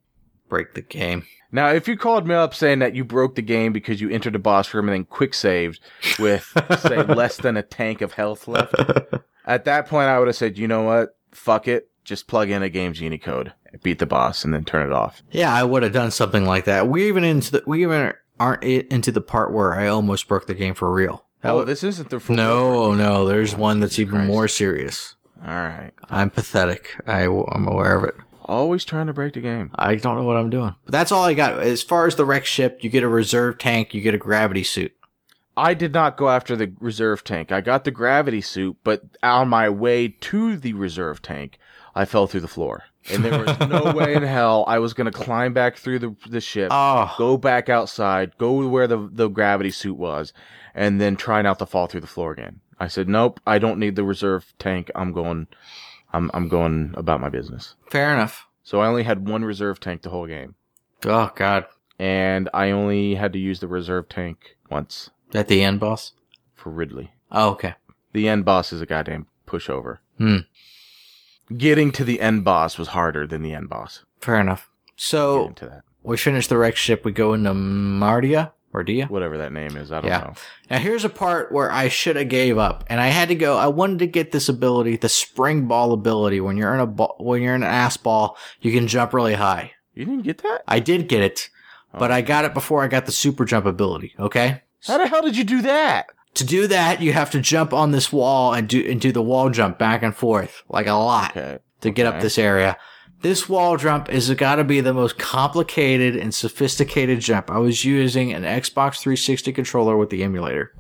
S2: Break the game.
S1: Now, if you called me up saying that you broke the game because you entered a boss room and then quick saved with say less than a tank of health left, at that point I would have said, you know what, fuck it, just plug in a game genie code, beat the boss, and then turn it off.
S2: Yeah, I would have done something like that. We even into the, we even aren't i- into the part where I almost broke the game for real.
S1: Oh, this isn't the full-
S2: no, no, there's one that's
S1: Jesus
S2: even
S1: Christ.
S2: more serious.
S1: All right,
S2: I'm pathetic. I, am aware of it.
S1: always trying to break the game.
S2: I don't know what I'm doing. But that's all I got. As far as the wreck ship, you get a reserve tank, you get a gravity suit.
S1: I did not go after the reserve tank. I got the gravity suit, but on my way to the reserve tank, I fell through the floor. And there was no way in hell I was going to climb back through the, the ship,
S2: Oh,
S1: go back outside, go to where the, the gravity suit was, and then try not to fall through the floor again. I said, nope, I don't need the reserve tank. I'm going, I'm, I'm going about my business.
S2: fair enough.
S1: So I only had one reserve tank the whole game.
S2: Oh God,
S1: And I only had to use the reserve tank once
S2: at the end, boss.
S1: for Ridley.
S2: Oh, okay.
S1: The end boss is a goddamn pushover.
S2: Hmm.
S1: Getting to the end boss was harder than the end boss.
S2: Fair enough. So
S1: Getting to that.
S2: we finish the wreck ship. We go into Mardia. Mardia.
S1: Whatever that name is, I don't
S2: Yeah.
S1: know.
S2: Now here's a part where I should have gave up, and I had to go. I wanted to get this ability, the spring ball ability. When you're in a ball, when you're in an ass ball, you can jump really high.
S1: You didn't get that?
S2: I did get it, but I got it before I got the super jump ability. Okay.
S1: How the hell did you do that?
S2: To do that, you have to jump on this wall and do and do the wall jump back and forth like a lot.
S1: Okay.
S2: to get up
S1: Okay.
S2: this area. This wall jump is got to be the most complicated and sophisticated jump. I was using an Xbox 360 controller with the emulator,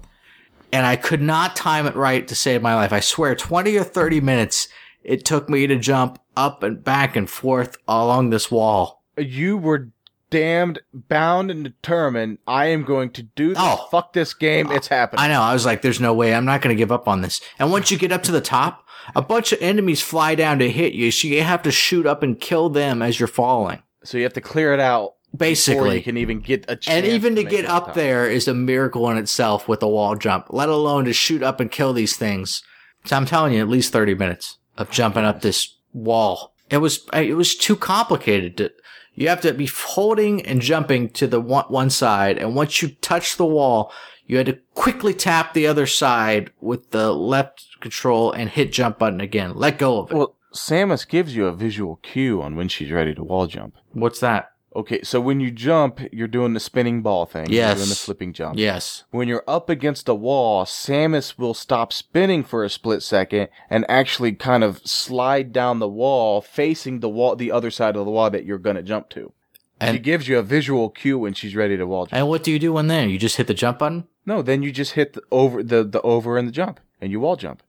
S2: and I could not time it right to save my life. I swear, 20 or 30 minutes it took me to jump up and back and forth along this wall.
S1: You were damned, bound, and determined. I am going to do this.
S2: Oh.
S1: Fuck this game. It's happening.
S2: I know. I was like, there's no way. I'm not going to give up on this. And once you get up to the top, a bunch of enemies fly down to hit you, so you have to shoot up and kill them as you're falling.
S1: so you have to clear it out before
S2: Basically,
S1: you can even get a chance.
S2: And even to
S1: make
S2: get
S1: it
S2: up
S1: top.
S2: there is a miracle in itself with a wall jump, let alone to shoot up and kill these things. So I'm telling you, at least 30 minutes of jumping up this wall. It was, it was too complicated to, you have to be holding and jumping to the one, one side. And once you touch the wall, you had to quickly tap the other side with the left control and hit jump button again. Let go of it.
S1: Well, Samus gives you a visual cue on when she's ready to wall jump.
S2: What's that?
S1: Okay, so when you jump, you're doing the spinning ball thing. You're
S2: Yes.
S1: doing the flipping jump.
S2: Yes.
S1: When you're up against a wall, Samus will stop spinning for a split second and actually kind of slide down the wall, facing the wall, the other side of the wall that you're gonna jump to. she
S2: And-
S1: gives you a visual cue when she's ready to wall jump.
S2: And what do you do when there? You just hit the jump button?
S1: no, then you just hit the over the the over and the jump, and you wall jump.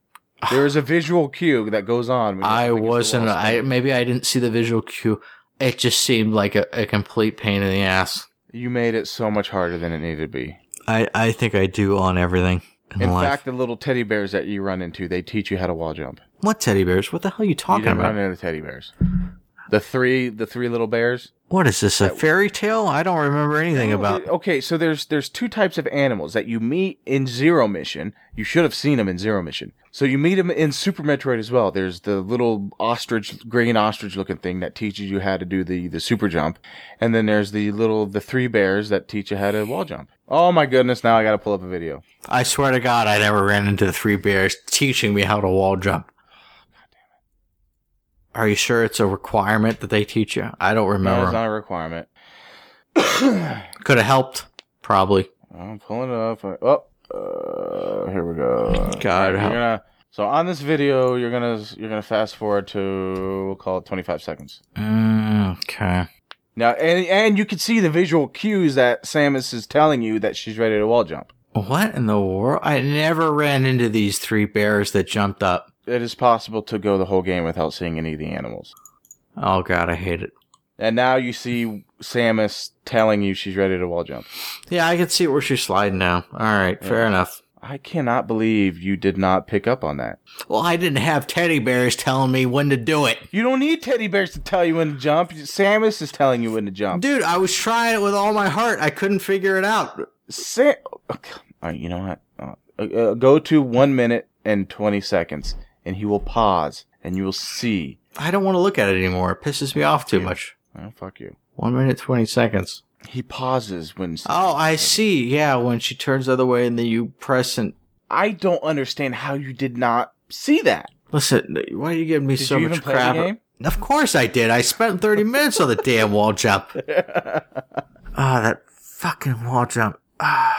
S1: There is a visual cue that goes on. When you're up
S2: Ah. I
S1: against the
S2: wasn't.
S1: wall
S2: I
S1: spinning.
S2: maybe I didn't see the visual cue. It just seemed like a, a complete pain in the ass.
S1: You made it so much harder than it needed to be.
S2: I I think I do on everything
S1: In fact, the little teddy bears that you run into, they teach you how to wall jump.
S2: what teddy bears? What the hell are you
S1: You
S2: talking
S1: didn't
S2: about?
S1: run into teddy bears. The three, the three little bears.
S2: What is this? A fairy tale? I don't remember anything about.
S1: Okay, so there's there's two types of animals that you meet in Zero Mission. You should have seen them in Zero Mission. So you meet them in Super Metroid as well. There's the little ostrich, green ostrich looking thing that teaches you how to do the the super jump, and then there's the little the three bears that teach you how to wall jump. Oh my goodness! Now I got to pull up a video.
S2: I swear to God, I never ran into the three bears teaching me how to wall jump. Are you sure it's a requirement that they teach you? I don't
S1: No,
S2: remember.
S1: it's not a requirement. *coughs*
S2: Could have helped, probably.
S1: I'm pulling it up. Oh, uh, here we go.
S2: God,
S1: You're
S2: how-
S1: gonna- so on this video, you're gonna you're gonna fast forward to we'll call it 25 seconds.
S2: Mm, okay.
S1: Now, and and you can see the visual cues that Samus is telling you that she's ready to wall jump.
S2: What in the world? I never ran into these three bears that jumped up.
S1: It is possible to go the whole game without seeing any of the animals.
S2: Oh god, I hate it.
S1: And now you see Samus telling you she's ready to wall jump.
S2: Yeah, I can see where she's sliding now. All right, fair
S1: Yeah.
S2: enough.
S1: I cannot believe you did not pick up on that.
S2: Well, I didn't have teddy bears telling me when to do it.
S1: You don't need teddy bears to tell you when to jump. Samus is telling you when to jump.
S2: Dude, I was trying it with all my heart. I couldn't figure it out.
S1: Sam, okay. All right, you know what? Uh, uh, go to one minute and twenty seconds, and he will pause, and you will see.
S2: I don't want to look at it anymore. It pisses me off too much.
S1: Oh fuck you.
S2: One minute, 20 seconds.
S1: He pauses when.
S2: Oh, I see. Yeah, when she turns the other way and then you press and.
S1: I don't understand how you did not see that.
S2: Listen, why are you giving me
S1: Did
S2: so
S1: you
S2: much
S1: even play
S2: crap?
S1: the game?
S2: Of course I did. I spent 30 minutes on the damn wall jump. Ah, that fucking wall jump. Ah,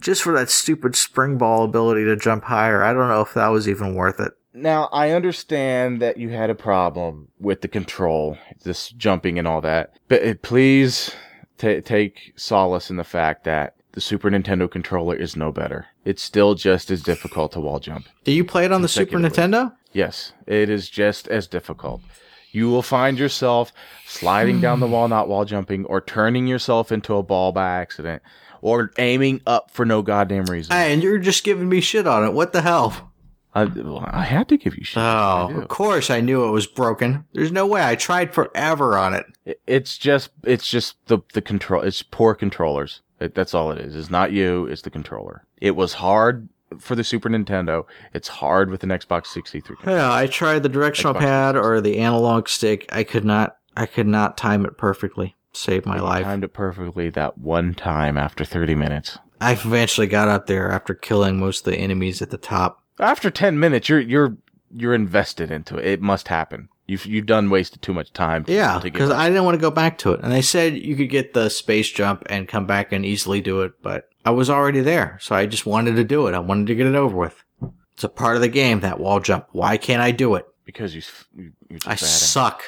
S2: just for that stupid spring ball ability to jump higher. I don't know if that was even worth it.
S1: *laughs* Now I understand that you had a problem with the control, this jumping and all that, but uh, please ta take solace in the fact that the Super Nintendo controller is no better. It's still just as difficult to wall jump.
S2: Do you play it on the Super
S1: Consecutively.
S2: Nintendo?
S1: Yes, it is just as difficult. You will find yourself sliding down
S2: Hmm.
S1: the wall, not wall jumping, or turning yourself into a ball by accident, or aiming up for no goddamn reason. I,
S2: Hey, and you're just giving me shit on it. What the hell?
S1: well, I had to give you shit. I
S2: Oh,
S1: do.
S2: of course I knew it was broken. There's no way. I tried forever on it.
S1: It- It's just, it's just the the control. It's poor controllers. It, that's all it is. It's not you. It's the controller. It was hard for the Super Nintendo. It's hard with an Xbox 63. controller.
S2: Yeah, I tried the directional
S1: Xbox
S2: pad or the analog stick. I could not. I could not time it perfectly. Saved my
S1: You
S2: life.
S1: timed it perfectly that one time after 30 minutes.
S2: I eventually got up there after killing most of the enemies at the top.
S1: after 10 minutes you're you're you're invested into it it must happen you've you've done wasted too much time to-
S2: Yeah,
S1: to get
S2: because
S1: up.
S2: I didn't want to go back to it. And they said you could get the space jump and come back and easily do it, but I was already there, so I just wanted to do it. I wanted to get it over with. It's a part of the game that wall jump. Why can't I do it?
S1: because you s- you you're just
S2: I
S1: bad at it.
S2: suck.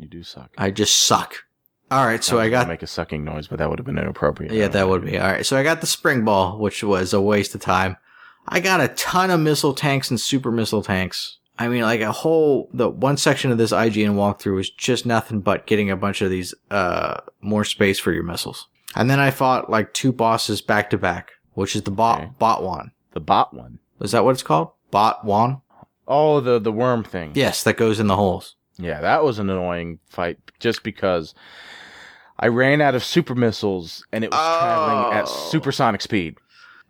S1: you do suck
S2: I just suck. All right, so
S1: was
S2: I
S1: gonna
S2: got
S1: make a sucking noise but that would have been inappropriate
S2: Yeah, that would be. All right. So I got the spring ball, which was a waste of time. I got a ton of missile tanks and super missile tanks. I mean, like a whole, the one section of this IGN walkthrough was just nothing but getting a bunch of these, uh, more space for your missiles. And then I fought like two bosses back to back, which is the bot,
S1: Okay.
S2: bot one.
S1: the bot one.
S2: Is that what it's called? Bot one?
S1: Oh, the the worm thing
S2: Yes, that goes in the holes.
S1: yeah that was an annoying fight just because i ran out of super missiles and it was traveling at
S2: Oh.
S1: supersonic speed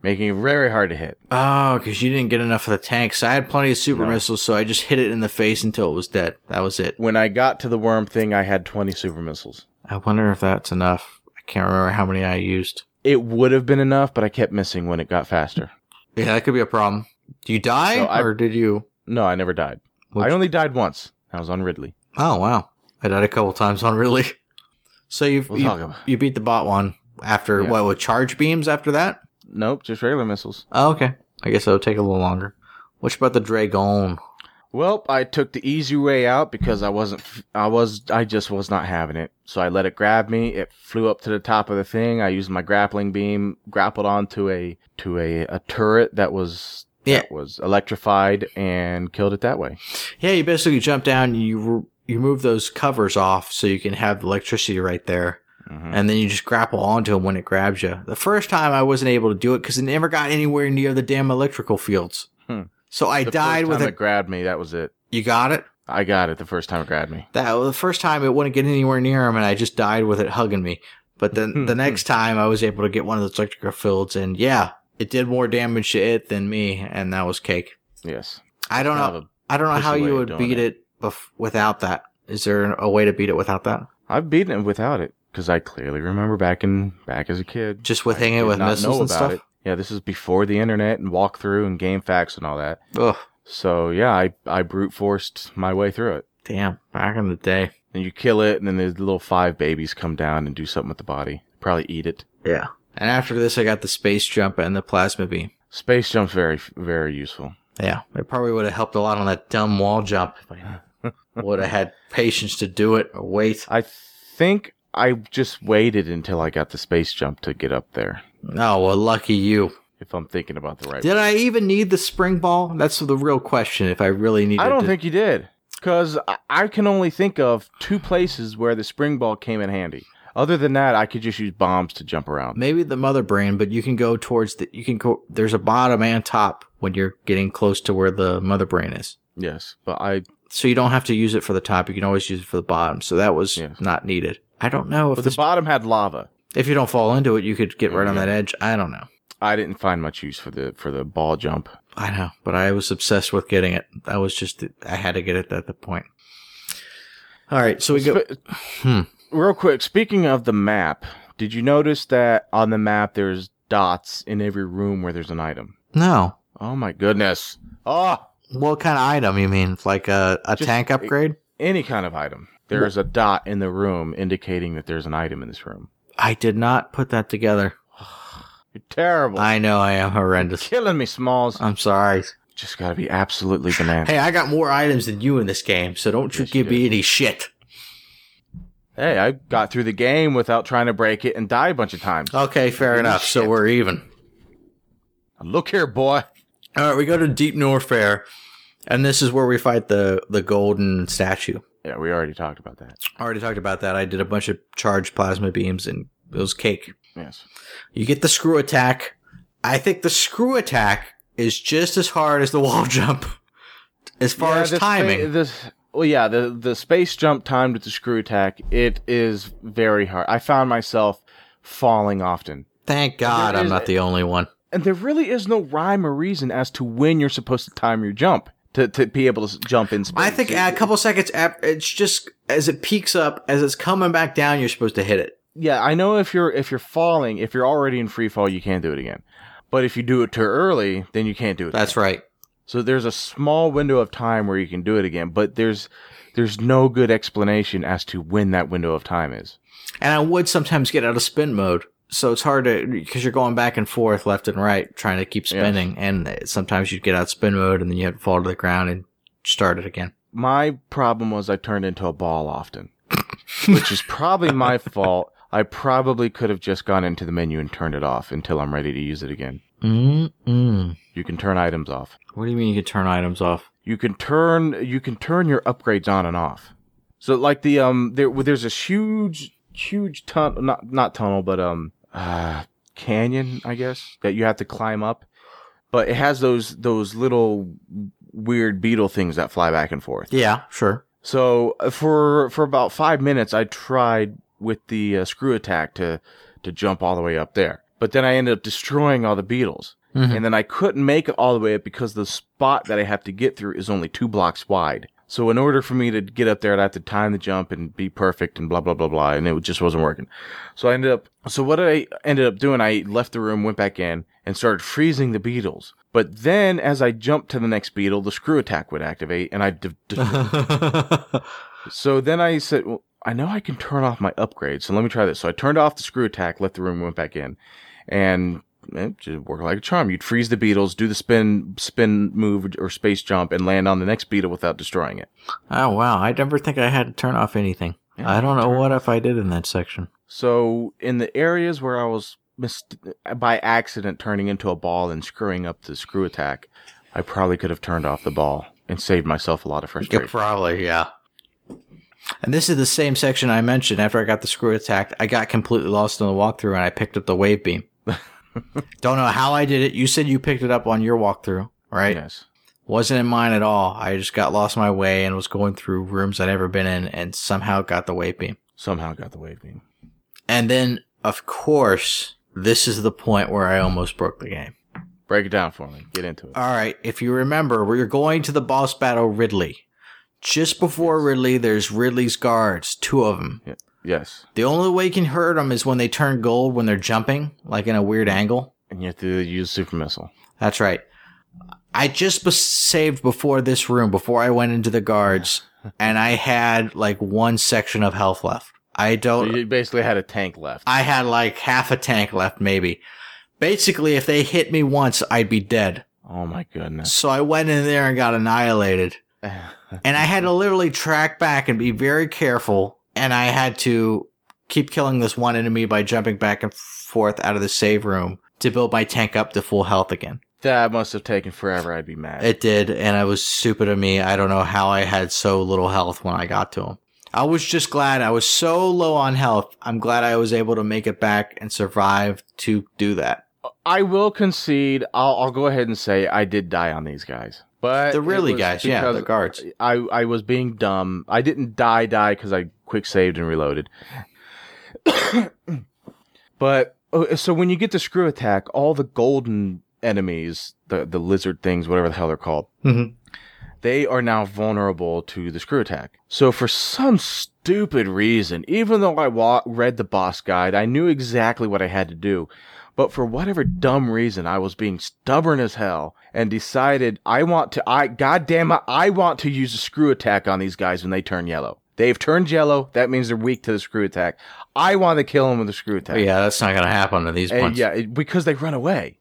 S1: making it very hard to hit
S2: Oh, cause you didn't get enough of the tanks. I had plenty of super
S1: No.
S2: missiles, so I just hit it in the face until it was dead. That was it.
S1: when i got to the worm thing i had 20 super missiles
S2: I wonder if that's enough. I can't remember how many I used.
S1: it would have been enough but i kept missing when it got faster
S2: Yeah, that could be a problem. Do you die
S1: So I-
S2: or did you?
S1: No, I never died.
S2: Which-
S1: I only died once. I was on Ridley.
S2: Oh wow, I died a couple times on really. *laughs* So you've,
S1: We'll talk
S2: you
S1: about-
S2: you beat the bot one after
S1: Yeah.
S2: what with charge beams after that?
S1: Nope, just regular missiles.
S2: Oh, okay, I guess it'll take a little longer. What about the dragon?
S1: Well, I took the easy way out because I wasn't. I was. I just was not having it. So I let it grab me. It flew up to the top of the thing. I used my grappling beam, grappled onto a to a, a turret that was
S2: Yeah.
S1: that was electrified and killed it that way.
S2: Yeah, you basically jump down. and You re- you move those covers off so you can have the electricity right there.
S1: Mhm.
S2: and then you just grapple onto him when it grabs you. The first time I wasn't able to do it because it never got anywhere near the damn electrical fields.
S1: Hmm.
S2: So
S1: The
S2: I
S1: first
S2: died with
S1: time
S2: a.
S1: it grabbed me. That was it.
S2: you got it.
S1: I got it the first time it grabbed me.
S2: That the first time it wouldn't get anywhere near him, and I just died with it hugging me. But
S1: *laughs*
S2: then the next time I was able to get one of those electrical fields, and yeah, it did more damage to it than me, and that was cake.
S1: Yes.
S2: I don't
S1: Kind of
S2: know.
S1: a-
S2: I don't know
S1: pushy
S2: how
S1: way
S2: you
S1: of
S2: would
S1: doing
S2: beat it,
S1: it.
S2: bef- without that. Is there a way to beat it without that?
S1: I've beaten it without it because I clearly remember back in back as a kid.
S2: Just with
S1: I
S2: hanging it
S1: did
S2: with
S1: not
S2: missiles
S1: know
S2: and
S1: about
S2: stuff.
S1: it. Yeah, this is before the internet and walkthrough and game facts and all that.
S2: Ugh,
S1: So yeah, I, I brute forced my way through it.
S2: damn! Back in the day.
S1: And you kill it, and then the little five babies come down and do something with the body. Probably eat it.
S2: Yeah. And after this, I got the space jump and the plasma beam.
S1: Space jump's very very useful.
S2: Yeah, it probably would have helped a lot on that dumb wall jump *laughs* if I would have had patience to do it or wait.
S1: I think I just waited until I got the space jump to get up there.
S2: Oh, well, lucky you.
S1: If I'm thinking about the right.
S2: Did I even need the spring ball? That's the real question. If I really needed,
S1: I don't
S2: to-
S1: think you did. Because I-, I can only think of two places where the spring ball came in handy. Other than that, I could just use bombs to jump around.
S2: Maybe the mother brain, but you can go towards the. You can go. There's a bottom and top when you're getting close to where the mother brain is.
S1: Yes, but I
S2: So you don't have to use it for the top. You can always use it for the bottom. So that was
S1: Yes.
S2: not needed. I don't know if
S1: but the
S2: this-
S1: bottom had lava.
S2: if you don't fall into it, you could get
S1: Yeah,
S2: right on
S1: yeah.
S2: that edge. I don't know.
S1: I didn't find much use for the for the ball jump.
S2: I know, but I was obsessed with getting it. I was just I had to get it at the point. All right, so we go.
S1: Sp-
S2: Hmm.
S1: Real quick, speaking of the map, did you notice that on the map there's dots in every room where there's an item?
S2: No,
S1: Oh my goodness. Oh,
S2: what kind of item you mean? Like a a
S1: Just-
S2: tank upgrade?
S1: any kind of item. There is a dot in the room indicating that there's an item in this room.
S2: I did not put that together.
S1: You're terrible.
S2: I know I am horrendous.
S1: Killing me, Smalls.
S2: I'm sorry.
S1: Just gotta be absolutely bananas.
S2: Hey, I got more items than you in this game, so don't you
S1: Yes, you
S2: give me any shit.
S1: Hey, I got through the game without trying to break it and die a bunch of times.
S2: Okay, fair
S1: Any
S2: enough. So
S1: shit.
S2: we're even.
S1: Look here, boy.
S2: All right, we go to Deep Norfair, and this is where we fight the the golden statue.
S1: Yeah, we already talked about that.
S2: I already talked about that. I did a bunch of charged plasma beams, and it was cake.
S1: Yes.
S2: You get the screw attack. I think the screw attack is just as hard as the wall *laughs* jump, as far
S1: Yeah,
S2: as
S1: the spa-
S2: timing.
S1: this well, yeah, the the space jump timed with the screw attack, it is very hard. I found myself falling often,
S2: Thank God
S1: There
S2: I'm
S1: is-
S2: not the only one.
S1: and there really is no rhyme or reason as to when you're supposed to time your jump to, to be able to s- jump in space.
S2: I think a couple seconds. ap- It's just as it peaks up, as it's coming back down, you're supposed to hit it.
S1: yeah, I know if you're if you're falling, if you're already in free fall, you can't do it again. But if you do it too early, then you can't do it.
S2: That's right.
S1: So there's a small window of time where you can do it again, but there's there's no good explanation as to when that window of time is.
S2: And I would sometimes get out of spin mode. So it's hard to, because you're going back and forth, left and right, trying to keep
S1: Yeah.
S2: spinning. And sometimes you'd get out of spin mode and then you have to fall to the ground and start it again.
S1: my problem was I turned into a ball often, which is probably my fault. I probably could have just gone into the menu and turned it off until I'm ready to use it again.
S2: Mm-mm.
S1: You can turn items off.
S2: What do you mean you could turn items off?
S1: You can turn you can turn your upgrades on and off. So like the um there well, there's this huge huge tunnel not not tunnel but um uh canyon I guess that you have to climb up, but it has those those little weird beetle things that fly back and forth.
S2: Yeah, sure.
S1: So uh, for for about five minutes, I tried with the uh, screw attack to to jump all the way up there, but then I ended up destroying all the beetles,
S2: Mhm.
S1: and then I couldn't make it all the way up because the spot that I have to get through is only two blocks wide. So in order for me to get up there, I'd have to time the jump and be perfect and blah blah blah blah, and it just wasn't working. So I ended up. So what I ended up doing, I left the room, went back in, and started freezing the beetles. But then, as I jumped to the next beetle, the screw attack would activate, and I d-
S2: *laughs*
S1: d-
S2: Oh,
S1: so then I said, well, I know I can turn off my upgrade, so let me try this. So I turned off the screw attack, left the room, went back in, and it just worked like a charm. You'd freeze the beetles, do the spin, spin move or space jump, and land on the next beetle without destroying it.
S2: oh, wow. I never think I had to turn off anything.
S1: Yeah,
S2: I don't know
S1: turn-
S2: what if I did in that section.
S1: So in the areas where I was mis- by accident turning into a ball and screwing up the screw attack, I probably could have turned off the ball and saved myself a lot of frustration.
S2: probably, yeah. And this is the same section I mentioned after I got the screw attacked. I got completely lost in the walkthrough and I picked up the wave beam. Don't know how I did it. You said you picked it up on your walkthrough, right?
S1: Yes.
S2: Wasn't in mine at all. I just got lost my way and was going through rooms I'd never been in and somehow got the wave beam.
S1: Somehow got the wave beam.
S2: And then, of course, this is the point where I almost broke the game.
S1: Break it down for me. Get into it.
S2: All right, if you remember, we're going to the boss battle Ridley. Just before Ridley, there's Ridley's guards, two of them.
S1: yes.
S2: The only way you can hurt them is when they turn gold when they're jumping, like in a weird angle.
S1: And you have to use super missile.
S2: That's right. I just be- saved before this room, before I went into
S1: *laughs*
S2: the guards, and I had like one section of health left. I
S1: So
S2: don't.
S1: you basically had a tank left.
S2: uh, I had like half a tank left, maybe. Basically, if they hit me once, I'd be dead.
S1: oh my goodness.
S2: So I went in there and got annihilated. And I had to literally track back and be very careful. And I had to keep killing this one enemy by jumping back and forth out of the save room to build my tank up to full health again.
S1: *sighs* That must have taken forever. I'd be mad.
S2: It did, and it was stupid of me. I don't know how I had so little health when I got to him. I was just glad I was so low on health. I'm glad I was able to make it back and survive to do that.
S1: I will concede. I'll, I'll go ahead and say I did die on these guys, but
S2: The really
S1: it was
S2: guys, yeah,
S1: because
S2: the guards.
S1: I I was being dumb. I didn't die die because I quick saved and reloaded. *coughs* but oh, so when you get the screw attack, all the golden enemies, the the lizard things, whatever the hell they're called,
S2: Mhm.
S1: they are now vulnerable to the screw attack. So for some stupid reason, even though I wa- read the boss guide, I knew exactly what I had to do. But for whatever dumb reason, I was being stubborn as hell and decided I want to, I, goddamn it, I want to use a screw attack on these guys when they turn yellow. They've turned yellow. That means they're weak to the screw attack. I want to kill them with a screw attack.
S2: But Oh, yeah, that's not gonna happen to these
S1: And
S2: ones.
S1: yeah, it- because they run away.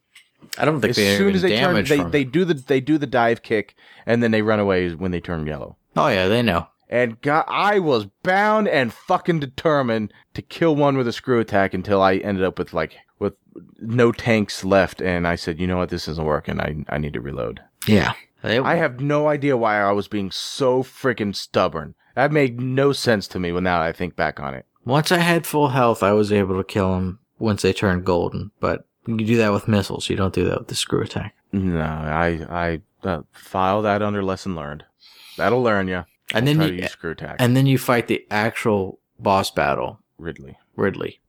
S2: I don't think
S1: As
S2: they
S1: soon as they turn,
S2: damage
S1: they,
S2: from
S1: they
S2: it.
S1: do the, they do the dive kick and then they run away when they turn yellow.
S2: Oh yeah, they know.
S1: And God, I was bound and fucking determined to kill one with a screw attack until I ended up with like with no tanks left. And I said, you know what, this isn't working. I I need to reload.
S2: Yeah, they,
S1: I have no idea why I was being so freaking stubborn. That made no sense to me. When now I think back on it,
S2: Once I had full health, I was able to kill them once they turned golden. But you do that with missiles. You don't do that with the screw attack.
S1: no, I I uh, file that under lesson learned. That'll learn you.
S2: And then
S1: try
S2: you,
S1: to use screw attack,
S2: and then you fight the actual boss battle,
S1: Ridley.
S2: Ridley.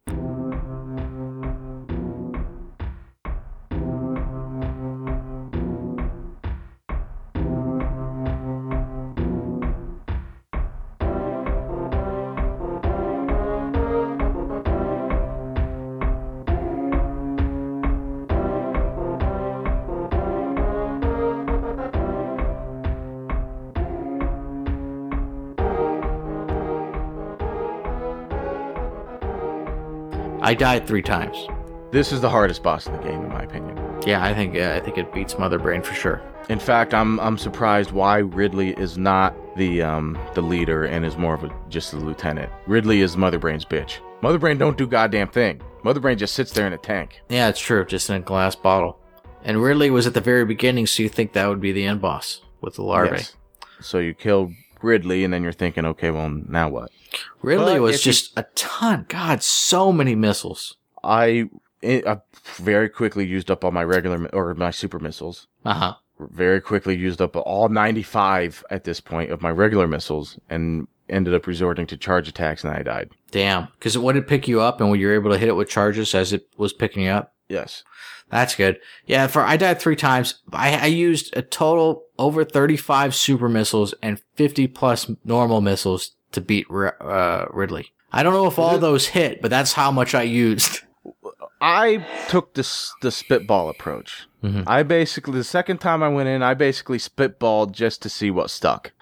S2: I died three times.
S1: This is the hardest boss in the game, in my opinion.
S2: Yeah, I think uh, I think it beats Mother Brain for sure.
S1: In fact, I'm I'm surprised why Ridley is not the um the leader and is more of a just a lieutenant. Ridley is Mother Brain's bitch. Mother Brain don't do goddamn thing. Mother Brain just sits there in a tank.
S2: Yeah, it's true. Just in a glass bottle. And Ridley was at the very beginning, so you think that would be the end boss with the larvae.
S1: Yes. So you kill Ridley and then you're thinking, okay, well now what?
S2: Ridley
S1: But
S2: was
S1: if you-
S2: just a ton. God, so many missiles.
S1: I I very quickly used up all my regular mi- or my super missiles.
S2: Uh huh.
S1: very quickly used up all 95 at this point of my regular missiles and ended up resorting to charge attacks and I died.
S2: Damn. Because when it pick you up and when you're able to hit it with charges as it was picking you up,
S1: Yes.
S2: that's good. Yeah, for I died three times. I, I used a total over 35 super missiles and 50 plus normal missiles to beat Ri- uh, Ridley. I don't know if all those hit, but that's how much I used. *laughs*
S1: I took this the spitball approach.
S2: Mhm.
S1: I basically the second time I went in, I basically spitballed just to see what
S2: *laughs*
S1: stuck.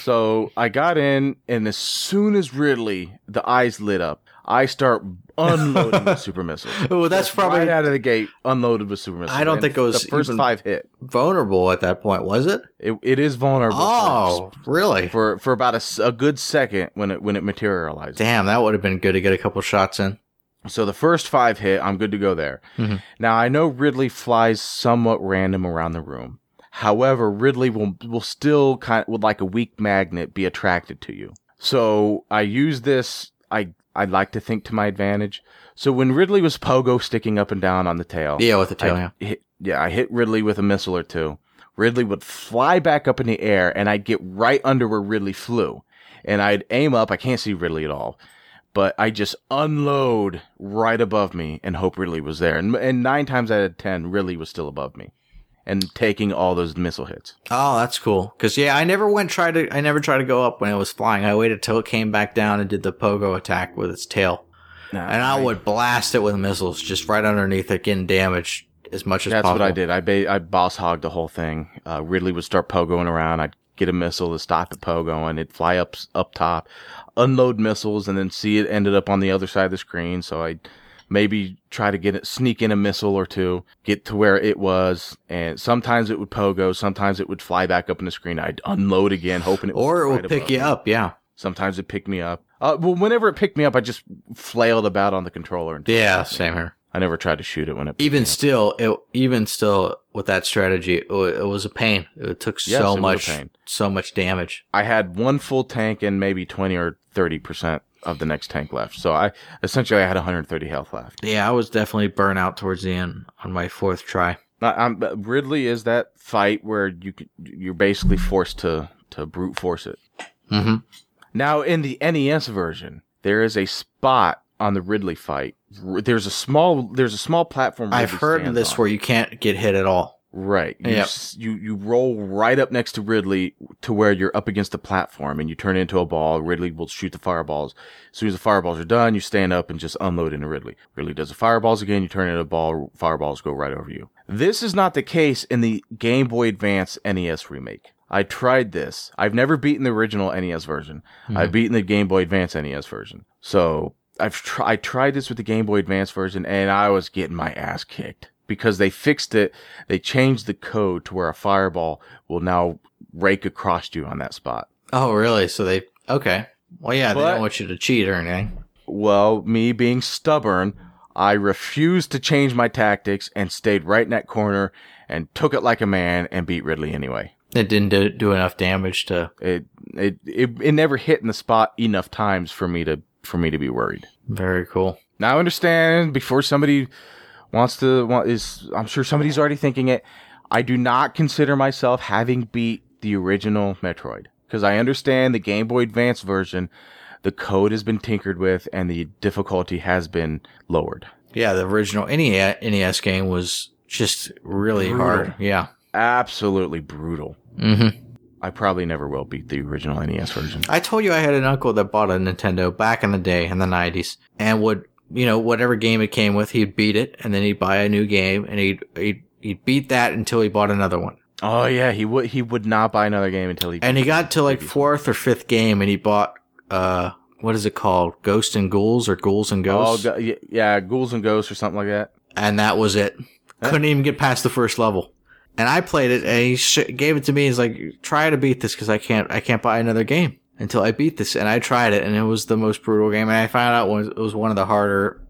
S1: so I got in, and as soon as Ridley the eyes lit up, I start unloading with super missiles.
S2: Oh, *laughs* that's probably
S1: right out of the gate, unloaded with super missiles.
S2: I don't
S1: And
S2: think it was
S1: the first
S2: even-
S1: five hit.
S2: vulnerable at that point, was it?
S1: It, it is vulnerable.
S2: Oh, really?
S1: for for about a, s- a good second when it when it materialized.
S2: Damn, that would have been good to get a couple shots in.
S1: So the first five hit, I'm good to go there.
S2: Mhm.
S1: Now I know Ridley flies somewhat random around the room. However, Ridley will will still kind of, would like a weak magnet be attracted to you. So I use this. I I'd like to think to my advantage. So when Ridley was pogo sticking up and down on the tail,
S2: Yeah, with the tail. yeah.
S1: I hit, yeah, I hit Ridley with a missile or two. Ridley would fly back up in the air, and I'd get right under where Ridley flew. And I'd aim up. I can't see Ridley at all, but I just unload right above me and hope Ridley was there. And, and nine times out of ten, Ridley was still above me and taking all those missile hits.
S2: Oh, that's cool. Cause yeah, I never went try to I never tried to go up when it was flying. I waited till it came back down and did the pogo attack with its tail. And I would blast it with missiles just right underneath it, getting damage as much as
S1: That's
S2: possible.
S1: what I did. I ba- I boss hogged the whole thing. Uh, Ridley would start pogoing around. I'd get a missile to stop it pogoing. It'd fly up s- up top, unload missiles, and then see it ended up on the other side of the screen. So I'd maybe try to get it, sneak in a missile or two, get to where it was. And sometimes it would pogo. Sometimes it would fly back up in the screen. I'd unload again, hoping it was
S2: Or it
S1: right
S2: would pick
S1: above
S2: you
S1: me.
S2: up, yeah.
S1: Sometimes it picked me up. Uh, well, whenever it picked me up, I just flailed about on the controller. And
S2: Yeah, same here.
S1: I never tried to shoot it when it
S2: Even still, it, even still with that strategy, it, wa- it was a pain. It took
S1: Yes, it
S2: so
S1: was a
S2: much,
S1: pain.
S2: so much damage.
S1: I had one full tank and maybe 20 or 30% of the next tank left. So I essentially I had 130 health left.
S2: Yeah, I was definitely burnt out towards the end on my fourth try.
S1: I, I'm, but Ridley is that fight where you c- you're basically forced to to brute force it.
S2: Mm-hmm.
S1: Now in the NES version, there is a spot on the Ridley fight. R- There's a small there's a small platform.
S2: I've
S1: Ridley
S2: heard of
S1: stands
S2: this
S1: on.
S2: where you can't get hit at all.
S1: Right. You,
S2: Yep.
S1: s- you you roll right up next to Ridley to where you're up against the platform and you turn into a ball. Ridley will shoot the fireballs. As soon as the fireballs are done, you stand up and just unload into Ridley. Ridley does the fireballs again, you turn into a ball, fireballs go right over you. This is not the case in the Game Boy Advance NES remake. I tried this. I've never beaten the original NES version.
S2: Mm-hmm.
S1: I've
S2: Hmm.
S1: beaten the Game Boy Advance NES version. So I've tr- I tried this with the Game Boy Advance version, and I was getting my ass kicked because they fixed it. They changed the code to where a fireball will now rake across you on that spot.
S2: Oh, really? So they okay? Well, yeah, they
S1: But-
S2: don't want you to cheat or anything.
S1: Well, me being stubborn, I refused to change my tactics and stayed right in that corner and took it like a man and beat Ridley anyway.
S2: It didn't do, do enough damage to.
S1: It it it, it never hit in the spot enough times for me to for me to be worried.
S2: Very cool.
S1: Now I understand before somebody wants to want is I'm sure somebody's already thinking it. I do not consider myself having beat the original Metroid because I understand the Game Boy Advance version, the code has been tinkered with and the difficulty has been lowered.
S2: Yeah, the original E NES, NES game was just really
S1: Brutal.
S2: hard. Yeah.
S1: Absolutely brutal.
S2: hmm
S1: I probably never will beat the original NES version.
S2: I told you I had an uncle that bought a Nintendo back in the day in the nineties, and would you know whatever game it came with, he'd beat it, and then he'd buy a new game, and he'd he'd, he'd beat that until he bought another one,
S1: Oh yeah, he would he would not buy another game until he
S2: and he got to like fourth or fifth game, and he bought uh what is it called, Ghost and Ghouls or Ghouls and
S1: oh,
S2: Ghosts,
S1: go- y- yeah, ghouls and ghosts or something like that.
S2: and that was it.
S1: Huh?
S2: Couldn't even get past the first level. And I played it, and he sh- gave it to me. He's like, "Try to beat this because I can't. I can't buy another game until I beat this." And I tried it, and it was the most brutal game. And I found out it was, it was one of the harder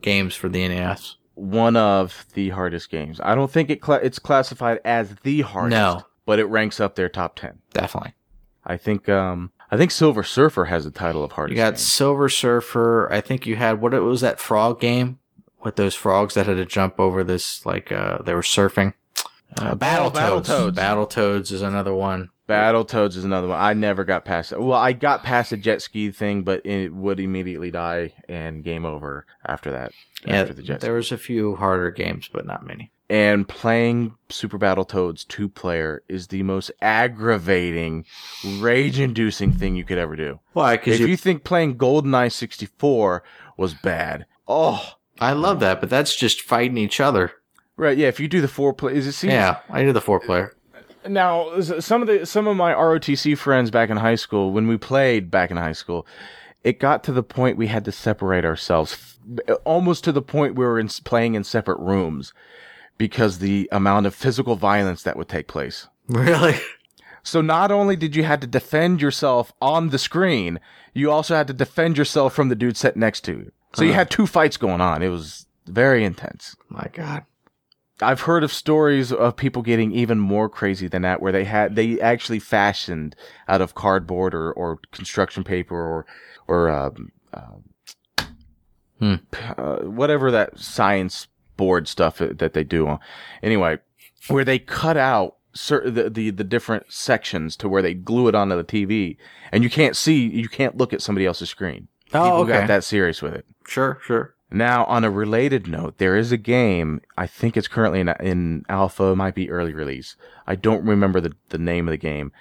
S2: games for the E NES.
S1: one of the hardest games. I don't think it cla it's classified as the hardest.
S2: No.
S1: but it ranks up there top ten.
S2: Definitely.
S1: I think um I think Silver Surfer has the title of hardest.
S2: You got
S1: game.
S2: Silver Surfer. I think you had what it was that frog game with those frogs that had to jump over this like uh they were surfing. Uh, Battletoads.
S1: Oh, Battletoads.
S2: Battletoads is another one.
S1: Battletoads is another one. I never got past it. Well, I got past the jet ski thing, but it would immediately die and game over after that.
S2: Yeah,
S1: after the jet ski.
S2: there was a few harder games, but not many.
S1: And playing Super Battletoads two player is the most aggravating, rage inducing thing you could ever do.
S2: Why? Because
S1: If
S2: you,
S1: you think playing GoldenEye sixty four was bad, oh
S2: *laughs* I love that, but that's just fighting each other.
S1: Right. Yeah. If you do the four play, is it seems
S2: Yeah, I do the four player.
S1: now s- some of the some of my ROTC friends back in high school when we played back in high school, it got to the point we had to separate ourselves, f- almost to the point we were in, s- playing in separate rooms because the amount of physical violence that would take place.
S2: *laughs* Really?
S1: So not only did you had to defend yourself on the screen, you also had to defend yourself from the dude sitting next to you. So you
S2: Huh.
S1: had two fights going on. It was very intense.
S2: My God.
S1: I've heard of stories of people getting even more crazy than that, where they had they actually fashioned out of cardboard or, or construction paper or or um, um,
S2: Hmm.
S1: p- uh, whatever that science board stuff that they do. Anyway, where they cut out certain the, the the different sections to where they glue it onto the TV, and you can't see, you can't look at somebody else's screen. People
S2: Oh, okay.
S1: got that serious with it.
S2: Sure, sure.
S1: Now, on a related note, there is a game. I think it's currently in, in alpha, might be early release. I don't remember the, the name of the game,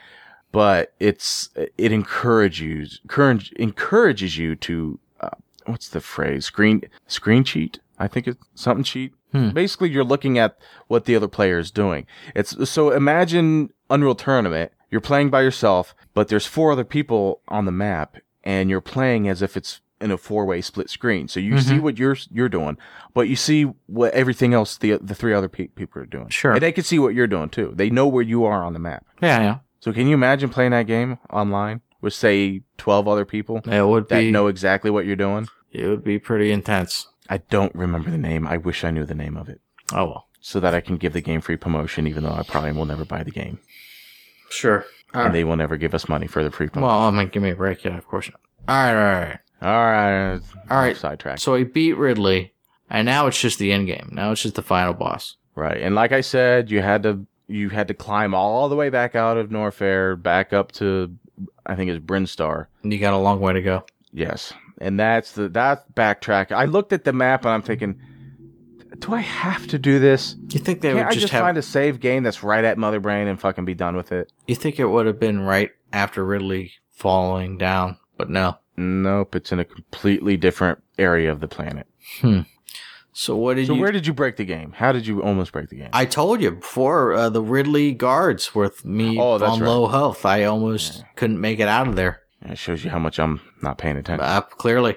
S1: but it's it encourages encourage, encourages you to uh, what's the phrase screen screen cheat. I think it's something cheat.
S2: Hmm.
S1: Basically, you're looking at what the other player is doing. It's so imagine Unreal Tournament. You're playing by yourself, but there's four other people on the map, and you're playing as if it's in a four-way split screen. So you see what you're you're doing, but you see what everything else the the three other pe- people are doing.
S2: Sure.
S1: and they can see what you're doing too. They know where you are on the map.
S2: Yeah,
S1: So can you imagine playing that game online with say twelve other people
S2: yeah. It would
S1: that
S2: be.
S1: know exactly what you're doing?
S2: It would be pretty intense.
S1: I don't remember the name. I wish I knew the name of it
S2: Oh well.
S1: so that I can give the game free promotion, even though I probably will never buy the game.
S2: Sure. All
S1: And
S2: right.
S1: they will never give us money for the free promotion.
S2: Well, I mean, give me a break. Yeah, of course not. All right, all
S1: All
S2: right,
S1: right.
S2: all right.
S1: Sidetrack.
S2: So he beat Ridley, and now it's just the end game. Now it's just the final boss.
S1: Right. And like I said, you had to you had to climb all the way back out of Norfair, back up to I think it's Brinstar.
S2: And you got a long way to go.
S1: Yes. And that's the that backtrack. I looked at the map and I'm thinking, do I have to do this?
S2: You think they
S1: Can't
S2: would
S1: I
S2: just,
S1: just
S2: have?
S1: find a save game that's right at Mother Brain and fucking be done with it?
S2: you think it would have been right after Ridley falling down, but no.
S1: Nope, it's in a completely different area of the planet.
S2: So what did
S1: So
S2: you?
S1: where did you break the game? How did you almost break the game?
S2: I told you before uh, the Ridley guards with me
S1: Oh, that's
S2: on
S1: right.
S2: low health. I almost
S1: Yeah.
S2: couldn't make it out of there.
S1: That shows you how much I'm not paying attention.
S2: Uh, clearly.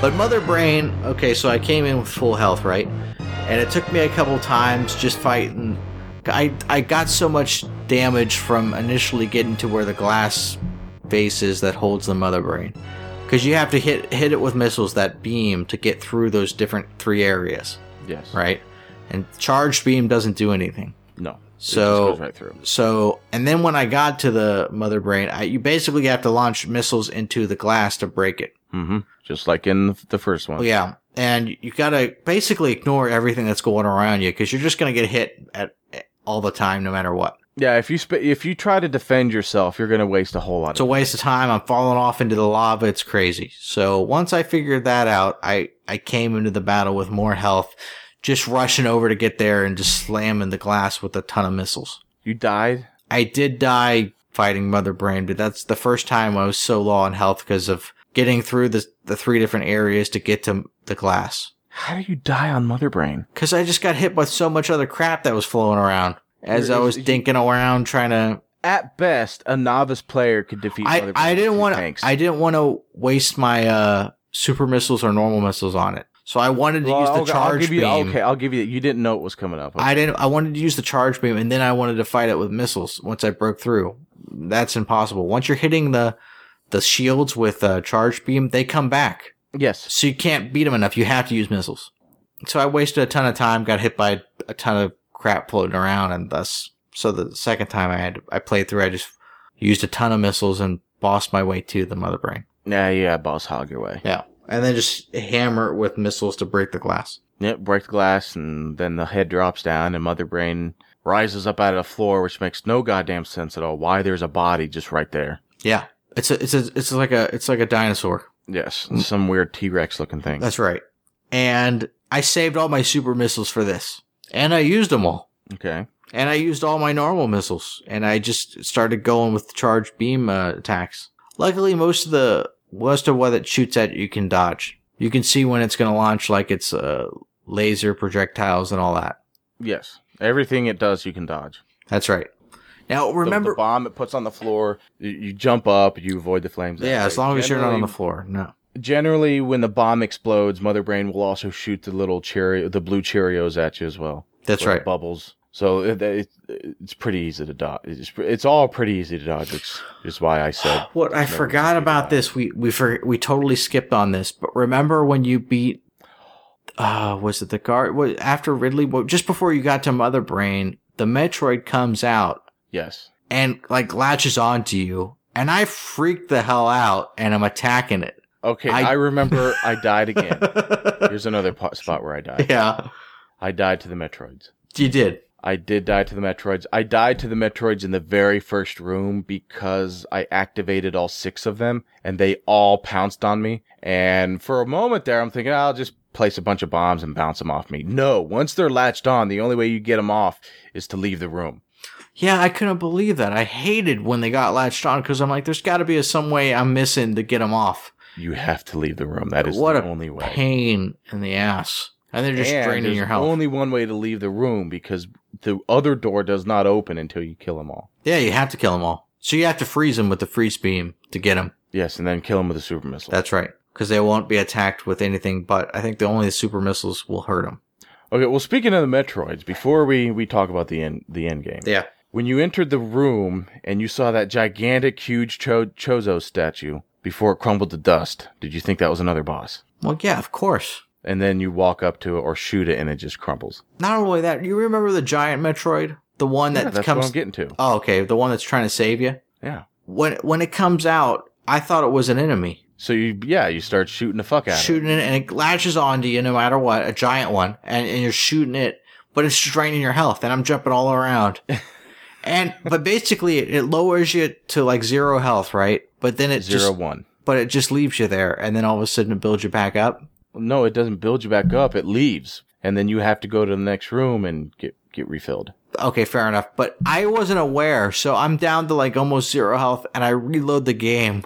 S2: But Mother Brain, okay, so I came in with full health, right? And it took me a couple times just fighting. I, I got so much damage from initially getting to where the glass base is that holds the Mother Brain. Because you have to hit, hit it with missiles, that beam, to get through those different three areas,
S1: yes.
S2: right? And charged beam doesn't do anything.
S1: No. it
S2: So.
S1: just goes right through.
S2: So, and then when I got to the mother brain, I, you basically have to launch missiles into the glass to break it.
S1: Mm-hmm. Just like in the first one.
S2: Yeah. And you gotta basically ignore everything that's going around you because you're just gonna get hit at eh, all the time, no matter what.
S1: Yeah, if you sp- if you try to defend yourself, you're going to waste a whole lot.
S2: It's a
S1: of
S2: waste of time. I'm falling off into the lava. It's crazy. So once I figured that out, I, I came into the battle with more health, just rushing over to get there and just slamming the glass with a ton of missiles.
S1: You died.
S2: I did die fighting Mother Brain, but that's the first time I was so low on health because of getting through the, the three different areas to get to the glass.
S1: How do you die on Mother Brain?
S2: Because I just got hit by so much other crap that was flowing around as
S1: You're-
S2: I was
S1: you-
S2: dinking around trying to.
S1: At best, a novice player could defeat.
S2: I,
S1: Mother Brain
S2: I
S1: with
S2: didn't
S1: two
S2: want to.
S1: tanks.
S2: I didn't want to waste my uh, super missiles or normal missiles on it. So I wanted to
S1: Well,
S2: use the
S1: I'll, I'll
S2: charge
S1: give you,
S2: beam.
S1: Okay, I'll give you. that. You didn't know it was coming up.
S2: I didn't. I wanted to use the charge beam, and then I wanted to fight it with missiles. Once I broke through, that's impossible. Once you're hitting the the shields with a charge beam, they come back,
S1: yes.
S2: so you can't beat them enough. You have to use missiles. So I wasted a ton of time, got hit by a ton of crap floating around, and thus, so the second time I had I played through, I just used a ton of missiles and bossed my way to the mother brain.
S1: Yeah, yeah. Boss hog your way.
S2: Yeah, and then just hammer it with missiles to break the glass.
S1: Yep. Break the glass, and then the head drops down, and Mother Brain rises up out of the floor, which makes no goddamn sense at all. Why there's a body just right there?
S2: Yeah, it's a, it's a, it's like a it's like a dinosaur.
S1: Yes, some weird T Rex looking thing.
S2: Mm. That's right. And I saved all my super missiles for this. And I used them all.
S1: okay.
S2: And I used all my normal missiles. And I just started going with the charged beam uh, attacks. Luckily, most of the most of what it shoots at you can dodge. You can see when it's going to launch, like it's uh, laser projectiles and all that.
S1: Yes. Everything it does, you can dodge.
S2: That's right. Now
S1: the-
S2: remember,
S1: the bomb it puts on the floor. You, you jump up, you avoid the flames. that
S2: yeah, as
S1: way.
S2: long as you're not on the
S1: Generally-
S2: floor. No.
S1: Generally, when the bomb explodes, Mother Brain will also shoot the little cherry, the blue Cheerios at you as well.
S2: That's
S1: With
S2: right.
S1: Bubbles. So it, it, it's pretty easy to dodge. It's, pre- it's all pretty easy to dodge. It's is why I said
S2: What I
S1: Never
S2: forgot
S1: speak
S2: about
S1: about it.
S2: this, we we for, we totally skipped on this. But remember when you beat, uh, was it the guard? Was, after Ridley, well, just before you got to Mother Brain, the Metroid comes out
S1: yes.
S2: and like latches onto you, and I freak the hell out, and I'm attacking it.
S1: Okay,
S2: I-
S1: I, remember I
S2: *laughs*
S1: died again. Here's another po- spot where I died.
S2: yeah,
S1: I died to the Metroids.
S2: you did.
S1: I did die to the Metroids. I died to the Metroids in the very first room because I activated all six of them and they all pounced on me. And for a moment there, I'm thinking, I'll just place a bunch of bombs and bounce them off me. No, once they're latched on, the only way you get them off is to leave the room.
S2: Yeah, I couldn't believe that. I hated when they got latched on because I'm like, there's got to be a, some way I'm missing to get them off.
S1: you have to leave the room. That is
S2: What
S1: the
S2: a
S1: only way.
S2: Pain in the ass. And they're just
S1: And
S2: draining
S1: there's
S2: your health.
S1: Only one way to leave the room because the other door does not open until you kill them all.
S2: yeah, you have to kill them all. So you have to freeze them with the freeze beam to get them.
S1: Yes, and then kill them with a super missile.
S2: That's right. Because they won't be attacked with anything but I think the only super missiles will hurt them.
S1: okay. Well, speaking of the Metroids, before we we talk about the end the end game,
S2: Yeah.
S1: when you entered the room and you saw that gigantic, huge Cho- Chozo statue before it crumbled to dust, did you think that was another boss?
S2: Well, yeah, of course.
S1: And then you walk up to it or shoot it and it just crumbles.
S2: Not only that, you remember the giant Metroid? The one
S1: Yeah,
S2: that
S1: that's what
S2: comes.
S1: I'm getting to.
S2: oh, okay. The one that's trying to save you?
S1: Yeah.
S2: When, when it comes out, I thought it was an enemy.
S1: So you yeah you start shooting the fuck out of it.
S2: shooting it and it latches onto you no matter what, a giant one, and, and you're shooting it, but it's draining your health, and I'm jumping all
S1: *laughs*
S2: around. and but basically it, it lowers you to like zero health, right? But then it
S1: Zero
S2: just
S1: one.
S2: but it just leaves you there, and then all of a sudden it builds you back up.
S1: No, it doesn't build you back up. It leaves, and then you have to go to the next room and get get refilled.
S2: Okay, fair enough. But I wasn't aware, so I'm down to like almost zero health, and I reload the game.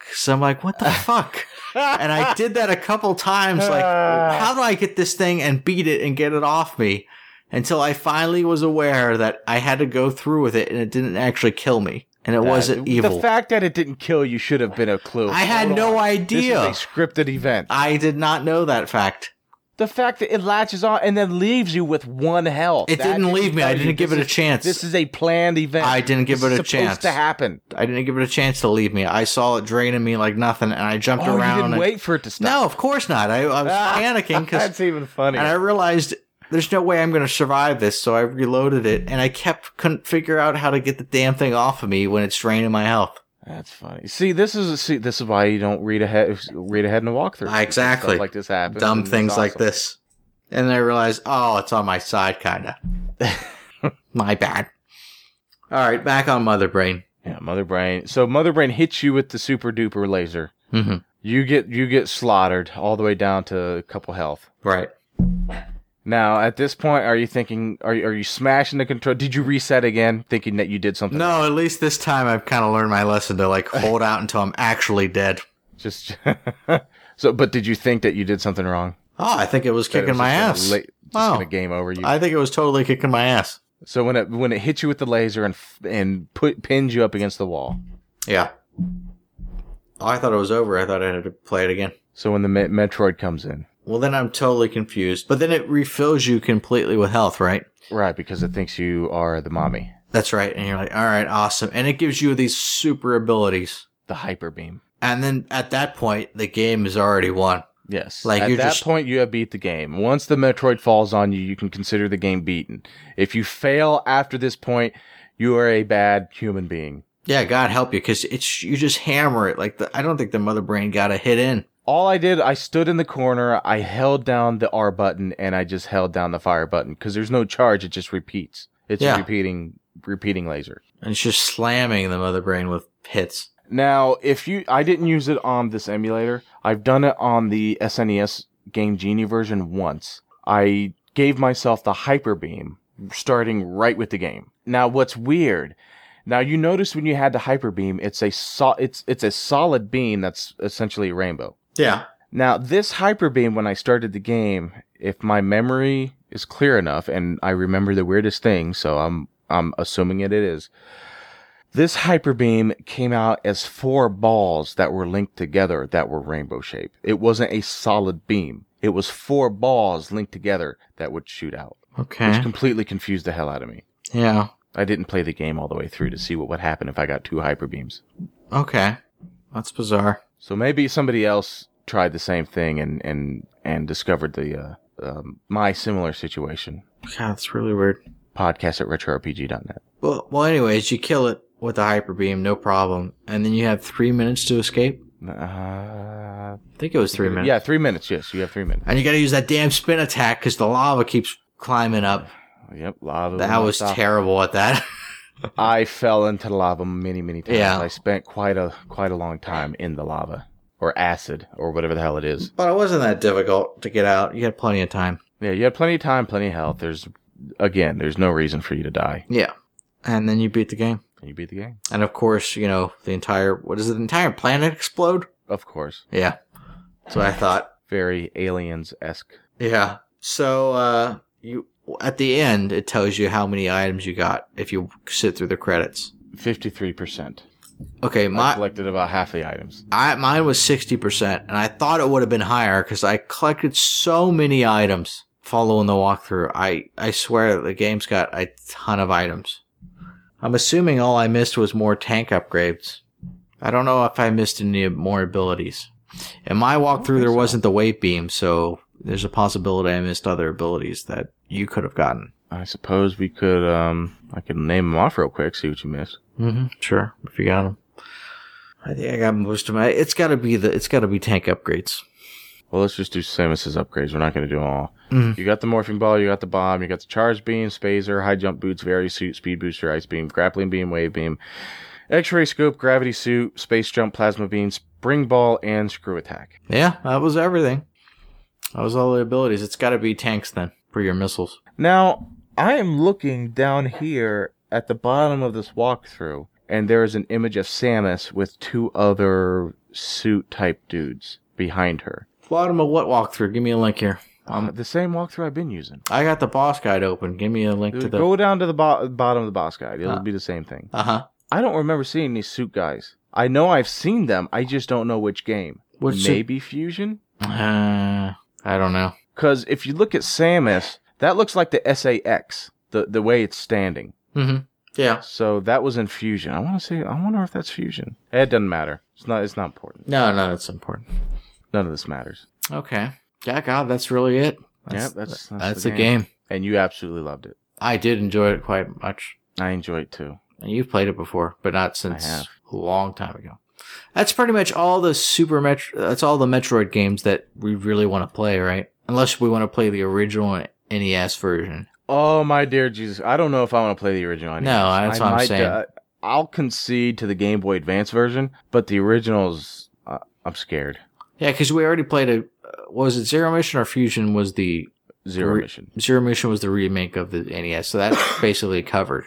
S2: Cause I'm like,
S1: *laughs*
S2: what the fuck? and I did *laughs* that a couple times. Like,
S1: Ah.
S2: how do I get this thing and beat it and get it off me? Until I finally was aware that I had to go through with it and it didn't actually kill me. And it wasn't evil.
S1: The fact that it didn't kill you should have been a clue.
S2: I had
S1: Hold
S2: no
S1: on.
S2: idea.
S1: This is a scripted event.
S2: I did not know that fact.
S1: the fact that it latches on and then leaves you with one health.
S2: It
S1: That
S2: didn't leave me. I
S1: tell
S2: didn't
S1: you
S2: give
S1: this
S2: it a
S1: is-
S2: chance.
S1: This is a planned event.
S2: I didn't give
S1: This
S2: it
S1: is
S2: a
S1: supposed
S2: chance.
S1: to happen.
S2: I didn't give it a chance to leave me. I saw it draining me like nothing and I jumped
S1: Oh,
S2: around.
S1: you didn't
S2: and-
S1: wait Ah. for it to
S2: No,
S1: stop.
S2: of course not. I, I was
S1: *laughs*
S2: panicking because
S1: that's even funny.
S2: and I realized there's no way I'm going to survive this, so I reloaded it, and I kept couldn't figure out how to get the damn thing off of me when it's draining my health.
S1: That's funny. See, this is see, this is why you don't read ahead, read ahead in a walkthrough.
S2: Exactly.
S1: Stuff like this happens.
S2: Dumb
S1: and it's
S2: things like
S1: awesome.
S2: this, and then I realized, oh, it's on my
S1: *laughs*
S2: side, kinda. my bad. All right, back on Mother Brain.
S1: Yeah, Mother Brain. So Mother Brain hits you with the super duper laser.
S2: hmm
S1: You get you get slaughtered all the way down to a couple health.
S2: Right.
S1: Now at this point, are you thinking? Are you, are you smashing the control? Did you reset again, thinking that you did something?
S2: No, at least this time I've kind of learned my lesson to like hold out until I'm actually dead.
S1: Just *laughs* so. But did you think that you did something wrong?
S2: Oh, I think it was
S1: That it
S2: kicking
S1: was
S2: my
S1: just
S2: ass.
S1: gonna la- just
S2: Wow.
S1: gonna game over you.
S2: I think it was totally kicking my ass.
S1: so when it when it hit you with the laser and f- and put pins you up against the wall.
S2: Yeah. Oh, I thought it was over. I thought I had to play it again.
S1: So when the Me- Metroid comes in,
S2: Well, then I'm totally confused. But then it refills you completely with health, right?
S1: right? Because it thinks you are the mommy,
S2: That's right. And you're like, all right, awesome. And it gives you these super abilities.
S1: the hyper beam.
S2: And then at that point, the game is already won.
S1: Yes.
S2: Like,
S1: at
S2: you're
S1: that
S2: just-
S1: point, you have beat the game. Once the Metroid falls on you, you can consider the game beaten. If you fail after this point, you are a bad human being.
S2: Yeah, God help you, because it's you just hammer it. Like the, I don't think the mother brain got a hit in.
S1: All I did, I stood in the corner, I held down the R button, and I just held down the fire button because there's no charge. It just repeats. It's
S2: Yeah.
S1: a repeating, repeating laser.
S2: And it's just slamming the mother brain with hits.
S1: Now, if you, I didn't use it on this emulator. I've done it on the SNES Game Genie version once. I gave myself the Hyper Beam starting right with the game. Now, what's weird? Now you notice when you had the Hyper Beam, it's a so, it's it's a solid beam that's essentially a rainbow.
S2: Yeah.
S1: Now, this Hyper Beam, when I started the game, if my memory is clear enough, and I remember the weirdest thing, so I'm I'm assuming it, it is. This Hyper Beam came out as four balls that were linked together that were rainbow shaped. It wasn't a solid beam. It was four balls linked together that would shoot out, which
S2: Okay.
S1: completely confused the hell out of me.
S2: Yeah.
S1: I didn't play the game all the way through to see what would happen if I got two Hyper Beams.
S2: Okay. That's bizarre.
S1: So maybe somebody else tried the same thing and and and discovered the uh, um, my similar situation.
S2: God, that's really weird.
S1: Podcast at retrorpg.net.
S2: Well, well. Anyways, you kill it with the hyper beam, no problem, and then you have three minutes to escape.
S1: Uh,
S2: I think it was three minutes.
S1: Yeah, three minutes. Yes, you have three minutes.
S2: And you got to use that damn spin attack because the lava keeps climbing up.
S1: Yep, lava.
S2: That
S1: will
S2: was
S1: stop.
S2: terrible at that. *laughs*
S1: I fell into lava many many times.
S2: Yeah.
S1: I spent quite a quite a long time in the lava or acid or whatever the hell it is.
S2: but it wasn't that difficult to get out. You had plenty of time.
S1: Yeah, you had plenty of time, plenty of health. There's again, there's no reason for you to die.
S2: Yeah. And then you beat the game.
S1: And you beat the game.
S2: And of course, you know the entire what is it? The entire planet explode.
S1: Of course.
S2: Yeah. That's what I thought.
S1: Very aliens esque.
S2: Yeah. So uh you at the end it tells you how many items you got if you sit through the credits.
S1: 53%.
S2: Okay,
S1: I
S2: my
S1: collected about half the items.
S2: I mine was 60% and I thought it would have been higher cuz I collected so many items following the walkthrough. I I swear the game's got a ton of items. I'm assuming all I missed was more tank upgrades. I don't know if I missed any more abilities. In my walkthrough,
S1: think
S2: there
S1: so.
S2: wasn't the weight beam, so there's a possibility I missed other abilities that you could have gotten.
S1: I suppose we could, um, I could name them off real quick, see what you missed.
S2: Mm-hmm. Sure, if you got them. I think I got most of my. It's got to be the. It's got to be tank upgrades.
S1: Well, let's just do Samus's upgrades. We're not going to do them all.
S2: Mhm.
S1: You got the morphing ball, you got the bomb, you got the charge beam, spazer, high jump boots, very suit, speed booster, ice beam, grappling beam, wave beam, x ray scope, gravity suit, space jump, plasma beam, spring ball, and screw attack.
S2: Yeah, that was everything. That was all the abilities. It's got to be tanks then for your missiles.
S1: Now, I am looking down here at the bottom of this walkthrough, and there is an image of Samus with two other suit type dudes behind her.
S2: Bottom of what walkthrough? Give me a link here.
S1: Um, the same walkthrough I've been using.
S2: I got the boss guide open. Give me a link to the.
S1: Go down to the bo- bottom of the boss guide. It'll
S2: Uh.
S1: be the same thing.
S2: Uh huh.
S1: I don't remember seeing these suit guys. I know I've seen them. I just don't know which game.
S2: Which suit-
S1: Maybe Fusion?
S2: Uh, I don't know.
S1: Because if you look at Samus, that looks like the SAX, the, the way it's standing.
S2: Mm-hmm. Yeah.
S1: So that was in Fusion. I want to say, I wonder if that's Fusion. Eh, It doesn't matter. It's not, it's not important.
S2: No, no, that's important.
S1: None of this matters.
S2: Okay. Yeah, God, that's really it.
S1: Yeah,
S2: That's,
S1: that's, that's,
S2: that's
S1: the
S2: a game.
S1: And you absolutely loved it.
S2: I did enjoy it quite much.
S1: I enjoy it too.
S2: And you've played it before, but not since
S1: have.
S2: a long time ago. That's pretty much all the Super Metro. That's all the Metroid games that we really want to play, right? Unless we want to play the original NES version.
S1: Oh my dear Jesus! I don't know if I want to play the original.
S2: No, that's what I'm saying.
S1: uh, I'll concede to the Game Boy Advance version, but the originals, uh, I'm scared.
S2: Yeah, because we already played a. uh, Was it Zero Mission or Fusion? Was the
S1: Zero
S2: Re-
S1: mission.
S2: Zero Mission was the remake of the NES, so
S1: *coughs*
S2: that's basically covered.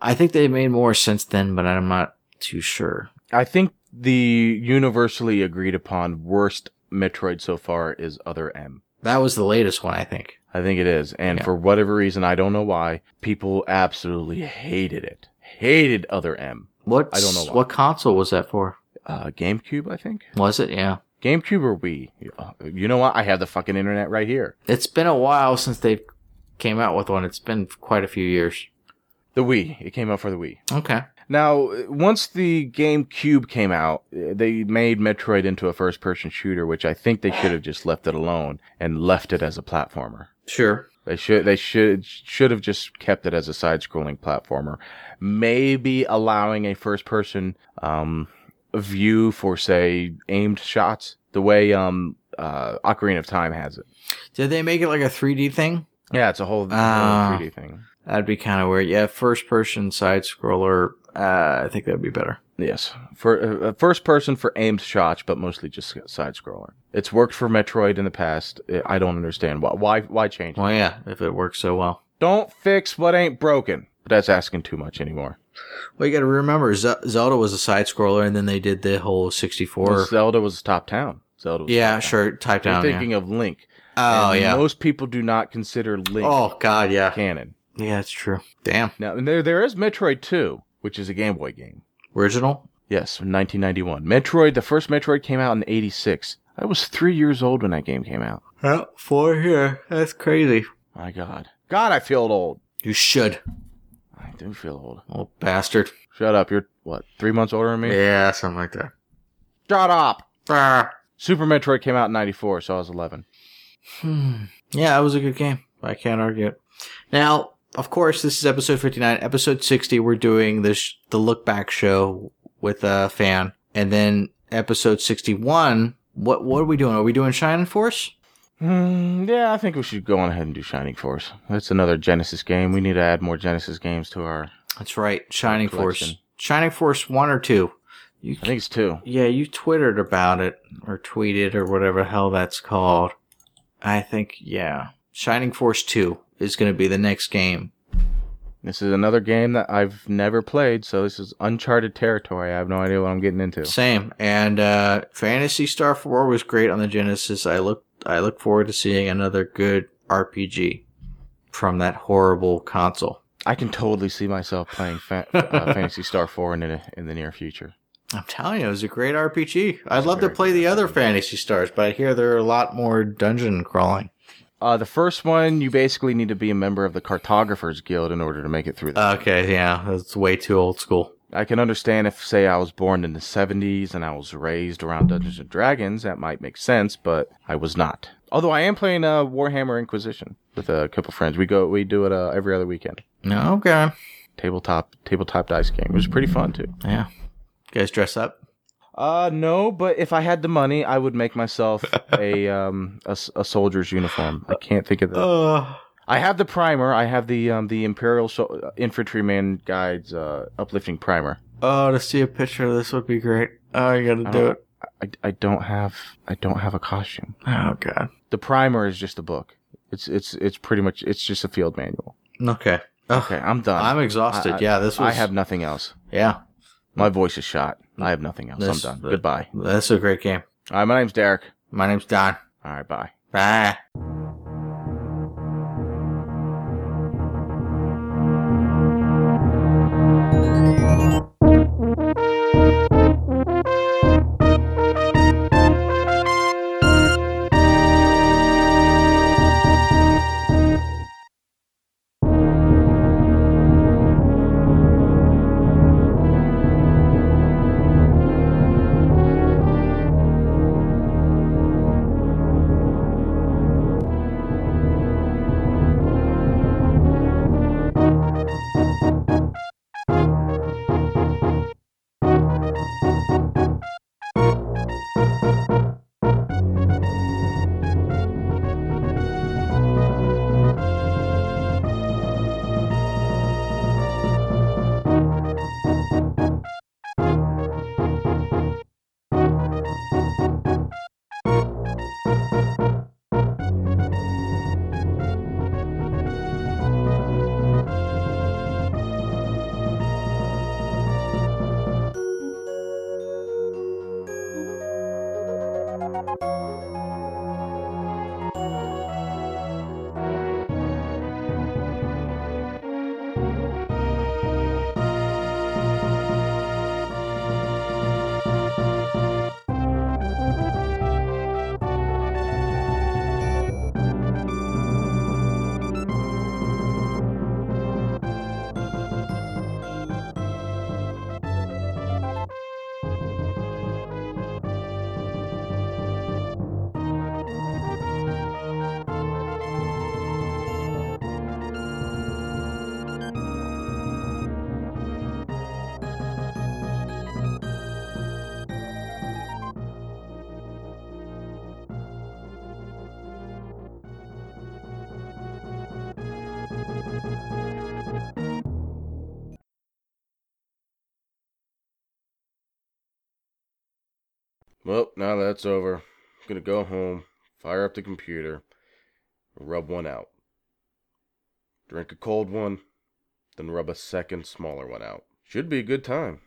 S2: I think they've made more since then, but I'm not too sure.
S1: I think the universally agreed upon worst Metroid so far is Other M.
S2: That was the latest one, I think.
S1: I think it is, and
S2: Yeah.
S1: for whatever reason, I don't know why, people absolutely hated it. Hated Other M.
S2: What
S1: I don't know why.
S2: what console was that for.
S1: Uh, GameCube, I think.
S2: Was it? Yeah,
S1: GameCube or Wii. Uh, You know what? I have the fucking internet right here.
S2: it's been a while since they came out with one. It's been quite a few years.
S1: The Wii. It came out for the Wii.
S2: Okay.
S1: Now, once the GameCube came out, they made Metroid into a first person shooter, which I think they should have just left it alone and left it as a platformer.
S2: Sure.
S1: They should they should should have just kept it as a side scrolling platformer, maybe allowing a first person um, view for say aimed shots, the way um, uh, Ocarina of Time has it.
S2: Did they make it like a 3D thing?
S1: Yeah, it's a whole, whole
S2: Ah.
S1: 3D thing.
S2: That'd be kind of weird. Yeah, first person side scroller. Uh, I think that'd be better.
S1: Yes, for uh, first person for aimed shots, but mostly just side scroller. It's worked for Metroid in the past. I don't understand why. Why, why change? it?
S2: Well, yeah, if it works so well.
S1: Don't fix what ain't broken. But that's asking too much anymore.
S2: Well, you got to remember, Ze- Zelda was a side scroller, and then they did the whole sixty-four.
S1: Zelda was top down. Zelda. Was
S2: yeah,
S1: top
S2: sure, type
S1: Down.
S2: down.
S1: You're
S2: yeah.
S1: thinking of Link.
S2: Oh
S1: and
S2: yeah.
S1: Most people do not consider Link
S2: Oh god, yeah.
S1: canon.
S2: Yeah, it's true. Damn.
S1: Now, and there there is Metroid Two, which is a Game Boy game.
S2: Original.
S1: Yes, from 1991. Metroid, the first Metroid came out in '86. I was three years old when that game came out.
S2: Yeah, four here. That's crazy.
S1: My God, God, I feel old.
S2: You should,
S1: I do feel old.
S2: old bastard.
S1: Shut up. You're what, three months older than me?
S2: Yeah, something like that.
S1: Shut up.
S2: Ah.
S1: Super Metroid came out in 94, so I was 11.
S2: Hmm. Yeah, it was a good game. I can't argue it. Now, of course, this is episode 59. Episode 60, we're doing this the look back show with a fan. And then episode 61, what what are we doing? Are we doing Shining Force?
S1: Hmm, yeah, I think we should go on ahead and do Shining Force. That's another Genesis game. We need to add more Genesis games to our.
S2: That's right, Shining Force.
S1: Collection.
S2: Shining Force 1 or 2. You
S1: I think it's two.
S2: Yeah, you twittered about it or tweeted or whatever the hell that's called. I think yeah. Shining Force 2 is going to be the next game
S1: This is another game that I've never played, so this is uncharted territory. I have no idea what I'm getting into.
S2: Same. And uh, Fantasy Star Four was great on the Genesis. I look I look forward to seeing another good RPG from that horrible console.
S1: I can totally see myself playing fa- uh, Fantasy Star 4 in the, in the near future.
S2: I'm telling you, it was a great RPG. I'd
S1: It's a
S2: love to
S1: very
S2: play
S1: good
S2: the other
S1: RPG.
S2: Fantasy Stars, but I hear there are a lot more dungeon crawling.
S1: Uh, the first one, you basically need to be a member of the Cartographers Guild in order to make it
S2: Uh.
S1: through. This.
S2: Okay, yeah, that's way too old school.
S1: I can understand if, say, I was born in the 70s and I was raised around Dungeons and Dragons, that might make sense, but I was not. Although I am playing uh, Warhammer Inquisition with a couple friends. We go, we do it uh, every other weekend.
S2: No, okay,
S1: Tabletop, tabletop dice game. It was pretty fun too.
S2: yeah. You guys dress up.
S1: Uh, no, but if I had the money, I would make myself a um a, s- a soldier's uniform. I can't think of the.
S2: Uh,
S1: I have the primer. I have the um the Imperial Sol- Infantryman Guide's uh uplifting primer.
S2: oh, to see a picture of this would be great. Oh, you
S1: I
S2: gotta do
S1: don't-
S2: it.
S1: I, I don't have I don't have a costume.
S2: Oh god.
S1: The primer is just a book. It's it's it's pretty much it's just a field manual.
S2: Okay. Ugh,
S1: Okay, I'm
S2: *sighs*
S1: done.
S2: I'm exhausted.
S1: I- I-
S2: yeah, this was.
S1: I have nothing else.
S2: Yeah,
S1: My voice is shot. I have nothing else.
S2: This-
S1: I'm done.
S2: the-
S1: Goodbye.
S2: that's a great game.
S1: All right, my name's Derek.
S2: My name's Don.
S1: All right, bye.
S2: Bye.
S1: Well, now that's over. I'm gonna go home, fire up the computer, rub one out. Drink a cold one, then rub a second smaller one out. Should be a good time.